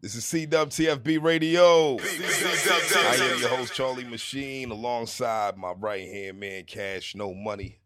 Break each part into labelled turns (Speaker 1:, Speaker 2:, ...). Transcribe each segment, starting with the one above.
Speaker 1: This is CWTFB Radio. I am your host, Charlie Machine, alongside my right hand man, Cash No Money.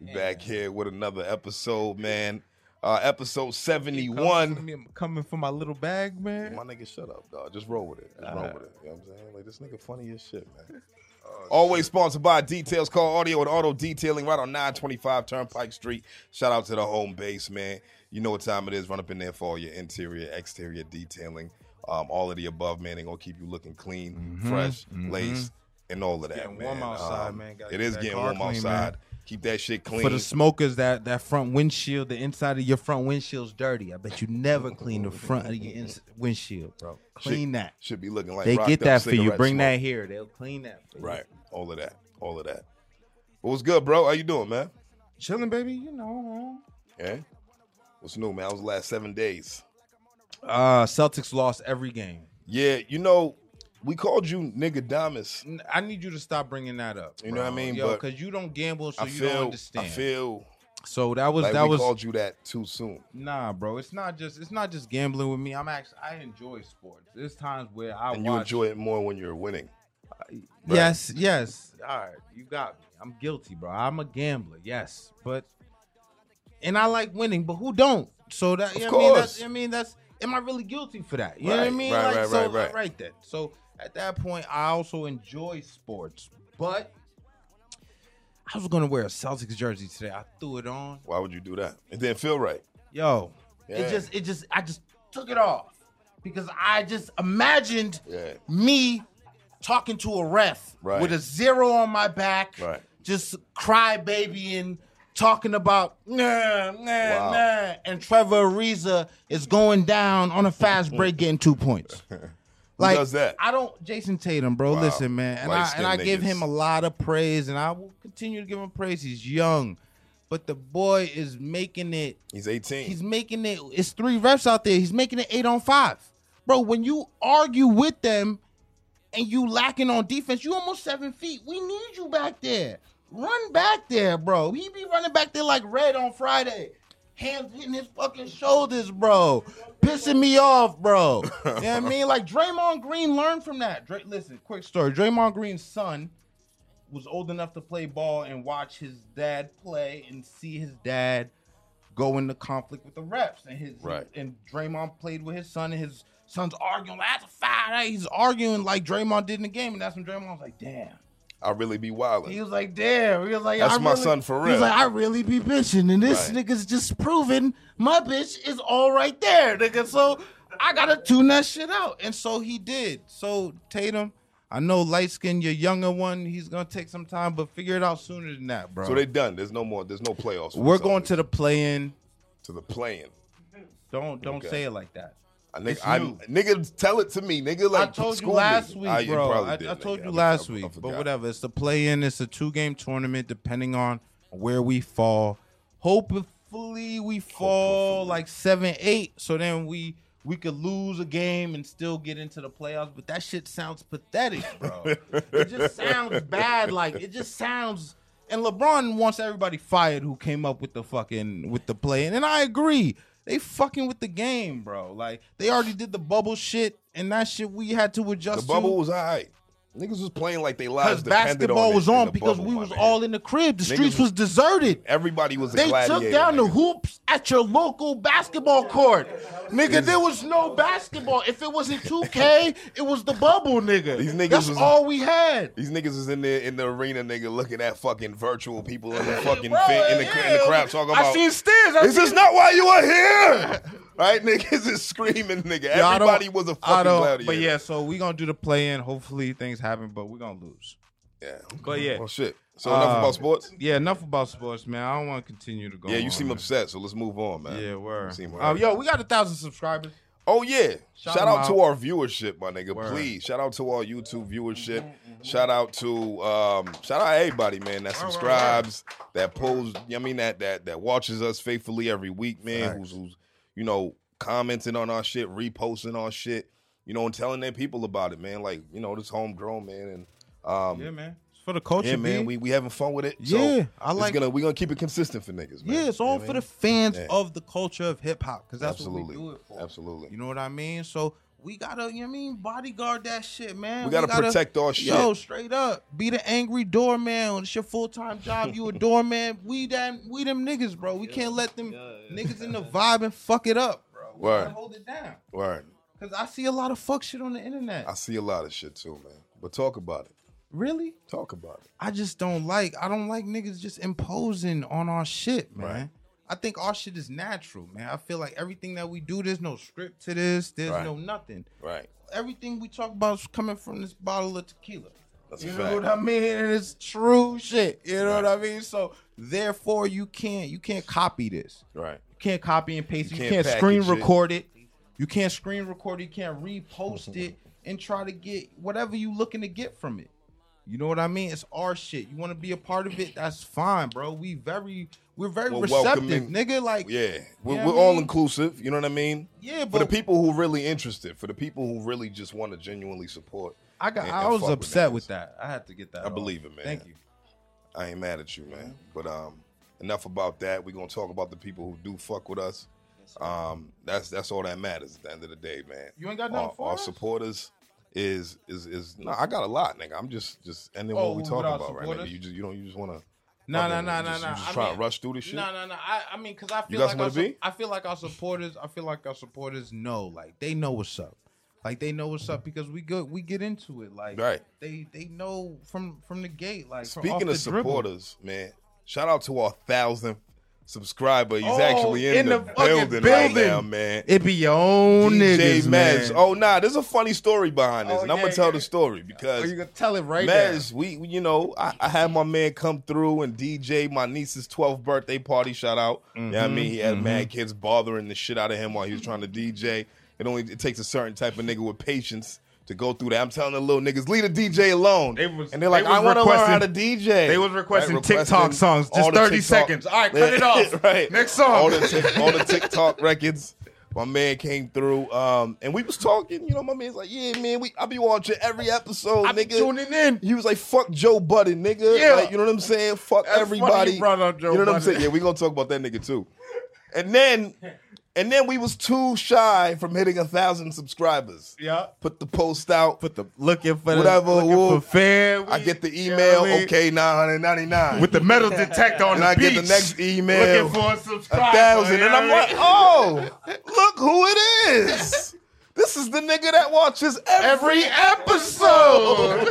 Speaker 1: We Back here with another episode, man. Uh, episode 71.
Speaker 2: I'm coming for my little bag, man.
Speaker 1: My nigga, shut up, dog. Just roll with it. Just roll
Speaker 2: Alright.
Speaker 1: with it. You know what I'm saying? Like, this nigga funny as shit, man.
Speaker 2: Oh,
Speaker 1: Always sponsored by Details Car Audio and Auto Detailing right on 925 Turnpike Street. Shout out to the home base, man. You know what time it is. Run up in there for all your interior, exterior detailing, um, all of the above, man. They're going to keep you looking clean,
Speaker 2: Mm-hmm.
Speaker 1: fresh, laced, and all of that,
Speaker 2: Getting
Speaker 1: man. Um,
Speaker 2: warm outside, man. Gotta
Speaker 1: It
Speaker 2: keep
Speaker 1: is
Speaker 2: that
Speaker 1: getting
Speaker 2: car
Speaker 1: warm
Speaker 2: clean,
Speaker 1: outside.
Speaker 2: man.
Speaker 1: Keep that shit clean.
Speaker 2: For the smokers, that that front windshield, the inside of your front windshield's dirty. I bet you never clean the front of your ins- windshield, bro. Clean that.
Speaker 1: Should be looking like
Speaker 2: They
Speaker 1: rocked
Speaker 2: get
Speaker 1: up
Speaker 2: that for you.
Speaker 1: cigarette
Speaker 2: Bring
Speaker 1: smoke.
Speaker 2: that here. They'll clean that for you.
Speaker 1: Right. All of that. All of that. But what's good, bro? How you doing, man?
Speaker 2: Chilling, baby. You know.
Speaker 1: Yeah. What's new, Eh? man? How was the last seven days?
Speaker 2: Uh, Celtics lost every game.
Speaker 1: Yeah, you know, we called you nigga Damas.
Speaker 2: N- I need you to stop bringing that up.
Speaker 1: You know what I
Speaker 2: bro.
Speaker 1: mean?
Speaker 2: Yo,
Speaker 1: But
Speaker 2: because you don't gamble, so
Speaker 1: I
Speaker 2: you
Speaker 1: feel
Speaker 2: don't
Speaker 1: I
Speaker 2: understand.
Speaker 1: feel
Speaker 2: so that was
Speaker 1: like
Speaker 2: that
Speaker 1: we
Speaker 2: was
Speaker 1: called you that too soon.
Speaker 2: Nah, bro, it's not just it's not just gambling with me. I'm actually I enjoy sports. There's times where I
Speaker 1: And you
Speaker 2: watch.
Speaker 1: enjoy it more when you're winning. right.
Speaker 2: yes, yes. All right, you got me. I'm guilty, bro. I'm a gambler. Yes, but and I like winning, but who don't? So that
Speaker 1: Of
Speaker 2: you know what I mean
Speaker 1: course.
Speaker 2: that's I mean that's am I really guilty for that? You know what I
Speaker 1: Right,
Speaker 2: mean?
Speaker 1: right,
Speaker 2: like,
Speaker 1: right,
Speaker 2: so,
Speaker 1: right, right.
Speaker 2: right. Then so at that point, I also enjoy sports, but. I was gonna wear a Celtics jersey today. I threw it on.
Speaker 1: Why would you do that? It didn't feel right.
Speaker 2: Yo,
Speaker 1: Yeah.
Speaker 2: it just, it just, I just took it off because I just imagined
Speaker 1: Yeah.
Speaker 2: me talking to a ref
Speaker 1: Right.
Speaker 2: with a zero on my back,
Speaker 1: Right.
Speaker 2: just cry babying, talking about nah, nah,
Speaker 1: Wow.
Speaker 2: nah, and Trevor Ariza is going down on a fast break, getting two points. Like
Speaker 1: does that?
Speaker 2: I don't, Jason Tatum, bro.
Speaker 1: Wow.
Speaker 2: Listen, man, and I
Speaker 1: Light-skinned
Speaker 2: and I give
Speaker 1: niggas.
Speaker 2: him a lot of praise, and I will continue to give him praise. He's young, but the boy is making it
Speaker 1: He's 18.
Speaker 2: He's making it. It's three refs out there. He's making it eight on five, bro. When you argue with them, and you lacking on defense, you almost seven feet. We need you back there. Run back there, bro. He be running back there like red on Friday. Hands hitting his fucking shoulders, bro. Pissing me off, bro. You know what I mean? Like Draymond Green learned from that. Dray- Listen, quick story. Draymond Green's son was old enough to play ball and watch his dad play and see his dad go into conflict with the refs and his
Speaker 1: Right.
Speaker 2: and Draymond played with his son and his son's arguing like, that's a foul. right?" He's arguing like Draymond did in the game and that's when Draymond was like, "Damn."
Speaker 1: I really be wilding.
Speaker 2: He was like, "Damn." He was like,
Speaker 1: That's
Speaker 2: I
Speaker 1: my
Speaker 2: really-
Speaker 1: son for
Speaker 2: He
Speaker 1: real.
Speaker 2: was like, "I really be bitching and this
Speaker 1: Right.
Speaker 2: nigga's just proving my bitch is all right there, nigga." So I gotta tune that shit out, and so he did. So Tatum, I know light skin, your younger one, he's gonna take some time, but figure it out sooner than that, bro.
Speaker 1: so they done. There's no more. There's no playoffs. for
Speaker 2: We're
Speaker 1: the
Speaker 2: going
Speaker 1: Celtics.
Speaker 2: to the play-in.
Speaker 1: to the playing.
Speaker 2: Don't don't
Speaker 1: Okay.
Speaker 2: say it like that.
Speaker 1: I nigga,
Speaker 2: It's
Speaker 1: I
Speaker 2: new.
Speaker 1: nigga, tell it to me, nigga. Like
Speaker 2: I told you
Speaker 1: school me.
Speaker 2: last week,
Speaker 1: Ah, you
Speaker 2: bro.
Speaker 1: probably
Speaker 2: I,
Speaker 1: did,
Speaker 2: I told
Speaker 1: nigga.
Speaker 2: you
Speaker 1: I-
Speaker 2: last
Speaker 1: I- I
Speaker 2: week, but
Speaker 1: forgot.
Speaker 2: whatever. It's the play in. It's a two game tournament, depending on where we fall. Hopefully, we fall
Speaker 1: Hopefully.
Speaker 2: like seven, eight. So then we we could lose a game and still get into the playoffs. But that shit sounds pathetic, bro. it just sounds bad. Like it just sounds. And LeBron wants everybody fired who came up with the fucking with the play, and I agree. They fucking with the game, bro. Like they already did the bubble shit, and that shit we had to adjust.
Speaker 1: The bubble
Speaker 2: to.
Speaker 1: was all right. Niggas was playing like they
Speaker 2: because
Speaker 1: lives depended
Speaker 2: basketball
Speaker 1: it
Speaker 2: was
Speaker 1: in
Speaker 2: on
Speaker 1: the
Speaker 2: because
Speaker 1: bubble,
Speaker 2: we
Speaker 1: my
Speaker 2: was
Speaker 1: man.
Speaker 2: all in the crib. The
Speaker 1: Niggas
Speaker 2: streets
Speaker 1: was-
Speaker 2: was deserted.
Speaker 1: Everybody was a
Speaker 2: They
Speaker 1: gladiator.
Speaker 2: took down the
Speaker 1: nigga.
Speaker 2: hoops at your local basketball court. Nigga, there was no basketball. If it wasn't 2K, it was the bubble, nigga.
Speaker 1: These niggas
Speaker 2: That's
Speaker 1: was-
Speaker 2: all we had.
Speaker 1: These niggas is in the in the arena, nigga, looking at fucking virtual people in the fucking
Speaker 2: Bro,
Speaker 1: fin- in, the, in the
Speaker 2: yeah.
Speaker 1: crowd talking
Speaker 2: I
Speaker 1: about.
Speaker 2: seen stairs. I
Speaker 1: Is this
Speaker 2: seen-
Speaker 1: not why you are here? Right, niggas is screaming, nigga.
Speaker 2: Yeah, I don't-
Speaker 1: Everybody was a
Speaker 2: I
Speaker 1: fucking
Speaker 2: don't-
Speaker 1: gladiator.
Speaker 2: But yeah, so we gonna do the play in. Hopefully things happen, but we're gonna lose.
Speaker 1: yeah.
Speaker 2: But yeah.
Speaker 1: Oh shit. So enough
Speaker 2: Uh,
Speaker 1: about sports.
Speaker 2: Yeah, enough about sports, man. I don't want to continue to go.
Speaker 1: Yeah, you
Speaker 2: on,
Speaker 1: seem
Speaker 2: man.
Speaker 1: upset. So let's move on, man.
Speaker 2: Yeah,
Speaker 1: You
Speaker 2: word.
Speaker 1: seem
Speaker 2: Oh,
Speaker 1: hurt.
Speaker 2: yo, we got a thousand subscribers.
Speaker 1: Oh yeah! Shout,
Speaker 2: Shout 'em
Speaker 1: out, to
Speaker 2: out.
Speaker 1: our viewership, my nigga.
Speaker 2: Word.
Speaker 1: Please, shout out to our YouTube viewership. Shout out to um, shout out everybody, man, that
Speaker 2: word,
Speaker 1: subscribes, that pulls. I mean that that that watches us faithfully every week, man. Who's, who's you know commenting on our shit, reposting our shit, you know, and telling their people about it, man. Like you know, this homegrown man, and um,
Speaker 2: Yeah, man. It's for the culture,
Speaker 1: yeah, man, we we having fun with it.
Speaker 2: Yeah,
Speaker 1: so
Speaker 2: I
Speaker 1: it's
Speaker 2: like-
Speaker 1: gonna we gonna keep it consistent for niggas, man.
Speaker 2: yeah, it's
Speaker 1: You know
Speaker 2: all
Speaker 1: what I
Speaker 2: for
Speaker 1: mean?
Speaker 2: the fans
Speaker 1: Yeah.
Speaker 2: of the culture of hip hop because that's
Speaker 1: absolutely,
Speaker 2: what we do it for.
Speaker 1: absolutely.
Speaker 2: You know what I mean? So We gotta, you know what I mean, bodyguard that shit, man.
Speaker 1: We gotta protect our shit.
Speaker 2: Yo, straight up, be the angry doorman. It's your full time job. You a doorman. We them, we them niggas, bro. We can't let them niggas in the vibe and fuck it up, bro. We
Speaker 1: Word.
Speaker 2: gotta hold it down.
Speaker 1: Word.
Speaker 2: Cause I see a lot of fuck shit on the internet.
Speaker 1: I see a lot of shit too, man. But talk about it.
Speaker 2: Really?
Speaker 1: Talk about it.
Speaker 2: I just don't like. I don't like niggas just imposing on our shit, man.
Speaker 1: Right.
Speaker 2: I think our shit is natural, man. I feel like everything that we do, there's no script to this. There's
Speaker 1: Right.
Speaker 2: no nothing.
Speaker 1: Right.
Speaker 2: Everything we talk about is coming from this bottle of tequila.
Speaker 1: That's
Speaker 2: you
Speaker 1: a
Speaker 2: know
Speaker 1: fact.
Speaker 2: what I mean? And it's true shit. You know
Speaker 1: Right.
Speaker 2: what I mean? So therefore, you can't you can't copy this.
Speaker 1: Right.
Speaker 2: You can't copy and paste.
Speaker 1: You
Speaker 2: it. You
Speaker 1: can't
Speaker 2: can't, screen
Speaker 1: package it.
Speaker 2: record it. You can't screen record it. You can't
Speaker 1: Mm-hmm.
Speaker 2: repost it and try to get whatever you looking to get from it. You know what I mean? It's our shit. You want to be a part of it? That's fine, bro. We very we're very
Speaker 1: We're
Speaker 2: receptive,
Speaker 1: welcoming.
Speaker 2: nigga. Like
Speaker 1: Yeah. We're,
Speaker 2: Yeah, I
Speaker 1: we're all
Speaker 2: mean-
Speaker 1: inclusive. You know what I mean?
Speaker 2: yeah,
Speaker 1: For
Speaker 2: but
Speaker 1: the people who really interested, for the people who really just want to genuinely support,
Speaker 2: I got
Speaker 1: and-
Speaker 2: I
Speaker 1: and
Speaker 2: was
Speaker 1: fuck with
Speaker 2: upset
Speaker 1: niggas.
Speaker 2: with that. I had to get that.
Speaker 1: I
Speaker 2: off.
Speaker 1: believe it, man.
Speaker 2: Thank you.
Speaker 1: I ain't mad at you, man. But um, enough about that. We're gonna talk about the people who do fuck with us. Um, that's that's all that matters at the end of the day, man.
Speaker 2: You ain't got nothing
Speaker 1: our,
Speaker 2: for
Speaker 1: our
Speaker 2: us?
Speaker 1: supporters is is is no. I got a lot, nigga. I'm just just ending
Speaker 2: Oh,
Speaker 1: what we
Speaker 2: with
Speaker 1: talking
Speaker 2: our
Speaker 1: about right now.
Speaker 2: supporters?
Speaker 1: You just you don't you just want to
Speaker 2: No, no, no, no,
Speaker 1: just,
Speaker 2: no.
Speaker 1: You just
Speaker 2: I
Speaker 1: trying
Speaker 2: mean-
Speaker 1: to rush through this shit.
Speaker 2: No, no, no. I, I mean, cause I feel
Speaker 1: got
Speaker 2: like
Speaker 1: somewhere
Speaker 2: our,
Speaker 1: to be?
Speaker 2: su- I feel like our supporters. I feel like our supporters know, like they know what's up, like they know what's up because we go, we get into it, like
Speaker 1: Right.
Speaker 2: They they know from from the gate, like from off
Speaker 1: Speaking
Speaker 2: the
Speaker 1: of
Speaker 2: dribble.
Speaker 1: supporters, man, shout out to our thousand subscriber. He's
Speaker 2: Oh,
Speaker 1: actually in,
Speaker 2: in
Speaker 1: the,
Speaker 2: the fucking
Speaker 1: building, right
Speaker 2: building.
Speaker 1: now, man.
Speaker 2: It be your own
Speaker 1: DJ
Speaker 2: niggas,
Speaker 1: Mez.
Speaker 2: man.
Speaker 1: Oh nah, there's a funny story behind this,
Speaker 2: Oh,
Speaker 1: and I'm
Speaker 2: yeah,
Speaker 1: gonna tell
Speaker 2: yeah.
Speaker 1: the story because
Speaker 2: Oh, you gonna tell it right
Speaker 1: Mez, we we- you know, I, I had my man come through and DJ my niece's 12th birthday party. Shout out. Yeah, I
Speaker 3: Mm-hmm,
Speaker 1: mean, he had mad kids bothering the shit out of him while he was trying to DJ. It only it takes a certain type of nigga with patience to go through that. I'm telling the little niggas, leave the DJ alone.
Speaker 3: They was-
Speaker 1: and they're like,
Speaker 3: they was
Speaker 1: I want to learn how to
Speaker 3: requesting-
Speaker 1: DJ.
Speaker 3: they was requesting TikTok songs, just
Speaker 1: all the
Speaker 3: 30 seconds. All right, cut it off.
Speaker 1: right.
Speaker 3: Next song.
Speaker 1: All the, Tik- all the TikTok records. My man came through, um, and we was talking. You know, my man's like, "Yeah, man, we I be watching every episode,
Speaker 3: I be
Speaker 1: nigga."
Speaker 3: tuning in.
Speaker 1: He was like, "Fuck Joe Budden, nigga."
Speaker 3: Yeah.
Speaker 1: Like, you know what I'm saying? Fuck
Speaker 3: That's funny you
Speaker 1: everybody.
Speaker 3: brought up Joe
Speaker 1: you know what I'm
Speaker 3: Budden.
Speaker 1: saying? Yeah, we gonna talk about that nigga too. And then, and then we was too shy from hitting a thousand subscribers.
Speaker 3: Yeah.
Speaker 1: Put the post out.
Speaker 3: Put the looking for
Speaker 1: Whatever,
Speaker 3: The, looking
Speaker 1: woo.
Speaker 3: for fair.
Speaker 1: I
Speaker 3: We-
Speaker 1: get the
Speaker 3: you know
Speaker 1: email.
Speaker 3: what I mean?
Speaker 1: Okay, nine hundred ninety nine.
Speaker 3: With the metal detector on
Speaker 1: and
Speaker 3: the
Speaker 1: I get the
Speaker 3: beach,
Speaker 1: next email.
Speaker 3: Looking for a subscriber.
Speaker 1: a thousand,
Speaker 3: you
Speaker 1: and
Speaker 3: know
Speaker 1: I'm
Speaker 3: what I
Speaker 1: like,
Speaker 3: mean?
Speaker 1: oh, look who it is. This is the nigga that watches every,
Speaker 3: every episode.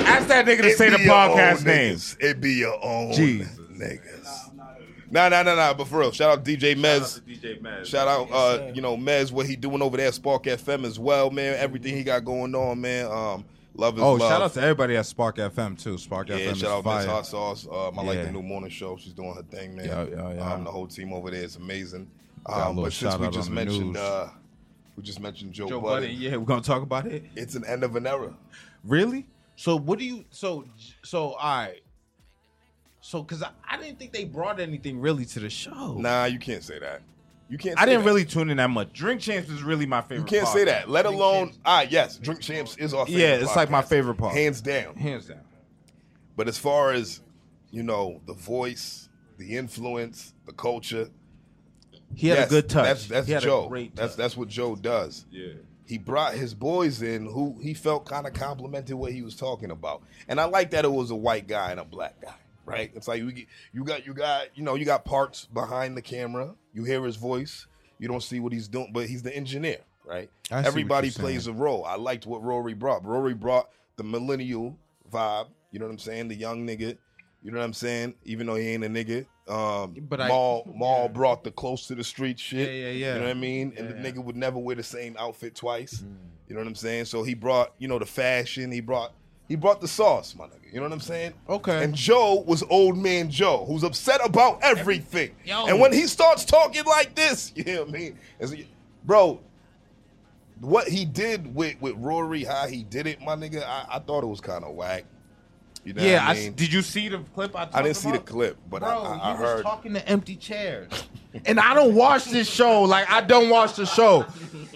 Speaker 3: Ask that nigga to say the podcast name.
Speaker 1: names. It be your own
Speaker 3: Jesus.
Speaker 1: niggas. Nah, nah, nah, nah. But for real, shout out DJ Mez.
Speaker 3: DJ Maz.
Speaker 1: Shout out, uh, you know, Mez, what he doing over there at Spark FM as well, man. Everything he got going on, man. Um, love is
Speaker 2: Oh,
Speaker 1: love.
Speaker 2: shout out to everybody at Spark FM too. Spark
Speaker 1: Yeah,
Speaker 2: FM is
Speaker 1: shout out Miss
Speaker 2: fire.
Speaker 1: Hot Sauce. Um, I like
Speaker 2: Yeah.
Speaker 1: the new morning show. She's doing her thing, man.
Speaker 2: Yeah, yeah, yeah.
Speaker 1: Um, the whole team over there is amazing.
Speaker 2: a
Speaker 1: Um,
Speaker 2: little
Speaker 1: but since
Speaker 2: shout
Speaker 1: we
Speaker 2: out
Speaker 1: just
Speaker 2: on the
Speaker 1: mentioned,
Speaker 2: news.
Speaker 1: uh, we just mentioned Joe,
Speaker 2: Joe
Speaker 1: Budden,
Speaker 2: Budden, yeah, we're gonna talk about it.
Speaker 1: it's an end of an era.
Speaker 2: Really? So what do you? So so all right. So because I, I didn't think they brought anything really to the show.
Speaker 1: Nah, you can't say that. You can't. Say
Speaker 3: I didn't
Speaker 1: that.
Speaker 3: really tune in that much. Drink Champs is really my favorite.
Speaker 1: You can't
Speaker 3: podcast.
Speaker 1: say that. Let alone ah yes, Drink Champs is our favorite
Speaker 3: Yeah, it's like my
Speaker 1: podcast.
Speaker 3: favorite part.
Speaker 1: hands down.
Speaker 2: Hands down.
Speaker 1: But as far as you know, the voice, the influence, the culture.
Speaker 3: He had
Speaker 1: yes,
Speaker 3: a good touch.
Speaker 1: That's, that's
Speaker 3: he had
Speaker 1: Joe.
Speaker 3: A great touch.
Speaker 1: That's that's what Joe does.
Speaker 3: yeah.
Speaker 1: he brought his boys in who he felt kind of complimented what he was talking about. And I like that it was a white guy and a black guy, right? It's like you get, you got you got you know you got parts behind the camera. You hear his voice. You don't see what he's doing, but he's the engineer, right?
Speaker 2: I see what
Speaker 1: Everybody
Speaker 2: you're saying.
Speaker 1: plays a role. I liked what Rory brought. Rory brought the millennial vibe. You know what I'm saying? The young nigga. You know what I'm saying? Even though he ain't a nigga. Um,
Speaker 2: But I-
Speaker 1: Maul, Maul brought the close to the street shit.
Speaker 2: Yeah, yeah, yeah.
Speaker 1: You know what I mean? and the nigga would never wear the same outfit twice. You know what I'm saying? So he brought, you know, the fashion. He brought, he brought the sauce, my nigga. You know what I'm saying?
Speaker 2: Okay.
Speaker 1: And Joe was old man Joe, who's upset about everything.
Speaker 2: Yo.
Speaker 1: And when he starts talking like this, you know what I mean? It's- bro, what he did with with Rory, how he did it, my nigga, I, I thought it was kind of whack. You know
Speaker 3: Yeah.
Speaker 1: what I
Speaker 3: I,
Speaker 1: mean?
Speaker 3: did you see the clip? I, talked
Speaker 1: I didn't see the
Speaker 3: about?
Speaker 1: clip, but
Speaker 2: Bro,
Speaker 1: I, I, I
Speaker 2: you
Speaker 1: heard.
Speaker 2: was talking to empty chairs.
Speaker 3: and I don't watch this show. Like I don't watch the show.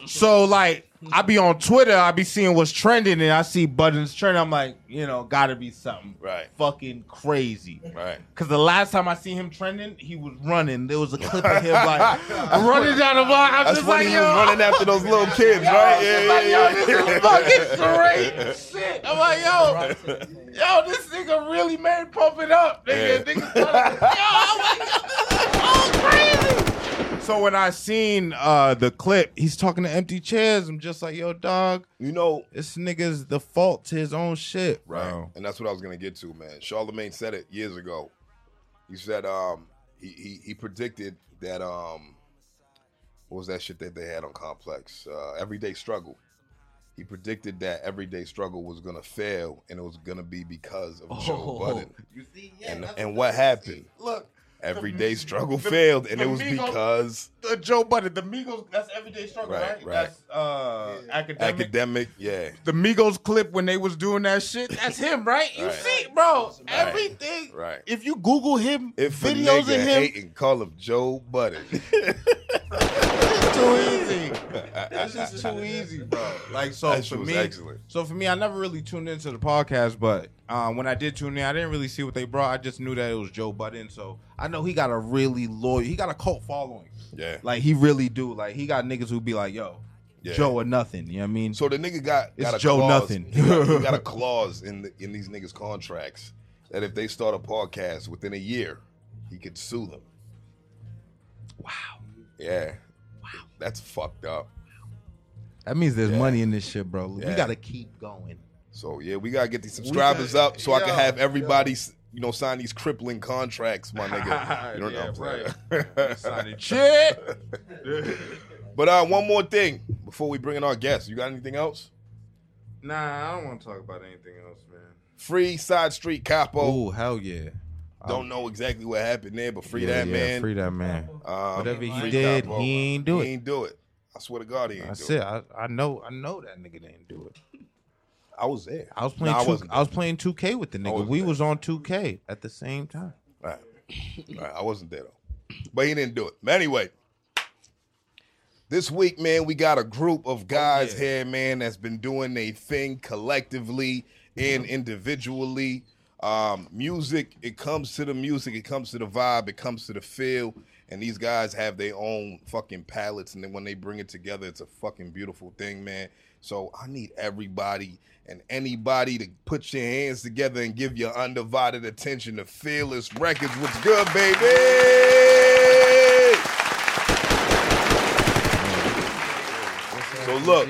Speaker 3: So like
Speaker 2: I be on Twitter, I be seeing what's trending, and I see buttons trending. I'm like, you know, gotta be something
Speaker 1: Right.
Speaker 2: fucking crazy.
Speaker 1: Right.
Speaker 2: Cause the last time I seen him trending, he was running. There was a clip of him like running down the block. I'm
Speaker 1: That's
Speaker 2: just
Speaker 1: when
Speaker 2: like,
Speaker 1: he
Speaker 2: yo,
Speaker 1: was running after those little kids, right? Yeah, yeah,
Speaker 2: I'm
Speaker 1: yeah.
Speaker 2: just like, yo, this is fucking great shit. I'm like, yo, yo, this nigga really made pump it up, nigga.
Speaker 1: Yeah.
Speaker 2: Nigga, yo, I'm like, yo, this is all crazy. So when I seen uh, the clip, he's talking to empty chairs. I'm just like, yo, dog,
Speaker 1: You know,
Speaker 2: this nigga's the fault to his own shit,
Speaker 1: Right.
Speaker 2: bro.
Speaker 1: And that's what I was gonna get to, man. Charlemagne said it years ago. He said um he, he, he predicted that um what was that shit that they had on Complex? Uh, Everyday Struggle. He predicted that Everyday Struggle was gonna fail and it was gonna be because of Joe Budden.
Speaker 2: Oh. You see,
Speaker 1: And and what happened?
Speaker 2: Look,
Speaker 1: Everyday Struggle
Speaker 2: the-
Speaker 1: failed and
Speaker 2: the
Speaker 1: it was
Speaker 2: Migos-
Speaker 1: because
Speaker 2: the Joe Budden, the Migos, that's everyday struggle,
Speaker 1: Right,
Speaker 2: right?
Speaker 1: right.
Speaker 2: That's uh, academic.
Speaker 1: academic, yeah.
Speaker 2: the Migos clip when they was doing that shit. That's him, right? You
Speaker 1: Right.
Speaker 2: see, bro, everything.
Speaker 1: Right.
Speaker 2: If you Google him,
Speaker 1: If a
Speaker 2: videos of
Speaker 1: nigga
Speaker 2: him,
Speaker 1: hate and call him Joe Budden.
Speaker 2: it's too easy. It's just too easy, bro. Like so
Speaker 1: That shit
Speaker 2: for
Speaker 1: was
Speaker 2: me,
Speaker 1: excellent.
Speaker 2: so for me, I never really tuned into the podcast, but um, when I did tune in, I didn't really see what they brought. I just knew that it was Joe Budden, so I know he got a really loyal, he got a cult following.
Speaker 1: yeah.
Speaker 2: Like he really do. Like he got niggas who be like, "Yo,
Speaker 1: Yeah.
Speaker 2: Joe or nothing." You know what I mean?
Speaker 1: So the nigga got,
Speaker 2: It's
Speaker 1: got a
Speaker 2: Joe
Speaker 1: clause.
Speaker 2: nothing.
Speaker 1: He got, he got a clause in the, in these niggas' contracts that if they start a podcast within a year, he could sue them. Wow. Yeah. Wow. That's fucked up.
Speaker 2: that means there's
Speaker 1: Yeah.
Speaker 2: money in this shit, bro.
Speaker 1: Yeah.
Speaker 2: We gotta keep going.
Speaker 1: So yeah, we gotta get these subscribers
Speaker 2: gotta-
Speaker 1: up so I can
Speaker 2: yo,
Speaker 1: have everybody, s you know, sign these crippling contracts, my nigga. You know
Speaker 2: Yeah,
Speaker 1: what I'm saying?
Speaker 2: Sign it. Shit.
Speaker 1: but uh, one more thing before we bring in our guests, you got anything else?
Speaker 2: Nah, I don't want to talk about anything else, man.
Speaker 1: Free side street capo.
Speaker 2: Oh hell yeah!
Speaker 1: Don't know exactly what happened there, but free
Speaker 2: Yeah,
Speaker 1: that
Speaker 2: yeah,
Speaker 1: man.
Speaker 2: Free that man.
Speaker 1: Um,
Speaker 2: Whatever he
Speaker 1: free
Speaker 2: did,
Speaker 1: Capo,
Speaker 2: he ain't do it.
Speaker 1: He ain't do it. I swear to God, he ain't
Speaker 2: I
Speaker 1: do
Speaker 2: said
Speaker 1: it.
Speaker 2: I, I know I know that nigga didn't do it.
Speaker 1: I was there.
Speaker 2: I was playing
Speaker 1: Nah, I
Speaker 2: 2,
Speaker 1: wasn't Oh,
Speaker 2: I, was playing 2K with the nigga.
Speaker 1: wasn't
Speaker 2: We
Speaker 1: there.
Speaker 2: was on 2K at the same time.
Speaker 1: All right. All right, I wasn't there though, but he didn't do it. But anyway, this week, man, we got a group of guys here, man, that's been doing their thing collectively and individually. Um, music, it comes to the music, it comes to the vibe, it comes to the feel, and these guys have their own fucking palettes, and then when they bring it together, it's a fucking beautiful thing, man. So I need everybody and anybody to put your hands together and give your undivided attention to Fearless Records. What's good, baby? So look,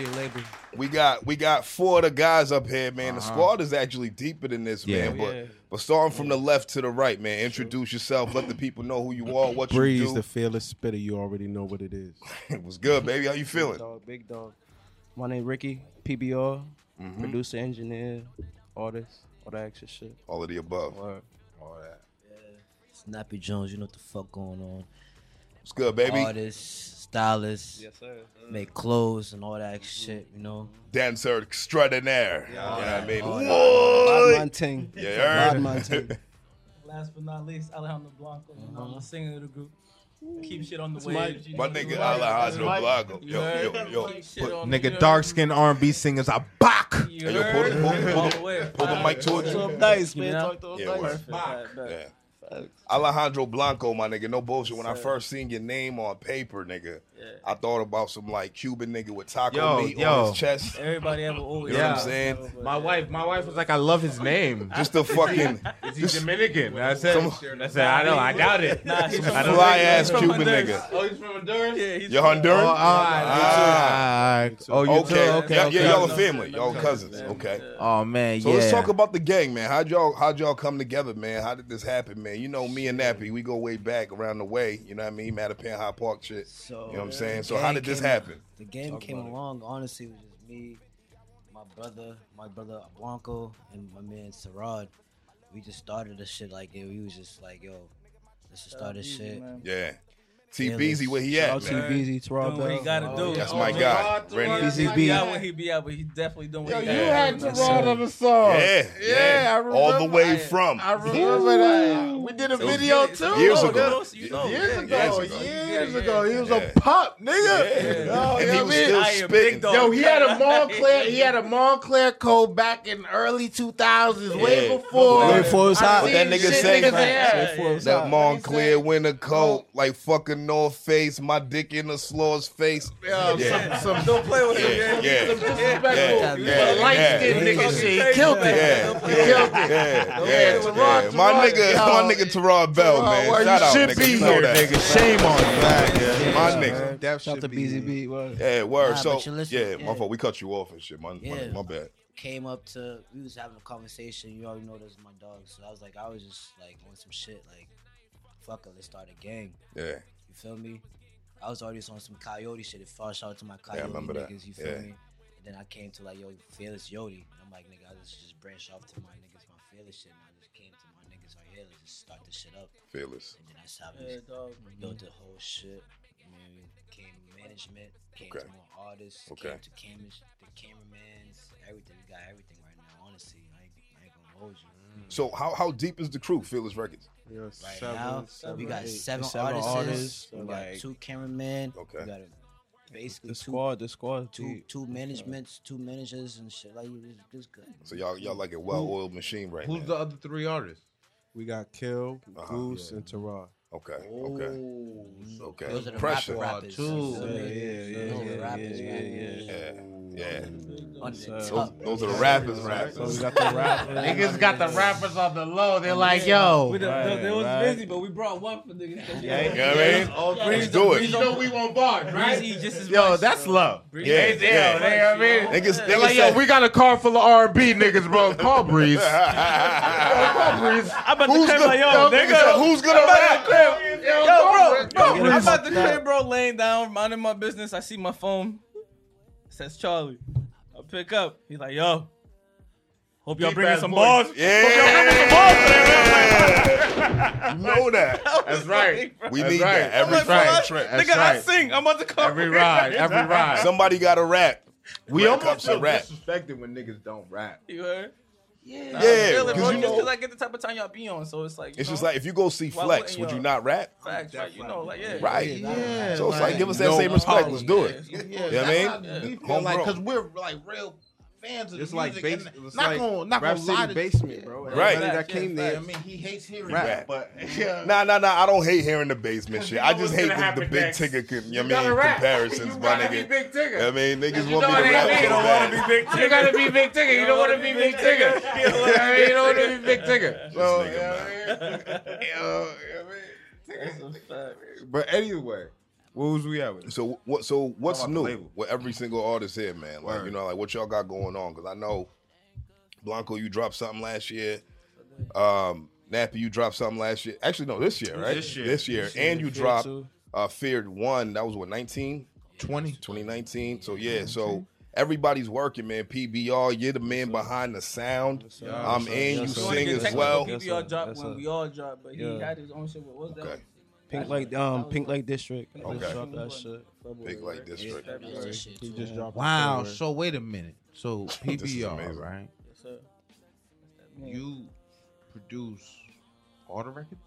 Speaker 1: we got we got four of the guys up here, man. The
Speaker 4: Uh-huh.
Speaker 1: squad is actually deeper than this,
Speaker 2: Yeah.
Speaker 4: Oh,
Speaker 1: man. But but starting from the left to the right, man. Introduce yourself. Let the people know who you are, what
Speaker 4: Breeze,
Speaker 1: you
Speaker 4: the
Speaker 1: do.
Speaker 4: fearless spitter, you already know what it is.
Speaker 1: It was good, baby. How you
Speaker 5: Big
Speaker 1: feeling?
Speaker 5: dog, big dog. My name Ricky, PBR,
Speaker 1: Mm-hmm.
Speaker 5: producer, engineer, artist, all that extra shit.
Speaker 1: All of the above.
Speaker 5: Word.
Speaker 6: Snappy Jones, you know what the fuck going on.
Speaker 1: It's good, baby.
Speaker 6: Artists, stylists,
Speaker 5: Yes, sir.
Speaker 6: make clothes and all that shit, you know.
Speaker 1: Dancer extraordinaire. You know what I mean?
Speaker 5: Bad
Speaker 1: What?
Speaker 5: man ting.
Speaker 1: Yeah, you heard?
Speaker 5: Bad man ting.
Speaker 7: Last but not least, Alejandro Blanco. You know, I'm the singer of the group. Keep shit on the waves. you
Speaker 1: Uh-huh. My
Speaker 7: know,
Speaker 1: nigga
Speaker 7: you know,
Speaker 1: Alejandro
Speaker 7: like-
Speaker 1: Blanco.
Speaker 7: you
Speaker 1: Yo,
Speaker 7: heard?
Speaker 1: yo, yo.
Speaker 7: Keep shit
Speaker 1: Put-
Speaker 7: on- you
Speaker 2: Nigga,
Speaker 7: know,
Speaker 2: dark skinned R&B singers are back.
Speaker 7: you
Speaker 1: Hey, yo, pull the-
Speaker 7: heard?
Speaker 1: pull the-
Speaker 7: All way.
Speaker 1: pull the mic towards you.
Speaker 5: Talk nice,
Speaker 7: You
Speaker 5: man.
Speaker 7: know?
Speaker 5: Talk to us
Speaker 1: Yeah,
Speaker 5: nice.
Speaker 1: word.
Speaker 5: Bad, bad.
Speaker 1: Yeah.
Speaker 5: Facts.
Speaker 1: Alejandro Blanco, my nigga, no bullshit. When I first seen your name on paper, nigga, I thought about some like Cuban nigga with taco
Speaker 2: Yo,
Speaker 1: meat on
Speaker 2: yo.
Speaker 1: his chest.
Speaker 7: Everybody ever always.
Speaker 1: You know what I'm
Speaker 7: knows,
Speaker 1: saying?
Speaker 7: though, but-
Speaker 2: My wife, my wife was like, I love his name.
Speaker 1: Just a fucking
Speaker 2: Is he Dominican? I said, I said, I know, I doubt it.
Speaker 7: Nah, he's from
Speaker 2: I don't-
Speaker 1: fly ass
Speaker 7: From
Speaker 1: Cuban
Speaker 7: Honduras.
Speaker 1: nigga.
Speaker 2: Oh, he's from Honduras.
Speaker 7: Yeah, he's
Speaker 1: You're Honduran?
Speaker 2: Oh, all right. Oh, you too.
Speaker 1: okay.
Speaker 2: Okay,
Speaker 1: Yeah,
Speaker 2: okay.
Speaker 1: yeah, y'all a family. Y'all cousins. Okay.
Speaker 7: uh,
Speaker 2: Oh man,
Speaker 1: So
Speaker 2: yeah.
Speaker 1: let's talk about the gang, man. How'd y'all how'd y'all come together, man? How did this happen, man? You know me and Nappy, we go way back around the way, you know what I mean? Mattapan High Park shit.
Speaker 6: So
Speaker 1: You know what I'm saying?
Speaker 6: the
Speaker 1: So how
Speaker 6: gang
Speaker 1: did this
Speaker 6: came-
Speaker 1: happen?
Speaker 6: The game came along, honestly, it was just me, my brother, my brother Blanco, and my man Sarad. We just started this shit like, yo, we was just like, yo, let's just start this shit.
Speaker 1: Yeah. T Beezy, where he at?
Speaker 5: Shout out to
Speaker 1: man?
Speaker 5: BZ, Terrell
Speaker 7: Doing what he
Speaker 5: Bell.
Speaker 7: gotta do.
Speaker 1: That's
Speaker 7: Oh,
Speaker 1: my
Speaker 7: man.
Speaker 1: guy. Randy.
Speaker 5: Terrell.
Speaker 7: He
Speaker 5: BZB.
Speaker 7: be out where he be out, but he definitely doing
Speaker 8: Yo,
Speaker 7: what he
Speaker 8: you
Speaker 7: gotta
Speaker 8: had
Speaker 7: do.
Speaker 5: that's
Speaker 8: Gerard
Speaker 5: it.
Speaker 8: on the song.
Speaker 1: Yeah.
Speaker 8: yeah, I remember.
Speaker 1: All the way
Speaker 8: I-
Speaker 1: from.
Speaker 8: I remember that. We did a
Speaker 1: was
Speaker 8: video
Speaker 7: years
Speaker 8: too.
Speaker 1: Years
Speaker 8: Oh,
Speaker 1: ago.
Speaker 7: You know,
Speaker 8: that- Years
Speaker 7: yeah,
Speaker 8: ago.
Speaker 1: years
Speaker 8: Years
Speaker 1: ago.
Speaker 8: ago.
Speaker 7: Yeah,
Speaker 8: He was
Speaker 1: yeah.
Speaker 8: a pup, nigga. Yo,
Speaker 1: Yeah.
Speaker 8: you
Speaker 1: And he
Speaker 8: know
Speaker 1: was
Speaker 8: what I mean?
Speaker 1: still
Speaker 7: I am
Speaker 1: spitting.
Speaker 7: big dog.
Speaker 8: Yo, he had a Montclair. He had a Montclair coat back in early 2000s, way
Speaker 1: Yeah.
Speaker 8: before.
Speaker 5: Way before it was
Speaker 8: I
Speaker 5: hot.
Speaker 8: seen
Speaker 1: What that nigga
Speaker 8: shit
Speaker 1: say,
Speaker 8: niggas
Speaker 1: man.
Speaker 8: had.
Speaker 5: Way before it was
Speaker 1: That
Speaker 5: hot.
Speaker 1: Montclair winter coat, like fucking North Face, my dick in the slaw's face.
Speaker 8: Yo,
Speaker 1: Yeah.
Speaker 8: Some, some,
Speaker 7: Don't play with him,
Speaker 1: Yeah,
Speaker 7: man.
Speaker 1: yeah.
Speaker 8: some disrespectful
Speaker 1: Yeah. Yeah.
Speaker 8: light skinned
Speaker 1: Yeah.
Speaker 8: nigga shit. He killed it.
Speaker 1: Yeah,
Speaker 8: He killed
Speaker 1: yeah,
Speaker 8: it. Yeah,
Speaker 1: yeah, yeah.
Speaker 8: Terrell,
Speaker 1: My
Speaker 8: Terrell,
Speaker 1: nigga,
Speaker 8: yo.
Speaker 1: my nigga Terrell Bell,
Speaker 8: Terrell,
Speaker 1: man.
Speaker 8: where
Speaker 1: Shout
Speaker 8: you
Speaker 1: out,
Speaker 8: should
Speaker 1: nigga.
Speaker 8: be
Speaker 1: You know
Speaker 8: here,
Speaker 1: that.
Speaker 8: nigga. Shame on you.
Speaker 1: Yeah, My nigga.
Speaker 4: That
Speaker 5: Shout out to
Speaker 4: should be-
Speaker 5: BZB. word.
Speaker 1: Yeah, word.
Speaker 6: Nah,
Speaker 1: so,
Speaker 6: but you listen-
Speaker 1: yeah, my
Speaker 6: yeah.
Speaker 1: fault. We cut you off and shit. My, my,
Speaker 6: Yeah.
Speaker 1: my bad.
Speaker 6: came up to we was having a conversation. You already know this is my dog, so I was like, I was just like on some shit, like, fuck it, let's start a gang.
Speaker 1: Yeah.
Speaker 6: You feel me? I was already on some coyote shit. It fell shout out to my coyote
Speaker 1: remember that.
Speaker 6: niggas. You feel
Speaker 1: Yeah.
Speaker 6: me? And then I came to like yo fearless Yodi. And I'm like nigga, I just just branch off to my niggas, my fearless shit. And I just came to my niggas right here. Let's just start this shit up.
Speaker 1: Fearless.
Speaker 6: And then I stopped.
Speaker 7: Yeah, dog.
Speaker 6: Built the whole shit. You know what I mean? Came management, came
Speaker 1: Okay.
Speaker 6: to more artists,
Speaker 1: Okay.
Speaker 6: came to cameras, the cameramans, everything. We got everything right now. Honestly, I ain't, I ain't gonna hold you.
Speaker 1: So, how, how deep is the crew, Fearless Records?
Speaker 4: Yeah,
Speaker 6: Right
Speaker 4: seven,
Speaker 6: now,
Speaker 4: seven,
Speaker 6: we got
Speaker 4: eight.
Speaker 6: seven,
Speaker 5: Seven
Speaker 6: artists.
Speaker 5: artists,
Speaker 6: we
Speaker 5: like-
Speaker 6: got two cameramen.
Speaker 1: Okay.
Speaker 6: We got a, basically
Speaker 5: The
Speaker 6: two,
Speaker 5: squad, the squad.
Speaker 6: two,
Speaker 5: deep.
Speaker 6: two managements, two managers, and shit like this. This good.
Speaker 1: So, y'all y'all like a well oiled machine right
Speaker 8: Who's the
Speaker 1: now.
Speaker 8: other three artists?
Speaker 4: We got Kill,
Speaker 1: Uh-huh.
Speaker 4: Goose, and Terrell.
Speaker 1: Okay, okay. Okay.
Speaker 6: Oh, Those are the
Speaker 1: Pressure.
Speaker 6: rapper rappers.
Speaker 8: Two.
Speaker 6: You feel
Speaker 5: Yeah,
Speaker 6: me?
Speaker 5: yeah, yeah,
Speaker 6: Those are the
Speaker 5: yeah,
Speaker 6: rappers,
Speaker 5: yeah, yeah,
Speaker 6: man.
Speaker 1: Yeah, yeah.
Speaker 6: On the
Speaker 5: Those-
Speaker 1: Those,
Speaker 6: top.
Speaker 1: those are the rappers, rappers.
Speaker 5: So we got the rap.
Speaker 8: Niggas got the rappers on the low. They're like, yo.
Speaker 7: We done-
Speaker 5: Right,
Speaker 7: they was
Speaker 5: right.
Speaker 7: busy, but we brought one for niggas.
Speaker 1: You know what I mean?
Speaker 8: All
Speaker 7: Yeah,
Speaker 8: three.
Speaker 1: Let's do
Speaker 8: You
Speaker 1: it.
Speaker 8: know we want bars, right?
Speaker 7: Breezy just as
Speaker 8: Yo,
Speaker 7: much,
Speaker 8: that's
Speaker 7: yo.
Speaker 8: love.
Speaker 7: Breezy.
Speaker 1: Yeah,
Speaker 8: They there,
Speaker 1: yeah.
Speaker 8: they know what I mean?
Speaker 1: Niggas,
Speaker 8: They're
Speaker 1: niggas
Speaker 8: like, yo, we got a car full of R&B niggas, bro. Call Breeze.
Speaker 1: said-
Speaker 8: Call Breeze.
Speaker 5: I'm about
Speaker 1: Who's gonna, yo, nigga, so who's gonna rap?
Speaker 8: Yo,
Speaker 7: Yo, bro,
Speaker 8: call
Speaker 7: bro,
Speaker 8: Breeze.
Speaker 7: I'm about to crib, bro, laying down, minding my business. I see my phone. It says Charlie. I pick up. He's like, yo. Hope y'all
Speaker 8: Deep
Speaker 7: bringing
Speaker 8: ass
Speaker 7: some
Speaker 8: voice.
Speaker 7: balls.
Speaker 1: Yeah. You know that.
Speaker 8: That's right.
Speaker 1: We
Speaker 8: That's
Speaker 1: need
Speaker 8: right.
Speaker 1: that.
Speaker 8: I'm
Speaker 1: Every
Speaker 8: like,
Speaker 1: track.
Speaker 8: what?
Speaker 1: track.
Speaker 8: That's
Speaker 7: nigga, I
Speaker 8: right.
Speaker 7: sing. I'm about to call
Speaker 8: Every ride, every ride.
Speaker 1: Somebody got to rap.
Speaker 8: we
Speaker 1: When it
Speaker 8: almost
Speaker 1: comes to
Speaker 8: feel
Speaker 1: rap.
Speaker 8: disrespected when niggas don't rap.
Speaker 7: You heard? Yeah,
Speaker 1: because you know-
Speaker 7: I get the type of time y'all be on, so it's like you
Speaker 1: It's
Speaker 8: uh,
Speaker 7: know,
Speaker 1: just like, if you go see
Speaker 7: Why
Speaker 1: Flex,
Speaker 7: wouldn't
Speaker 1: would you
Speaker 7: you-
Speaker 1: not rap?
Speaker 7: facts, right? You know, like yeah,
Speaker 1: Right.
Speaker 2: Yeah,
Speaker 1: So it's like, give us that
Speaker 8: no
Speaker 1: same respect. Let's do
Speaker 7: Yeah,
Speaker 1: it.
Speaker 7: yeah.
Speaker 2: Yeah,
Speaker 1: You know what I
Speaker 2: that's
Speaker 1: mean?
Speaker 2: how we
Speaker 1: Yeah.
Speaker 2: feel
Speaker 1: Homegrown.
Speaker 2: like because we're like real fans of
Speaker 4: It's
Speaker 2: the
Speaker 4: like
Speaker 2: music.
Speaker 4: base,
Speaker 2: and
Speaker 4: it's
Speaker 2: not
Speaker 4: like
Speaker 2: gonna, not
Speaker 4: Rap
Speaker 2: gonna lie
Speaker 4: City
Speaker 2: to
Speaker 4: basement, bro.
Speaker 1: Right.
Speaker 4: Everybody that
Speaker 7: Yeah,
Speaker 4: came
Speaker 7: yeah,
Speaker 2: Yeah,
Speaker 4: there.
Speaker 2: I mean, he hates hearing
Speaker 1: Rap.
Speaker 2: that, but yeah.
Speaker 1: Nah, nah, nah. I don't hate hearing the basement shit.
Speaker 8: you
Speaker 1: I
Speaker 8: know
Speaker 1: just
Speaker 8: what's
Speaker 1: hate
Speaker 8: gonna
Speaker 1: the, the
Speaker 8: happen
Speaker 1: big
Speaker 8: next.
Speaker 1: ticket con- you
Speaker 8: You
Speaker 1: mean,
Speaker 8: gotta rap.
Speaker 1: comparisons,
Speaker 8: You
Speaker 1: my
Speaker 8: gotta be
Speaker 1: nigga.
Speaker 8: big
Speaker 1: I
Speaker 8: tigger.
Speaker 1: mean, niggas
Speaker 8: You
Speaker 1: want
Speaker 8: know
Speaker 1: me to
Speaker 8: it ain't
Speaker 1: rap.
Speaker 8: me.
Speaker 1: so
Speaker 8: You don't
Speaker 1: bad.
Speaker 7: big.
Speaker 8: You gotta be big tigger. You don't want to be big tigger. You know what I mean? You don't want to be big tigger. So,
Speaker 1: nigga,
Speaker 8: you know what I mean? You know what I mean? But anyway, what was we at with?
Speaker 1: So what? So what's
Speaker 8: about the
Speaker 1: new
Speaker 8: label.
Speaker 1: with every single artist here, man? Like you
Speaker 8: Word.
Speaker 1: know, like what y'all got going on? Because I know Blanco, you dropped something last year. Um, Nappy, you dropped something last year. Actually, no, this year, right?
Speaker 8: This year.
Speaker 1: This year, and you
Speaker 5: Feared
Speaker 1: dropped
Speaker 5: Two.
Speaker 1: uh, Feared One. That was what 19,
Speaker 2: 20.
Speaker 1: 2019. So yeah, so everybody's working, man. PBR, you're the man behind the sound. I'm in. You
Speaker 5: Yes, sir.
Speaker 1: sing
Speaker 5: Yes,
Speaker 1: as
Speaker 5: sir.
Speaker 1: well.
Speaker 5: Yes,
Speaker 7: We
Speaker 5: sir.
Speaker 7: all dropped
Speaker 5: Yes,
Speaker 7: when
Speaker 5: sir.
Speaker 7: we all dropped, but he
Speaker 5: Yeah.
Speaker 7: had his own shit. What was that?
Speaker 1: Okay.
Speaker 5: Pink Lake, um, Pink Lake District.
Speaker 7: Okay.
Speaker 5: Just dropped that shit.
Speaker 1: Big like district.
Speaker 6: That's the shit,
Speaker 4: He
Speaker 6: too.
Speaker 4: just dropped.
Speaker 2: Wow.
Speaker 4: the
Speaker 2: So wait a minute. So
Speaker 1: This is
Speaker 2: PBR,
Speaker 1: amazing.
Speaker 2: right?
Speaker 7: Yes, sir. You
Speaker 2: You produce all the records.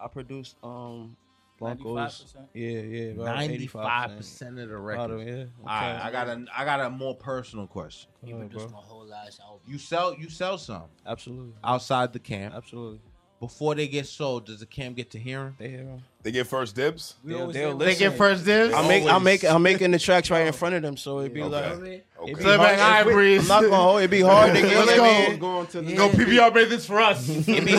Speaker 5: I produced um Broncos.
Speaker 7: 95%.
Speaker 5: Yeah, yeah, about
Speaker 2: Ninety-five
Speaker 5: 85%.
Speaker 2: percent of the
Speaker 5: Out
Speaker 2: records.
Speaker 5: of, yeah. Okay.
Speaker 8: All right, I got a I got a more personal question.
Speaker 5: Yeah, bro.
Speaker 6: Just my whole last album.
Speaker 2: You sell. You sell some
Speaker 5: Absolutely,
Speaker 2: outside the camp.
Speaker 5: absolutely.
Speaker 2: Before they get sold, does the camp get to hear 'em?
Speaker 5: They um, hear 'em.
Speaker 1: They get first dibs.
Speaker 7: We
Speaker 5: They'll-
Speaker 7: always
Speaker 5: they'll
Speaker 7: say-
Speaker 5: listen.
Speaker 8: Take it first dibs.
Speaker 5: I'm making, I'm making, I'm making the tracks right in front of them, so it'd be
Speaker 1: Okay.
Speaker 5: like,
Speaker 1: Okay.
Speaker 5: it'd be
Speaker 8: So, man,
Speaker 5: hard-
Speaker 8: hi,
Speaker 5: if we-
Speaker 8: Breeze.
Speaker 5: I'm not gonna hold. It'd be hard to get
Speaker 8: Let's
Speaker 5: it,
Speaker 8: go.
Speaker 5: man.
Speaker 4: Going to the
Speaker 8: Go PBR made this for us.
Speaker 5: It'd be, it'd be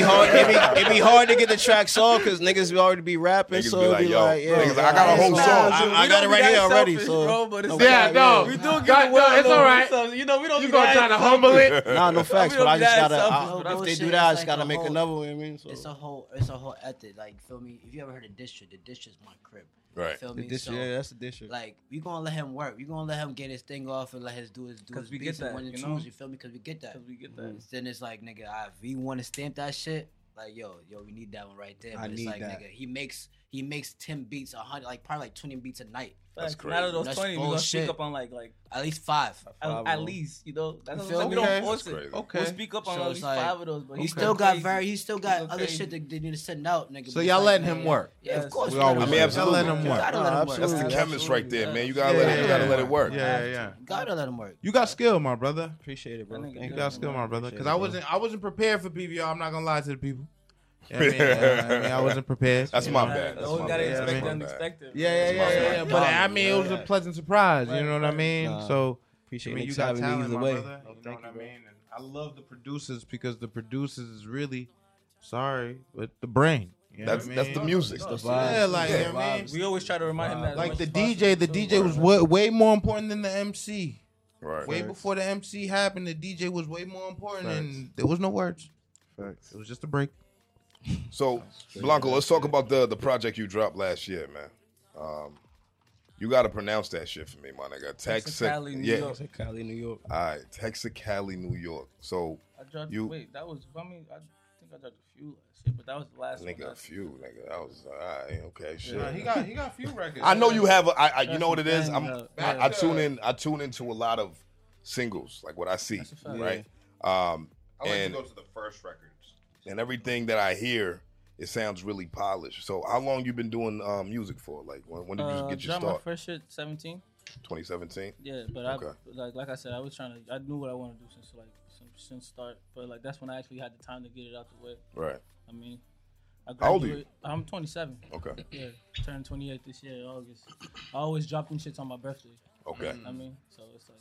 Speaker 5: hard. It'd be, it'd be hard to get the tracks off because niggas be already be rapping.
Speaker 1: Niggas
Speaker 5: so
Speaker 1: be
Speaker 5: it'd
Speaker 1: like,
Speaker 5: be
Speaker 1: yo,
Speaker 5: like, yeah,
Speaker 1: niggas, I got a whole
Speaker 5: Nah,
Speaker 1: song.
Speaker 5: I,
Speaker 7: We
Speaker 5: I got
Speaker 7: don't
Speaker 5: it
Speaker 7: be
Speaker 5: right
Speaker 7: that
Speaker 5: here already.
Speaker 7: selfish,
Speaker 5: So
Speaker 7: bro, but it's
Speaker 5: Okay.
Speaker 8: yeah, no.
Speaker 7: We do give
Speaker 8: God,
Speaker 7: it well.
Speaker 8: no, it's
Speaker 7: though.
Speaker 8: all right.
Speaker 7: So, you know, we don't.
Speaker 8: You
Speaker 7: be
Speaker 8: gonna
Speaker 7: that
Speaker 8: try to
Speaker 7: selfish.
Speaker 8: humble it?
Speaker 5: Nah, no facts, but I
Speaker 7: don't
Speaker 5: just
Speaker 7: be that
Speaker 5: gotta. I,
Speaker 7: selfish,
Speaker 6: but
Speaker 5: if they
Speaker 6: bullshit
Speaker 5: do
Speaker 6: is
Speaker 5: that, I just
Speaker 6: like
Speaker 5: gotta
Speaker 6: a
Speaker 5: make
Speaker 6: whole-
Speaker 5: another one. you know what I mean, so
Speaker 6: It's a whole, it's a whole ethic. Like, feel me? If you ever heard of district, the district's my crib.
Speaker 1: Right.
Speaker 6: Feel
Speaker 5: The
Speaker 6: me?
Speaker 5: dish-
Speaker 6: So,
Speaker 5: yeah, that's the district.
Speaker 6: like, we gonna let him work. We gonna let him get his thing off and let his do his do
Speaker 7: 'Cause
Speaker 6: his
Speaker 7: we get
Speaker 6: beats
Speaker 7: that,
Speaker 6: and one and
Speaker 7: you
Speaker 6: twos.
Speaker 7: know?
Speaker 4: Mm.
Speaker 6: You feel me? Because we get that.
Speaker 7: 'Cause we get that.
Speaker 6: Then it's like, nigga, I, if you want to stamp that shit, Like yo, yo, we need that one right there.
Speaker 4: I
Speaker 6: But it's
Speaker 4: need
Speaker 6: like
Speaker 4: that.
Speaker 6: nigga, he makes he makes ten beats a hundred, like probably like twenty beats a night,
Speaker 7: Facts. And Out of those
Speaker 6: That's
Speaker 7: twenty, we gonna speak
Speaker 6: bullshit.
Speaker 7: up on like like
Speaker 6: at least five.
Speaker 7: at, at least you know. That's
Speaker 6: You
Speaker 7: what
Speaker 6: feel
Speaker 7: I'm saying.
Speaker 6: me?
Speaker 7: We don't
Speaker 2: Okay.
Speaker 7: force
Speaker 1: That's
Speaker 7: it.
Speaker 1: crazy.
Speaker 2: Okay.
Speaker 7: We'll speak up on
Speaker 6: So
Speaker 7: at
Speaker 6: it's
Speaker 7: least
Speaker 6: like-
Speaker 7: five of those, but
Speaker 6: He
Speaker 7: he's
Speaker 6: still got
Speaker 7: crazy.
Speaker 6: very, he still got
Speaker 7: He's
Speaker 6: other
Speaker 7: crazy.
Speaker 6: shit that they need to send out, nigga.
Speaker 2: So
Speaker 6: but it's
Speaker 2: y'all
Speaker 6: like,
Speaker 2: letting
Speaker 6: man,
Speaker 2: him work.
Speaker 6: Yeah, of
Speaker 7: Yes.
Speaker 6: course.
Speaker 4: We
Speaker 6: you gotta
Speaker 4: always
Speaker 6: let
Speaker 1: I mean,
Speaker 6: him
Speaker 1: absolutely.
Speaker 6: work.
Speaker 1: Let him
Speaker 6: You
Speaker 1: work.
Speaker 6: Gotta
Speaker 4: No,
Speaker 6: let him work.
Speaker 1: That's the
Speaker 4: absolutely.
Speaker 1: chemist right there, man. You gotta
Speaker 7: Yeah,
Speaker 1: let it. You
Speaker 4: yeah,
Speaker 1: gotta
Speaker 4: yeah.
Speaker 1: let it work.
Speaker 4: Yeah, yeah, yeah.
Speaker 6: You Gotta let him work.
Speaker 4: You got skill, my brother.
Speaker 5: Appreciate it, bro.
Speaker 7: That nigga
Speaker 5: Thank
Speaker 4: You
Speaker 7: good.
Speaker 5: you.
Speaker 4: got skill, my brother. Because I
Speaker 5: Appreciate it,
Speaker 4: wasn't, I wasn't prepared for PBR. I'm not gonna lie to the people. Yeah, I, mean, yeah, I, mean, I wasn't prepared.
Speaker 1: That's
Speaker 4: you
Speaker 1: my
Speaker 4: know?
Speaker 1: bad.
Speaker 7: Like,
Speaker 1: That's
Speaker 7: always
Speaker 1: my
Speaker 7: gotta
Speaker 1: bad.
Speaker 4: expect
Speaker 1: That's
Speaker 7: expect
Speaker 1: my
Speaker 7: the
Speaker 1: bad.
Speaker 7: unexpected.
Speaker 4: Yeah, yeah,
Speaker 1: That's my
Speaker 4: yeah, yeah, yeah.
Speaker 1: bad.
Speaker 4: But I mean, it was a
Speaker 5: Yeah.
Speaker 4: pleasant surprise. You
Speaker 7: Right,
Speaker 4: know what I
Speaker 7: right.
Speaker 4: mean?
Speaker 5: Nah.
Speaker 4: So I
Speaker 5: Appreciate
Speaker 4: mean,
Speaker 5: it.
Speaker 4: you got
Speaker 5: Anytime it
Speaker 4: talent,
Speaker 5: leads
Speaker 4: my
Speaker 5: the way.
Speaker 4: brother. You know what I mean? And I love the producers because the producers is really, sorry, but the brain. You know
Speaker 1: That's
Speaker 4: what I
Speaker 1: that's
Speaker 4: mean?
Speaker 1: the music.
Speaker 4: Yeah, like
Speaker 1: Yeah.
Speaker 4: you know what I mean?
Speaker 7: We always try to remind him that.
Speaker 4: Like
Speaker 7: as
Speaker 4: the
Speaker 7: much as
Speaker 4: DJ, the
Speaker 7: possible,
Speaker 4: DJ was way, way more important than the MC. Way
Speaker 1: Right.
Speaker 4: before the MC happened, the DJ was way more important, and there was no words. It was just a break.
Speaker 1: So Blanco, let's talk about the the project you dropped last year, man. Um, you gotta pronounce that shit for me, my nigga. Texas,
Speaker 7: Texically, New
Speaker 1: yeah.
Speaker 7: York.
Speaker 5: To Cali, New York.
Speaker 1: All right, Texicali, New York. So
Speaker 7: I dropped.
Speaker 1: You-
Speaker 7: Wait, that was. I mean, I think I dropped a few last year, but that was the last one.
Speaker 1: Nigga, a
Speaker 7: that-
Speaker 1: few, nigga. That was all right. Okay, shit.
Speaker 4: got he got a few records.
Speaker 1: I know you have. A, I, I you know what it is.
Speaker 7: That's
Speaker 1: I'm.
Speaker 7: a fact.
Speaker 1: I, I tune in. I tune into a lot of singles, like what I see,
Speaker 7: a fact.
Speaker 1: right? Um,
Speaker 8: I like
Speaker 1: and
Speaker 8: to go to the first records.
Speaker 1: and everything that I hear, it sounds really polished. So, how long you been doing um, music for? Like, when, when did you
Speaker 7: Uh,
Speaker 1: get your
Speaker 7: dropped my
Speaker 1: start?
Speaker 7: first shit, seventeen.
Speaker 1: 2017.
Speaker 7: Yeah, but
Speaker 1: Okay.
Speaker 7: I like like I said, I was trying to. I knew what I wanted to do since like since, since start. But like that's when I actually had the time to get it out the way.
Speaker 1: Right.
Speaker 7: I mean, I
Speaker 1: How old are you?
Speaker 7: graduated. I'm 27.
Speaker 1: Okay.
Speaker 7: Yeah, turned 28 this year, in August. I always drop them shits on my birthday.
Speaker 1: Okay.
Speaker 7: I mean, so it's like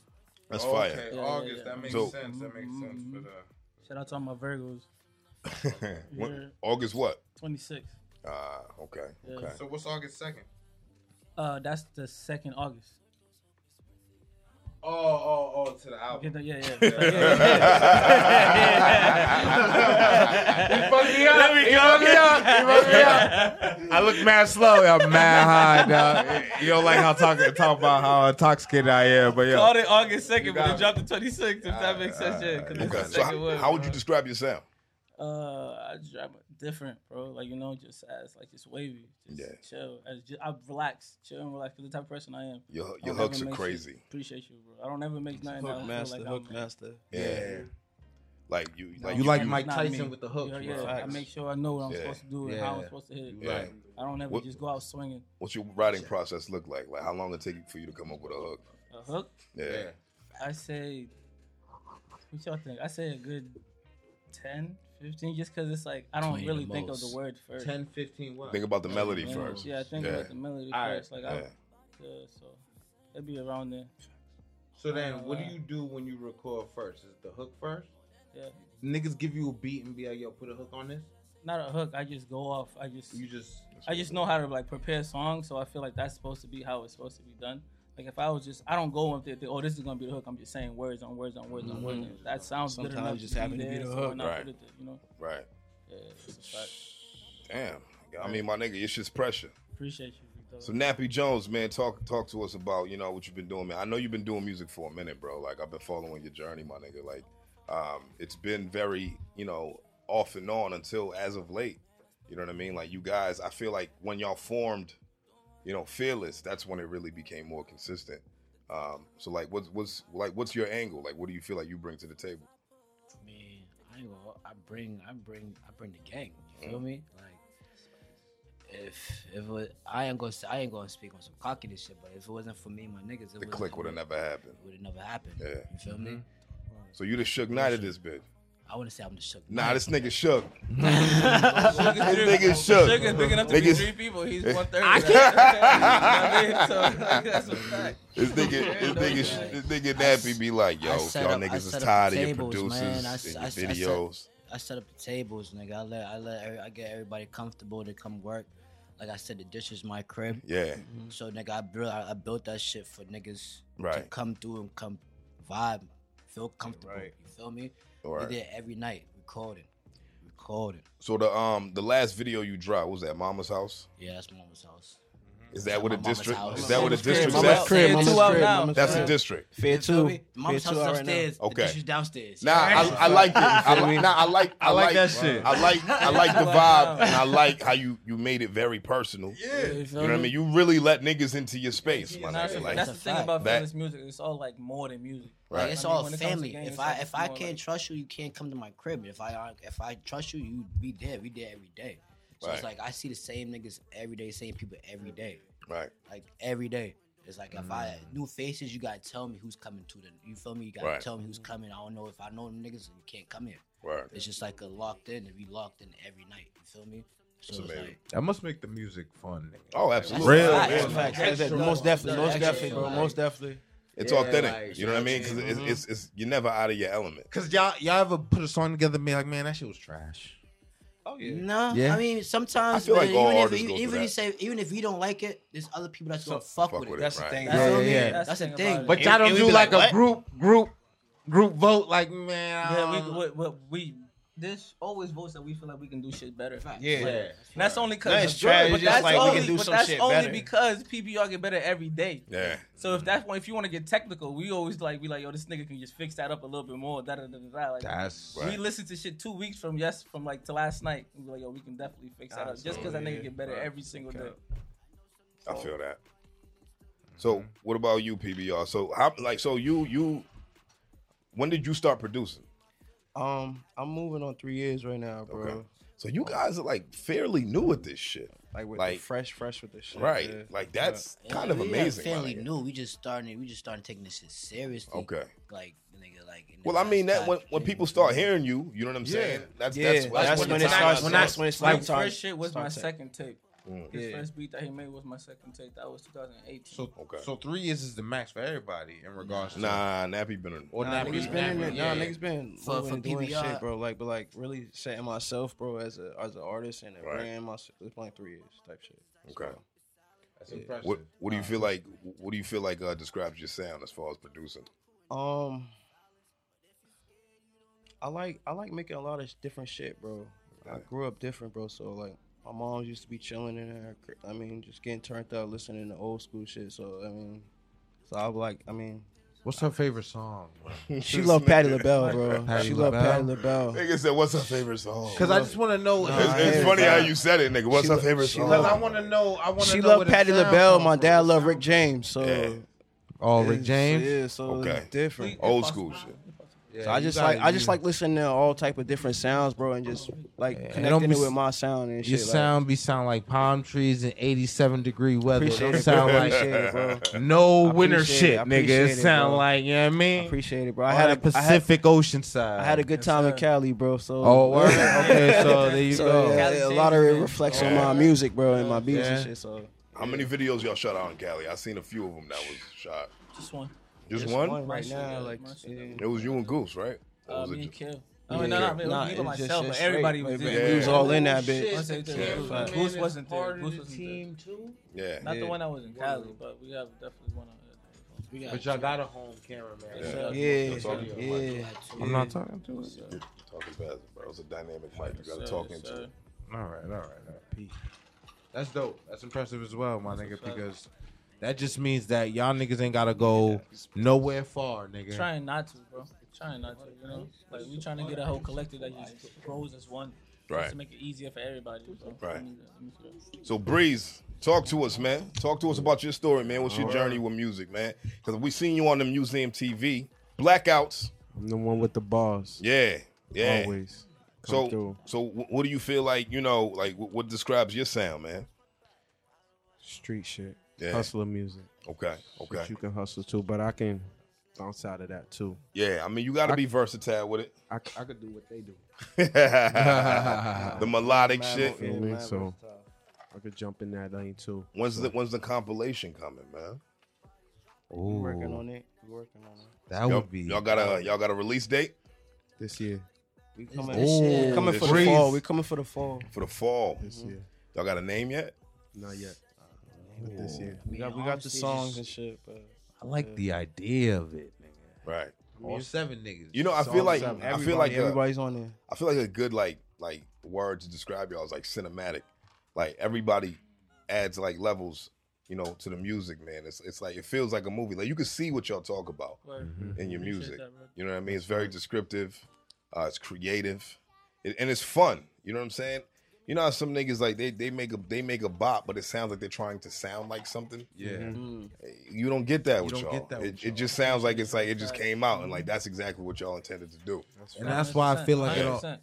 Speaker 1: That's
Speaker 8: Oh,
Speaker 1: fire.
Speaker 8: Okay,
Speaker 7: Yeah, yeah,
Speaker 8: August.
Speaker 7: yeah.
Speaker 8: That makes
Speaker 1: So-
Speaker 8: sense. That makes sense for the.
Speaker 7: shout out to all my Virgos.
Speaker 1: When-
Speaker 7: Yeah.
Speaker 1: August what?
Speaker 7: 26.
Speaker 1: Ah, okay.
Speaker 7: Yeah.
Speaker 1: Okay.
Speaker 8: So what's August second?
Speaker 7: Uh, that's the second August.
Speaker 8: Oh, oh, oh, to the
Speaker 7: Get
Speaker 8: album.
Speaker 7: the- yeah, yeah. yeah, yeah.
Speaker 3: I look mad slow. I'm mad high. Dog. You don't like how talk, talk about how intoxicated I am, but yo,
Speaker 7: Called it August 2nd, but
Speaker 8: got
Speaker 7: it dropped the 26th, if that makes sense.
Speaker 1: Uh,
Speaker 7: Yeah, 'cause it's
Speaker 1: Okay.
Speaker 7: the
Speaker 1: So,
Speaker 7: second
Speaker 1: how,
Speaker 7: one,
Speaker 1: how would
Speaker 7: bro.
Speaker 1: you describe your sound?
Speaker 7: Uh, I just drive it different, bro. Like you know, just as like just wavy, just
Speaker 1: Yeah.
Speaker 7: chill. As just, I relax, chill and relax. Cause the type of person I am.
Speaker 1: Your
Speaker 7: I
Speaker 1: your
Speaker 7: don't ever
Speaker 1: hooks are
Speaker 7: make shit-
Speaker 1: crazy.
Speaker 7: appreciate you, bro. I don't ever make nothing. that I
Speaker 5: Hook
Speaker 7: feel
Speaker 5: master,
Speaker 7: like
Speaker 5: hook
Speaker 7: I'm-
Speaker 5: master.
Speaker 1: Yeah. Like you. Like
Speaker 4: You like
Speaker 7: It's
Speaker 4: Mike
Speaker 7: not
Speaker 4: Tyson
Speaker 7: me.
Speaker 4: with the hooks,
Speaker 7: Yeah,
Speaker 4: bro.
Speaker 7: yeah. I make sure I know what I'm
Speaker 1: Yeah.
Speaker 7: supposed to do and how I'm
Speaker 4: Yeah.
Speaker 7: supposed to hit. it.
Speaker 1: Yeah.
Speaker 7: I don't ever
Speaker 1: What-
Speaker 7: just go out swinging.
Speaker 1: What's your writing process look like? Like how long it take for you to come up with a hook?
Speaker 7: A hook,
Speaker 1: Yeah.
Speaker 7: I say. What y'all think? I say a good 10, 15, just cause it's like I don't
Speaker 5: 20 the
Speaker 7: really think of the
Speaker 5: most.
Speaker 7: word first.
Speaker 4: 10, 15, what?
Speaker 1: Think about the melody
Speaker 7: Yeah,
Speaker 1: first.
Speaker 7: Yeah, I think
Speaker 1: Yeah.
Speaker 7: about the melody
Speaker 4: Alright.
Speaker 7: first. Like I,
Speaker 1: Yeah.
Speaker 7: yeah, so it'd be around there.
Speaker 4: So then, what do you do when you record first? Is the hook first?
Speaker 7: Yeah.
Speaker 4: Niggas give you a beat and be like, "Yo, put a hook on this."
Speaker 7: Not a hook. I just go off. I just
Speaker 4: You just
Speaker 7: I just know how to like prepare songs, so I feel like that's supposed to be how it's supposed to be done. Like if I was just, I don't go up there. think, Oh, this is gonna be the hook. I'm just saying words on words on words on words. That sounds good
Speaker 5: Sometimes
Speaker 7: enough.
Speaker 5: just happen to be
Speaker 7: there,
Speaker 5: the
Speaker 7: so why
Speaker 5: hook.
Speaker 7: not
Speaker 1: Right.
Speaker 7: put it there, you know.
Speaker 1: Right.
Speaker 7: Yeah, it's a fact.
Speaker 1: Damn. I mean, my nigga, it's just pressure.
Speaker 7: Appreciate you.
Speaker 1: So
Speaker 7: So,
Speaker 1: Nappy Jones, man, talk talk to us about you know what you've been doing, man. I know you've been doing music for a minute, bro. Like I've been following your journey, my nigga. Like um, it's been very you know off and on until as of late. You know what I mean? Like you guys, I feel like when y'all formed, you know, fearless. That's when it really became more consistent. Um, so like, what's what's like what's your angle? Like, what do you feel like you bring to the table?
Speaker 6: Man, I ain't gonna. I bring, I bring, I bring the gang. You feel me? Like, if if it, I ain't gonna, say- I ain't gonna speak on some cockiness shit. But if it wasn't for me, and my niggas, it
Speaker 1: The click would have never happened.
Speaker 6: would have never happened.
Speaker 1: Yeah.
Speaker 6: You feel me?
Speaker 5: Mm-hmm.
Speaker 1: So you the shook knight of this bitch.
Speaker 6: I wouldn't say I'm the shook.
Speaker 1: Nah, this nigga shook.
Speaker 7: this
Speaker 1: nigga's shook.
Speaker 7: Sugar's big enough to be
Speaker 1: Niggas-
Speaker 7: three people. He's one third. I can't. so like, that's a fact.
Speaker 1: This nigga, this nigga, this nigga Nappy be like, yo,
Speaker 6: I
Speaker 1: if
Speaker 6: set
Speaker 1: y'all
Speaker 6: up- I
Speaker 1: niggas
Speaker 6: set
Speaker 1: is
Speaker 6: up
Speaker 1: tired of your
Speaker 6: tables,
Speaker 1: producers
Speaker 6: man.
Speaker 1: and
Speaker 6: I s-
Speaker 1: your
Speaker 6: I s- I set-
Speaker 1: videos.
Speaker 6: I set up the tables, nigga. I let I let every, I get everybody comfortable to come work. Like I said, the dish is my crib.
Speaker 1: Yeah,
Speaker 5: Mm-hmm.
Speaker 6: So nigga, I built I, I built that shit for niggas to
Speaker 1: Right.
Speaker 6: come through and come vibe, feel comfortable. You feel me?
Speaker 1: all
Speaker 6: We
Speaker 1: right.
Speaker 6: did every night, recording, recording.
Speaker 1: So the um the last video you dropped what was that Mama's house.
Speaker 6: Yeah, that's mama's house.
Speaker 1: Is that what a
Speaker 6: my mama's
Speaker 1: district?
Speaker 6: house.
Speaker 1: Is that what a
Speaker 7: Mama's crib.
Speaker 1: district
Speaker 7: Mama's
Speaker 1: says?
Speaker 7: crib. Mama's
Speaker 5: Mama's
Speaker 7: crib.
Speaker 5: crib.
Speaker 7: Mama's
Speaker 5: Mama's
Speaker 1: That's a
Speaker 5: crib.
Speaker 1: district.
Speaker 5: Fair
Speaker 6: Feel
Speaker 5: too.
Speaker 6: me? Mom's
Speaker 5: Fair
Speaker 6: house
Speaker 5: too out right now.
Speaker 6: upstairs.
Speaker 1: Okay.
Speaker 6: Okay. She's downstairs.
Speaker 1: Nah, I, I like it. I, li- nah, I like. I, like
Speaker 3: that shit.
Speaker 1: I like. I like the
Speaker 7: Wow.
Speaker 1: vibe, and I like how you you made it very personal.
Speaker 8: Yeah.
Speaker 7: You
Speaker 1: You
Speaker 7: feel
Speaker 1: know what I
Speaker 7: me?
Speaker 1: mean? You really let niggas into your space.
Speaker 7: And
Speaker 1: My
Speaker 7: that's,
Speaker 1: nigga. Like,
Speaker 7: that's the thing about
Speaker 1: That-
Speaker 7: fearless music. It's all like more than music.
Speaker 1: Right.
Speaker 6: Like, it's
Speaker 7: I mean,
Speaker 6: all
Speaker 7: when it comes to
Speaker 6: family.
Speaker 7: games,
Speaker 6: if
Speaker 7: it's
Speaker 6: I
Speaker 7: like
Speaker 6: if I
Speaker 7: more
Speaker 6: can't
Speaker 7: like-
Speaker 6: trust you, you can't come to my crib. If I if I trust you, you be there. We there every day. So it's
Speaker 1: Right.
Speaker 6: like I see the same niggas every day, same people every day,
Speaker 1: right.
Speaker 6: like every day. It's like if I new faces, you gotta tell me who's coming to the. You feel me? You gotta
Speaker 1: Mm. Right.
Speaker 6: tell me who's coming. I don't know if I know them niggas, you can't come here.
Speaker 1: Right.
Speaker 6: It's just like a locked in, and we locked in every night. You feel me? So it's
Speaker 1: amazing.
Speaker 6: like
Speaker 4: I must make the music fun. Nigga.
Speaker 1: Oh,
Speaker 6: that's
Speaker 1: absolutely.
Speaker 6: Real.
Speaker 1: Yeah.
Speaker 6: facts.
Speaker 1: Yeah.
Speaker 5: Facts. That's it. Most definitely. Most definitely, bro. Most definitely.
Speaker 1: It's
Speaker 8: Yeah,
Speaker 1: authentic.
Speaker 8: like,
Speaker 1: you know what I mean? Because it's, it's it's you're never out of your element.
Speaker 4: Cause y'all y'all ever put a song together and be like, man, that shit was trash.
Speaker 7: Oh yeah.
Speaker 6: No,
Speaker 4: Yeah.
Speaker 6: I mean sometimes.
Speaker 1: I feel like
Speaker 6: man,
Speaker 1: all
Speaker 6: even if,
Speaker 1: artists
Speaker 6: you-
Speaker 1: go through
Speaker 6: even
Speaker 1: that.
Speaker 6: if you say even if you don't like it, there's other people that's gonna fuck,
Speaker 1: fuck
Speaker 6: with,
Speaker 1: with
Speaker 6: it.
Speaker 1: That's the Right. thing.
Speaker 7: That's
Speaker 4: Yeah,
Speaker 7: the-
Speaker 4: yeah.
Speaker 6: That's the thing.
Speaker 4: But
Speaker 6: And-
Speaker 4: y'all don't
Speaker 8: and we
Speaker 4: do
Speaker 8: be
Speaker 4: like,
Speaker 8: like,
Speaker 4: a
Speaker 8: "What?"
Speaker 4: group group group vote. Like man,
Speaker 7: Yeah,
Speaker 4: I
Speaker 7: we,
Speaker 5: Um,
Speaker 4: don't-
Speaker 7: we, we, we there's always votes that we feel like we can do shit better.
Speaker 4: yeah.
Speaker 7: Like, and that's only because
Speaker 8: No, it's trash.
Speaker 7: but
Speaker 8: It's just
Speaker 7: that's
Speaker 8: like we
Speaker 7: only,
Speaker 8: can do
Speaker 7: but
Speaker 8: some
Speaker 7: that's
Speaker 8: shit
Speaker 7: only
Speaker 8: better.
Speaker 7: because PBR get better every day.
Speaker 1: Yeah.
Speaker 7: So if that's one, if you want to get technical, we always like be like, yo, this nigga can just fix that up a little bit more. Da da da da. da. Like
Speaker 4: That's
Speaker 1: Right.
Speaker 7: we listened to shit two weeks from yes from like to last night. We were like, yo, we can definitely fix that up just because that nigga get better every single day.
Speaker 1: I feel that. So what about you, PBR? So how like so you you when did you start producing?
Speaker 5: Um, I'm moving on three years right now, bro.
Speaker 1: Okay. So you guys are like fairly new at this shit.
Speaker 5: Like with
Speaker 1: Like-
Speaker 5: the fresh, fresh with the shit.
Speaker 1: Right.
Speaker 5: yeah.
Speaker 1: Like that's
Speaker 6: Yeah,
Speaker 1: kind of
Speaker 6: we not
Speaker 1: amazing. my
Speaker 6: Family
Speaker 1: nigga.
Speaker 6: new. We just starting. We just started taking this shit seriously.
Speaker 1: Okay.
Speaker 6: Like nigga, like. in the
Speaker 1: Well, I mean
Speaker 6: last
Speaker 1: that when,
Speaker 6: five,
Speaker 1: when
Speaker 6: ten
Speaker 1: people
Speaker 6: years.
Speaker 1: start hearing you, you know what I'm saying? That's
Speaker 5: Yeah,
Speaker 1: that's,
Speaker 5: that's,
Speaker 1: when,
Speaker 5: when
Speaker 1: the
Speaker 5: it
Speaker 1: time
Speaker 5: starts. When that's
Speaker 1: starts.
Speaker 5: when it's
Speaker 7: My
Speaker 5: like start-
Speaker 7: first shit was my
Speaker 5: start
Speaker 7: second tape.
Speaker 1: Mm.
Speaker 7: His
Speaker 5: Yeah.
Speaker 7: first beat that he made was my second tape. That was 2018.
Speaker 4: So
Speaker 1: Okay.
Speaker 4: so three years is the max for everybody in regards to
Speaker 1: Nah, Nappy been on.
Speaker 4: or
Speaker 5: Nah,
Speaker 4: not
Speaker 5: niggas
Speaker 4: being
Speaker 5: been in
Speaker 4: that
Speaker 5: it. Nah,
Speaker 4: yeah.
Speaker 5: niggas been
Speaker 6: For-
Speaker 5: moving
Speaker 6: for
Speaker 5: and doing
Speaker 6: PBR.
Speaker 5: shit, bro. Like, but like really setting myself, bro, as a as an artist and a
Speaker 1: Right.
Speaker 5: brand. My, it's like three years type shit.
Speaker 1: Okay.
Speaker 5: So,
Speaker 4: That's impressive.
Speaker 1: What what do you feel like what do you feel like uh describes your sound as far as producing?
Speaker 5: Um, I like I like making a lot of different shit, bro. I
Speaker 1: Okay.
Speaker 5: grew up different, bro. So like, my mom used to be chilling in her. cr- I mean, just getting turned up, listening to old school shit. So I mean, so I was like, I mean,
Speaker 4: What's her favorite song?
Speaker 5: she loved Patty LaBelle, bro.
Speaker 4: Patti
Speaker 5: she loved Patty LaBelle.
Speaker 1: Nigga said, "What's her favorite song?"
Speaker 4: Because I just want to know.
Speaker 1: It's, it's
Speaker 5: yeah,
Speaker 1: funny how you said it, nigga. What's her favorite song?
Speaker 4: Because I want to know. I want to
Speaker 5: She
Speaker 4: know.
Speaker 5: loved
Speaker 4: where the
Speaker 5: Patty
Speaker 4: sound
Speaker 5: LaBelle.
Speaker 4: come
Speaker 5: My
Speaker 4: from.
Speaker 5: dad loved Rick James. So
Speaker 1: Yeah.
Speaker 4: Oh, Rick
Speaker 5: it's-
Speaker 4: James.
Speaker 5: Yeah, so
Speaker 1: Okay.
Speaker 5: it's different.
Speaker 1: Old school shit.
Speaker 5: So I just like I just like listening to all type of different sounds, bro, and just like
Speaker 4: Yeah, it don't
Speaker 5: connecting
Speaker 4: be
Speaker 5: it
Speaker 4: s-
Speaker 5: with my sound and
Speaker 4: Your
Speaker 5: shit.
Speaker 4: sound be sound like palm trees in 87 degree weather. It
Speaker 5: Appreciate
Speaker 4: don't
Speaker 5: it,
Speaker 4: sound
Speaker 5: bro.
Speaker 4: like
Speaker 5: Appreciate it, bro.
Speaker 4: no
Speaker 5: I
Speaker 4: winter
Speaker 5: appreciate
Speaker 4: shit,
Speaker 5: it. I
Speaker 4: nigga. It,
Speaker 5: appreciate it,
Speaker 4: sound
Speaker 5: bro.
Speaker 4: like, you know what I
Speaker 5: I
Speaker 4: mean?
Speaker 5: appreciate it, bro.
Speaker 4: I
Speaker 5: I had a
Speaker 4: a
Speaker 5: I had,
Speaker 4: Pacific Ocean side.
Speaker 5: I had a good time in Cali, bro. So
Speaker 4: Oh, word? okay, so there you
Speaker 5: so
Speaker 4: go.
Speaker 5: yeah,
Speaker 7: Cali
Speaker 5: a lot of
Speaker 7: changed,
Speaker 5: it
Speaker 7: man.
Speaker 5: reflects on
Speaker 1: Yeah.
Speaker 5: my music, bro, and my beats
Speaker 4: Yeah.
Speaker 5: and shit. So
Speaker 1: How many videos y'all shot out in Cali? I seen a few of them that was shot.
Speaker 7: Just one.
Speaker 1: Just,
Speaker 5: Just
Speaker 1: one?
Speaker 5: one right
Speaker 7: Marshall, yeah,
Speaker 5: now, like
Speaker 7: Marshall.
Speaker 5: yeah.
Speaker 1: It was you and Goose, right? Or
Speaker 7: Uh,
Speaker 1: was it
Speaker 7: me and
Speaker 1: just-
Speaker 7: Kill. I mean, no, no, I mean,
Speaker 5: Nah,
Speaker 7: it was me by
Speaker 5: it's just-
Speaker 7: myself,
Speaker 5: it's
Speaker 7: but everybody
Speaker 5: straight,
Speaker 7: was
Speaker 5: baby.
Speaker 7: there.
Speaker 5: We was
Speaker 1: Yeah.
Speaker 5: all in that bitch.
Speaker 7: Once they did, it was-
Speaker 5: fact.
Speaker 7: Goose wasn't there. Goose wasn't there.
Speaker 8: too.
Speaker 1: yeah.
Speaker 7: Not the
Speaker 5: Yeah.
Speaker 7: one that was in Cali, but we have definitely one on it.
Speaker 6: We got
Speaker 4: But y'all got a home cameraman.
Speaker 1: Yeah.
Speaker 5: Yeah, yeah.
Speaker 1: talking-
Speaker 4: I'm not talking to it.
Speaker 1: Talking fast, bro. It's a dynamic fight. You gotta
Speaker 7: Sir,
Speaker 1: talk into
Speaker 7: sir.
Speaker 1: it.
Speaker 4: All right, all right, all right. Peace. That's dope. That's impressive as well, my nigga, because that just means that y'all niggas ain't gotta go nowhere far, nigga.
Speaker 7: Trying not to, bro. Trying not to, you know. Like we trying to get a whole collective that just grows as one,
Speaker 1: Right.
Speaker 7: Just to make it easier for everybody. So.
Speaker 1: Right.
Speaker 7: I mean, let me see that.
Speaker 1: So Breeze, talk to us, man. Talk to us about your story, man. What's your journey with music, man? Because we seen you on the museum TV, blackouts.
Speaker 9: I'm the one with the balls.
Speaker 1: Yeah, yeah.
Speaker 9: Always. Come
Speaker 1: so,
Speaker 9: through.
Speaker 1: so wh- what do you feel like? You know, like wh- what describes your sound, man?
Speaker 9: Street shit.
Speaker 1: Yeah.
Speaker 9: Hustler music.
Speaker 1: Okay,
Speaker 9: But
Speaker 1: okay.
Speaker 9: you can hustle too, but I can bounce out of that too.
Speaker 1: Yeah, I mean, you gotta be versatile with it.
Speaker 9: I, c- I could do what they do.
Speaker 1: the melodic shit.
Speaker 9: Yeah, man, so I could jump in that lane too.
Speaker 1: When's the when's the compilation coming, man?
Speaker 5: We working on it. We working on it.
Speaker 4: That
Speaker 1: Y'all,
Speaker 4: would be.
Speaker 1: y'all got a y'all got a release date
Speaker 9: This year.
Speaker 5: We coming,
Speaker 4: Ooh,
Speaker 5: we coming
Speaker 1: this
Speaker 5: for the
Speaker 1: breeze.
Speaker 5: fall. We coming for the fall.
Speaker 1: for the fall.
Speaker 9: This year.
Speaker 1: Y'all got a name yet?
Speaker 9: Not yet. But this year.
Speaker 5: We got we got the songs and shit, but
Speaker 4: I like the idea of it, nigga.
Speaker 1: Right.
Speaker 4: All seven niggas.
Speaker 1: You know, I feel like I feel
Speaker 4: uh,
Speaker 1: like a,
Speaker 5: everybody's on there.
Speaker 1: I feel like a good like like word to describe y'all is like cinematic. Like everybody adds like levels you know, to the music, man. It's it's like it feels like a movie. Like you can see what y'all talk about
Speaker 7: Word.
Speaker 1: in Mm-hmm. your
Speaker 7: Appreciate
Speaker 1: music.
Speaker 7: that, bro.
Speaker 1: you know what I mean? It's very descriptive. Uh, it's creative, it, and it's fun. You know what I'm saying? You know how some niggas like they, they make a they make a bop, but it sounds like they're trying to sound like something.
Speaker 10: Yeah.
Speaker 1: You don't get that
Speaker 2: You
Speaker 1: with
Speaker 2: don't
Speaker 1: y'all.
Speaker 2: get that
Speaker 1: it,
Speaker 2: with
Speaker 1: it
Speaker 2: y'all.
Speaker 1: just sounds like it's like it just came out, and
Speaker 6: Mm-hmm.
Speaker 1: like that's exactly what y'all intended to do.
Speaker 2: And that's why I feel like it all.
Speaker 7: 100%.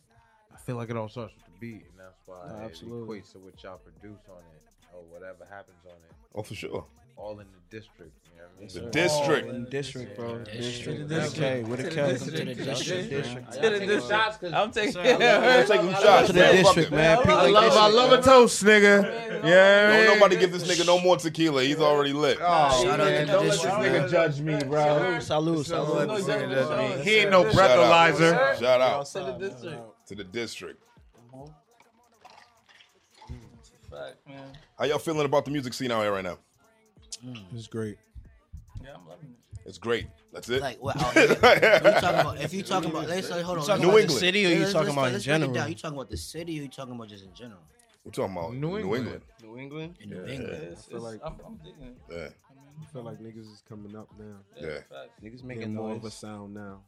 Speaker 2: I feel like it all starts with the beat, and that's why
Speaker 5: Nah,
Speaker 2: it
Speaker 5: absolutely.
Speaker 2: equates to what y'all produce on it or whatever happens on it.
Speaker 1: Oh, for sure.
Speaker 2: All in the district. You know what I mean?
Speaker 1: The district.
Speaker 5: Oh, In district, bro.
Speaker 6: District.
Speaker 5: District. With a K. With a K.
Speaker 6: To the district.
Speaker 5: District.
Speaker 7: To the district. I'm taking
Speaker 1: Let's take some shots.
Speaker 5: To the district, man. People
Speaker 7: I
Speaker 5: like
Speaker 7: love-
Speaker 5: district,
Speaker 7: I love
Speaker 5: man.
Speaker 7: it.
Speaker 10: toast, nigga. Yeah.
Speaker 1: Don't nobody give this nigga no more tequila. He's already lit.
Speaker 10: Oh,
Speaker 6: Shout out
Speaker 10: man,
Speaker 6: to
Speaker 10: don't let
Speaker 6: this
Speaker 10: this
Speaker 6: nigga.
Speaker 10: nigga judge me, bro.
Speaker 5: Salute. Salute.
Speaker 10: He ain't no
Speaker 1: Shout out.
Speaker 10: breathalyzer.
Speaker 1: Shout out
Speaker 7: To the district.
Speaker 1: to the district.
Speaker 7: Fuck, man.
Speaker 1: How y'all feeling about the music scene out here right now?
Speaker 9: It's great.
Speaker 7: Yeah, I'm loving it.
Speaker 1: It's great. That's it.
Speaker 6: Like what? Out here. you talking about? If you talking about, let's hold on.
Speaker 1: New
Speaker 6: about the
Speaker 1: England.
Speaker 6: city,
Speaker 5: or you
Speaker 6: Let's-
Speaker 5: talking
Speaker 6: let's-
Speaker 5: about in
Speaker 6: let's break it
Speaker 5: general?
Speaker 6: down. You talking about the city, or you talking about just in general?
Speaker 1: We're talking about New
Speaker 10: New
Speaker 1: England.
Speaker 10: England.
Speaker 5: New England.
Speaker 6: In New England.
Speaker 7: It's,
Speaker 9: feel
Speaker 7: it's,
Speaker 9: like-
Speaker 7: I'm, I'm digging it.
Speaker 1: Yeah.
Speaker 7: I mean,
Speaker 9: I feel like niggas is coming up now.
Speaker 1: Yeah.
Speaker 7: facts.
Speaker 5: Niggas making
Speaker 9: Making more of a
Speaker 5: noise.
Speaker 9: sound now.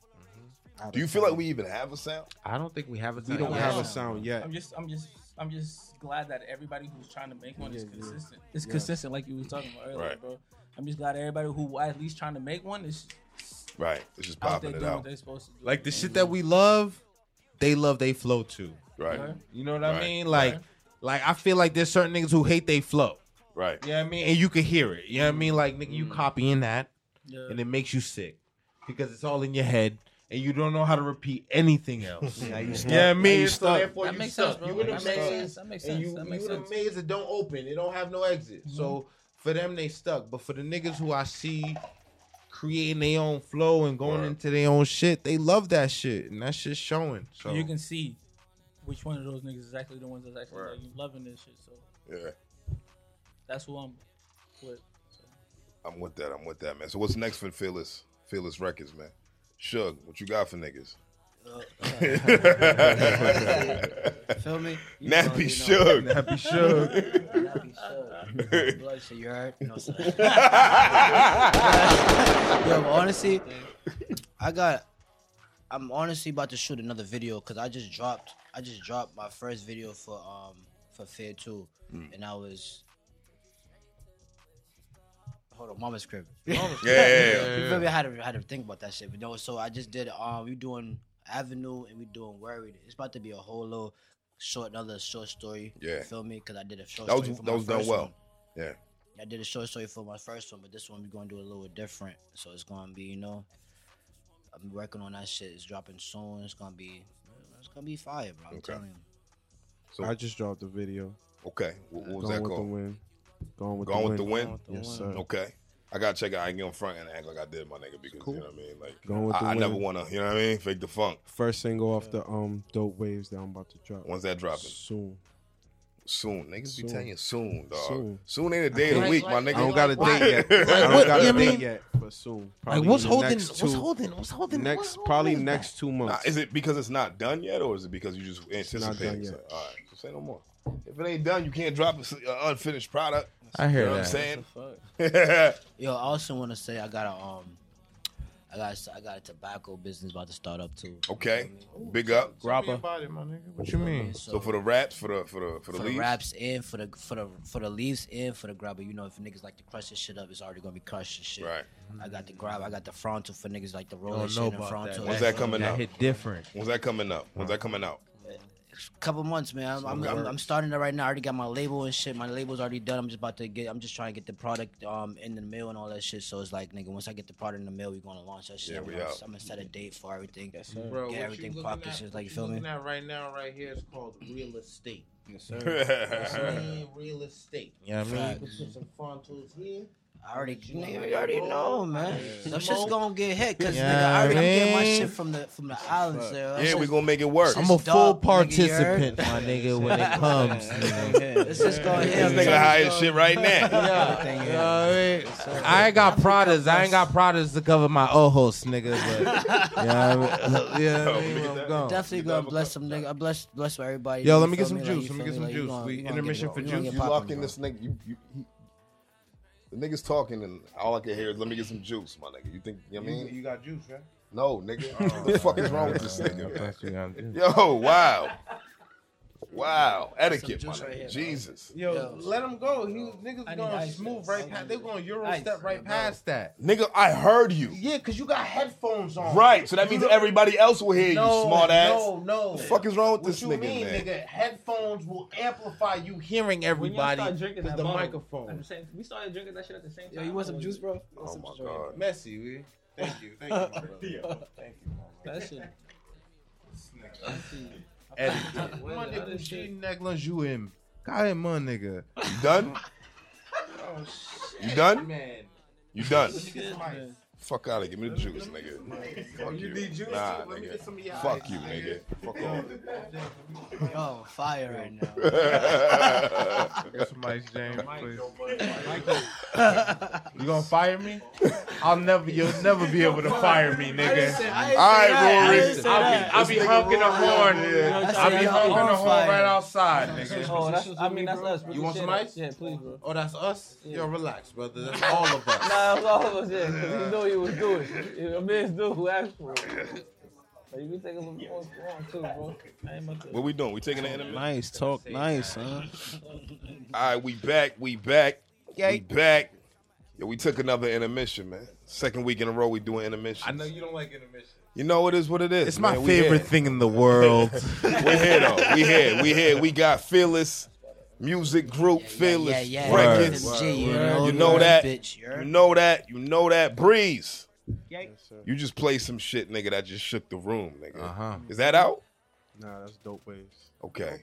Speaker 1: Do you feel like we even have a sound?
Speaker 2: I don't think we have a.
Speaker 9: We don't
Speaker 7: Yeah.
Speaker 9: have a sound yet.
Speaker 7: I'm just, I'm just, I'm just glad that everybody who's trying to make one is
Speaker 9: Yeah, yeah.
Speaker 7: consistent. It's
Speaker 9: Yeah.
Speaker 7: consistent, like you were talking about earlier,
Speaker 1: Right.
Speaker 7: bro. I'm just glad everybody who at least trying to make one is
Speaker 1: Right. It's just
Speaker 7: out
Speaker 1: popping
Speaker 7: there doing
Speaker 1: it
Speaker 7: what
Speaker 1: out.
Speaker 7: they're supposed to do.
Speaker 2: Like the shit that we love, they love they flow too.
Speaker 1: Right.
Speaker 2: You know what
Speaker 1: Right.
Speaker 2: I mean? Like, like I feel like there's certain niggas who hate they flow.
Speaker 1: Right.
Speaker 2: You know what I mean? And you can hear it. You know what I mean? Like nigga,
Speaker 7: Mm.
Speaker 2: you copying that,
Speaker 7: Yeah.
Speaker 2: and it makes you sick because it's all in your head, and you don't know how to repeat anything else.
Speaker 5: Now
Speaker 2: You
Speaker 5: you
Speaker 2: know what I
Speaker 5: stuck.
Speaker 2: mean?
Speaker 5: you
Speaker 2: So
Speaker 5: stuck.
Speaker 2: therefore,
Speaker 7: That
Speaker 2: you
Speaker 7: makes
Speaker 2: stuck.
Speaker 7: sense, bro.
Speaker 2: You in a
Speaker 7: That makes
Speaker 2: maze,
Speaker 7: sense. That makes
Speaker 2: and
Speaker 7: sense.
Speaker 2: You,
Speaker 7: That
Speaker 2: you
Speaker 7: makes
Speaker 2: in a
Speaker 7: sense. Mm-hmm.
Speaker 2: maze that don't open. It don't have no exit. So for them, they stuck. But for the niggas who I see creating their own flow and going
Speaker 1: Word.
Speaker 2: into their own shit, they love that shit, and that shit's showing. So
Speaker 7: you can see which one of those niggas is actually the ones that's actually like, you loving this shit. So
Speaker 1: Yeah.
Speaker 7: that's who I'm with.
Speaker 1: I'm with that. I'm with that, man. So what's next for Fearless Fearless Records, man? Shug, what you got for niggas?
Speaker 6: Feel me? You know, you
Speaker 1: Nappy
Speaker 6: know.
Speaker 1: Shug.
Speaker 2: happy show.
Speaker 6: Nappy Shug. Blood shit, you heard? No, sir. Yo, but honestly, I got. I'm honestly about to shoot another video because I just dropped. I just dropped my first video for um for Fear Two, and I was. Hold on, Mama's crib. Mama's crib.
Speaker 1: Yeah.
Speaker 6: You feel me? I had to, I had to think about that shit. But no, so I just did. Um, we doing Avenue and we doing Worried. It's about to be a whole little short, another short story.
Speaker 1: Yeah.
Speaker 6: You feel me? Because I did a short.
Speaker 1: That was-
Speaker 6: story for
Speaker 1: that
Speaker 6: my
Speaker 1: was done
Speaker 6: first
Speaker 1: well.
Speaker 6: one.
Speaker 1: Yeah.
Speaker 6: I did a short story for my first one, but this one we're gonna do a little different. So it's gonna be, you know, I'm working on that shit. It's dropping soon. It's gonna be, it's gonna be fire, bro. I'm
Speaker 1: Okay.
Speaker 6: telling you.
Speaker 1: So-
Speaker 9: I just dropped a video.
Speaker 1: Okay. What, what was
Speaker 9: Gone
Speaker 1: that
Speaker 9: with the
Speaker 1: called?
Speaker 9: wind. Gone with
Speaker 1: Gone
Speaker 9: the
Speaker 1: with the
Speaker 9: wind.
Speaker 1: wind.
Speaker 9: Yes, sir.
Speaker 1: Okay. I gotta check out. I ain't get on front and act like I did my nigga because you know what I mean. Like
Speaker 9: Gone with the
Speaker 1: I, I
Speaker 9: wind.
Speaker 1: never wanna, you know what I mean? Fake the funk.
Speaker 9: First single off the um dope waves that I'm about to drop.
Speaker 1: When's that dropping?
Speaker 9: Soon.
Speaker 1: Soon. Niggas
Speaker 9: Soon.
Speaker 1: be telling you soon, dog. Soon,
Speaker 9: Soon.
Speaker 1: ain't a day of the
Speaker 2: Like-
Speaker 1: week, my
Speaker 2: like-
Speaker 1: nigga.
Speaker 9: I don't got a date yet. I don't
Speaker 2: what-
Speaker 9: got a
Speaker 2: you
Speaker 9: date
Speaker 2: mean-
Speaker 9: yet, but soon.
Speaker 2: Like
Speaker 9: Probably
Speaker 2: what's
Speaker 9: in the
Speaker 2: holding?
Speaker 9: next
Speaker 2: What's
Speaker 9: two-
Speaker 2: holding? What's holding?
Speaker 9: Next,
Speaker 2: what's
Speaker 9: probably
Speaker 2: holding
Speaker 9: next two
Speaker 1: Nah,
Speaker 9: months.
Speaker 1: is it because it's not done yet, or is it because you just anticipating?
Speaker 9: done yet.
Speaker 1: something? All right, so say no more. If it ain't done, you can't drop an unfinished product.
Speaker 2: I
Speaker 1: You
Speaker 2: hear
Speaker 1: know what I'm
Speaker 2: that.
Speaker 1: saying?
Speaker 7: Fuck.
Speaker 6: Yo, I also want to say I got a um, I got I got a tobacco business about to start up too.
Speaker 1: okay, big up.
Speaker 2: Grabba. What you mean?
Speaker 1: So for the raps, for the for the for the
Speaker 6: for the
Speaker 1: leaves,
Speaker 6: raps and for the for the for the leaves and for the grabber. You know, if niggas like to crush this shit up, it's already gonna be crushed and shit.
Speaker 1: Right.
Speaker 6: I got the grab. I got the frontal for niggas like the roll
Speaker 2: Don't
Speaker 6: shit
Speaker 2: know
Speaker 6: in
Speaker 2: about
Speaker 6: frontal.
Speaker 2: that.
Speaker 1: When's that coming
Speaker 2: that
Speaker 1: out?
Speaker 2: hit different.
Speaker 1: When's that coming up? When's that coming out?
Speaker 6: couple months, man. I'm, I'm, I'm, I'm starting it right now. I already got my label and shit. My label's already done. I'm just about to get. I'm just trying to get the product um in the mail and all that shit. So it's like, nigga, once I get the product in the mail, we gonna launch that shit.
Speaker 1: Yeah,
Speaker 6: I'm,
Speaker 1: we
Speaker 6: gonna,
Speaker 1: out.
Speaker 6: I'm gonna set a date for everything.
Speaker 2: Bro,
Speaker 6: Get
Speaker 2: what you
Speaker 6: everything
Speaker 2: looking
Speaker 6: popped
Speaker 2: at-
Speaker 6: and shit.
Speaker 2: what
Speaker 6: Like, you
Speaker 2: you
Speaker 6: feel me?
Speaker 2: looking at right now, right here, is called real estate.
Speaker 1: yeah,
Speaker 2: Man, real estate. Yeah,
Speaker 6: what I mean?
Speaker 2: You can put some frontals here.
Speaker 6: I already, nigga, you already know, man. That shit's
Speaker 2: Smoke.
Speaker 6: gonna get hit because
Speaker 2: Yeah,
Speaker 6: nigga, I already I'm getting my
Speaker 2: man.
Speaker 6: shit from the from the islands there. That
Speaker 1: we
Speaker 6: shit's-
Speaker 1: gonna make it work.
Speaker 6: It's
Speaker 2: I'm a full
Speaker 6: dope, nigga, you heard?
Speaker 2: participant, my nigga, when it comes.
Speaker 6: It's just going
Speaker 1: This
Speaker 6: hit.
Speaker 1: nigga the highest shit right now.
Speaker 2: Yeah, you know what I mean? I ain't got products. I ain't got products to cover my ojos, nigga. But, you know what I mean? You know what I mean?
Speaker 1: Yo,
Speaker 2: I'm
Speaker 1: look at
Speaker 2: gone.
Speaker 6: Definitely gonna bless some nigga. I bless bless everybody.
Speaker 2: Yo,
Speaker 6: You
Speaker 2: let me
Speaker 6: feel
Speaker 2: get some
Speaker 6: Like,
Speaker 2: juice.
Speaker 6: you
Speaker 2: Let me
Speaker 6: feel
Speaker 2: get some
Speaker 6: Like, you
Speaker 2: juice.
Speaker 6: gonna-
Speaker 2: We
Speaker 6: you gonna get
Speaker 2: intermission
Speaker 6: poppin',
Speaker 2: for
Speaker 6: bro. You gonna
Speaker 2: juice.
Speaker 6: get
Speaker 1: You
Speaker 6: poppin',
Speaker 1: locked in
Speaker 6: bro.
Speaker 1: this nigga. You, you, he, The niggas talking and all I can hear is let me get some juice, my nigga. You think you know what I mean?
Speaker 2: you got juice, right?
Speaker 1: No, nigga. what the fuck is wrong with this
Speaker 2: I thought you got
Speaker 1: nigga?
Speaker 2: juice.
Speaker 1: Yo, wow. Wow. Etiquette, my
Speaker 6: juice right
Speaker 1: nigga.
Speaker 6: here, bro.
Speaker 1: Jesus.
Speaker 2: Yo,
Speaker 6: Yo.
Speaker 2: let him go. He was
Speaker 6: I
Speaker 2: niggas
Speaker 6: need
Speaker 2: going
Speaker 6: ice,
Speaker 2: smooth
Speaker 6: man.
Speaker 2: right past. They going Euro
Speaker 6: Ice,
Speaker 2: step right
Speaker 6: man,
Speaker 2: past that.
Speaker 1: Nigga, I heard you.
Speaker 2: Yeah, cause you got headphones on.
Speaker 1: Right. So that means
Speaker 2: You don't-
Speaker 1: everybody else will hear
Speaker 2: No,
Speaker 1: you, smart ass.
Speaker 2: No, no.
Speaker 1: The fuck is wrong with
Speaker 2: What
Speaker 1: this
Speaker 2: you
Speaker 1: nigga,
Speaker 2: mean,
Speaker 1: man?
Speaker 2: nigga? Headphones will amplify you hearing
Speaker 9: When y'all
Speaker 2: everybody.
Speaker 9: start drinking
Speaker 2: with
Speaker 9: that
Speaker 2: the
Speaker 9: bottle,
Speaker 7: At
Speaker 2: microphone.
Speaker 7: the same- we started drinking that shit at the same time.
Speaker 6: Yo, you want some juice, bro? You want
Speaker 1: Oh
Speaker 6: some
Speaker 1: my
Speaker 6: juice right
Speaker 1: god.
Speaker 2: Messy, we. Thank you, thank you, my brother. Thank you, my brother.
Speaker 7: That shit.
Speaker 2: Etiquette.
Speaker 6: Where
Speaker 2: My
Speaker 6: the other
Speaker 2: nigga, she
Speaker 6: shit?
Speaker 2: negligence you in. Got him, my nigga.
Speaker 1: You done?
Speaker 2: Oh
Speaker 1: You
Speaker 2: shit,
Speaker 1: done?
Speaker 2: man.
Speaker 1: You done?
Speaker 7: Yeah, yeah.
Speaker 1: Fuck out of here. Give me the juice, nigga. Fuck you. Nah, nigga.
Speaker 2: some of your
Speaker 1: Fuck you, nigga. Fuck off.
Speaker 6: there? Yo, fire right now.
Speaker 2: Get some ice, James, please. You gonna fire me? I'll never. You'll never be able to fire me, nigga.
Speaker 1: All right, Rory.
Speaker 6: Rory.
Speaker 2: I'll be, I'll be honking the horn.
Speaker 6: I
Speaker 2: I'll
Speaker 6: said
Speaker 2: be
Speaker 6: that.
Speaker 2: honking the
Speaker 6: On
Speaker 2: horn right
Speaker 6: fire.
Speaker 2: outside, nigga.
Speaker 7: Oh, that's, I mean, that's us. We
Speaker 2: You
Speaker 7: can
Speaker 2: want
Speaker 7: share
Speaker 2: some
Speaker 7: that.
Speaker 2: ice?
Speaker 7: Yeah, please, bro.
Speaker 2: Oh, that's us.
Speaker 7: Yeah.
Speaker 2: Yo, relax, brother. That's all of us.
Speaker 7: Nah, that's all of us, yeah, 'cause he knew what he was doing. A man's do who asked for it. But you can take him what's going on, too, bro. I ain't about to.
Speaker 1: What we doing? We taking the intermission?
Speaker 5: Nice talk, nice, huh?
Speaker 1: All right, we back. We back. We back. Yo, we took another intermission, man. Second week in a row we doing intermission.
Speaker 2: I know you don't like intermission.
Speaker 1: You know it is what it is.
Speaker 2: It's my
Speaker 1: man. We
Speaker 2: favorite
Speaker 1: here.
Speaker 2: thing in the world.
Speaker 1: We here though. We here. We here. We got fearless music group.
Speaker 6: Yeah,
Speaker 1: Fearless
Speaker 6: yeah.
Speaker 1: records.
Speaker 6: FMG, you
Speaker 1: You
Speaker 6: know,
Speaker 1: know
Speaker 6: you're a
Speaker 1: that.
Speaker 6: Bitch, you're
Speaker 1: You know that. You know that. Breeze.
Speaker 9: Yes, sir.
Speaker 1: You just play some shit, nigga. That just shook the room, nigga.
Speaker 2: Uh-huh.
Speaker 1: Is that out?
Speaker 9: Nah, that's dope waves.
Speaker 1: Okay.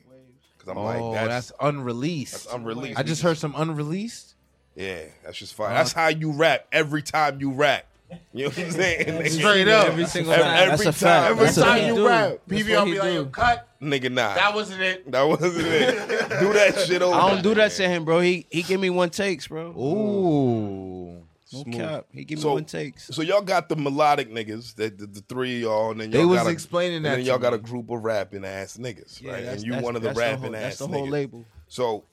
Speaker 1: Because I'm
Speaker 2: oh,
Speaker 1: like,
Speaker 2: that's,
Speaker 1: that's,
Speaker 2: unreleased.
Speaker 1: that's unreleased.
Speaker 2: I just heard some unreleased.
Speaker 1: Yeah, that's just
Speaker 2: Uh-huh.
Speaker 1: fire. That's how you rap every time you rap. You know what I'm saying?
Speaker 2: Straight up.
Speaker 7: Every single
Speaker 1: Every,
Speaker 7: time.
Speaker 1: every
Speaker 5: That's a fact.
Speaker 1: time,
Speaker 2: Every
Speaker 5: That's
Speaker 2: time
Speaker 5: what
Speaker 2: you
Speaker 7: he do.
Speaker 2: rap,
Speaker 7: That's
Speaker 2: PBL
Speaker 7: what
Speaker 2: be
Speaker 7: he
Speaker 2: like,
Speaker 7: do.
Speaker 2: yo, cut.
Speaker 1: nigga, nah,
Speaker 2: That wasn't it.
Speaker 1: that wasn't it. do that shit over.
Speaker 5: I don't do that to him, bro. He he give me one takes, bro.
Speaker 2: Ooh.
Speaker 5: No cap. He give me
Speaker 1: So-
Speaker 5: one takes.
Speaker 1: So y'all got the melodic niggas, the, the, the three of y'all, and then y'all
Speaker 2: They was
Speaker 1: got a,
Speaker 2: explaining
Speaker 1: and
Speaker 2: that.
Speaker 1: then
Speaker 2: to
Speaker 1: y'all
Speaker 2: me.
Speaker 1: got a group of rapping ass niggas, right?
Speaker 5: that's-
Speaker 1: And you
Speaker 5: that's-
Speaker 1: one of the
Speaker 5: that's
Speaker 1: rapping
Speaker 5: whole-
Speaker 1: ass
Speaker 5: That's the whole
Speaker 1: niggas.
Speaker 5: label.
Speaker 1: So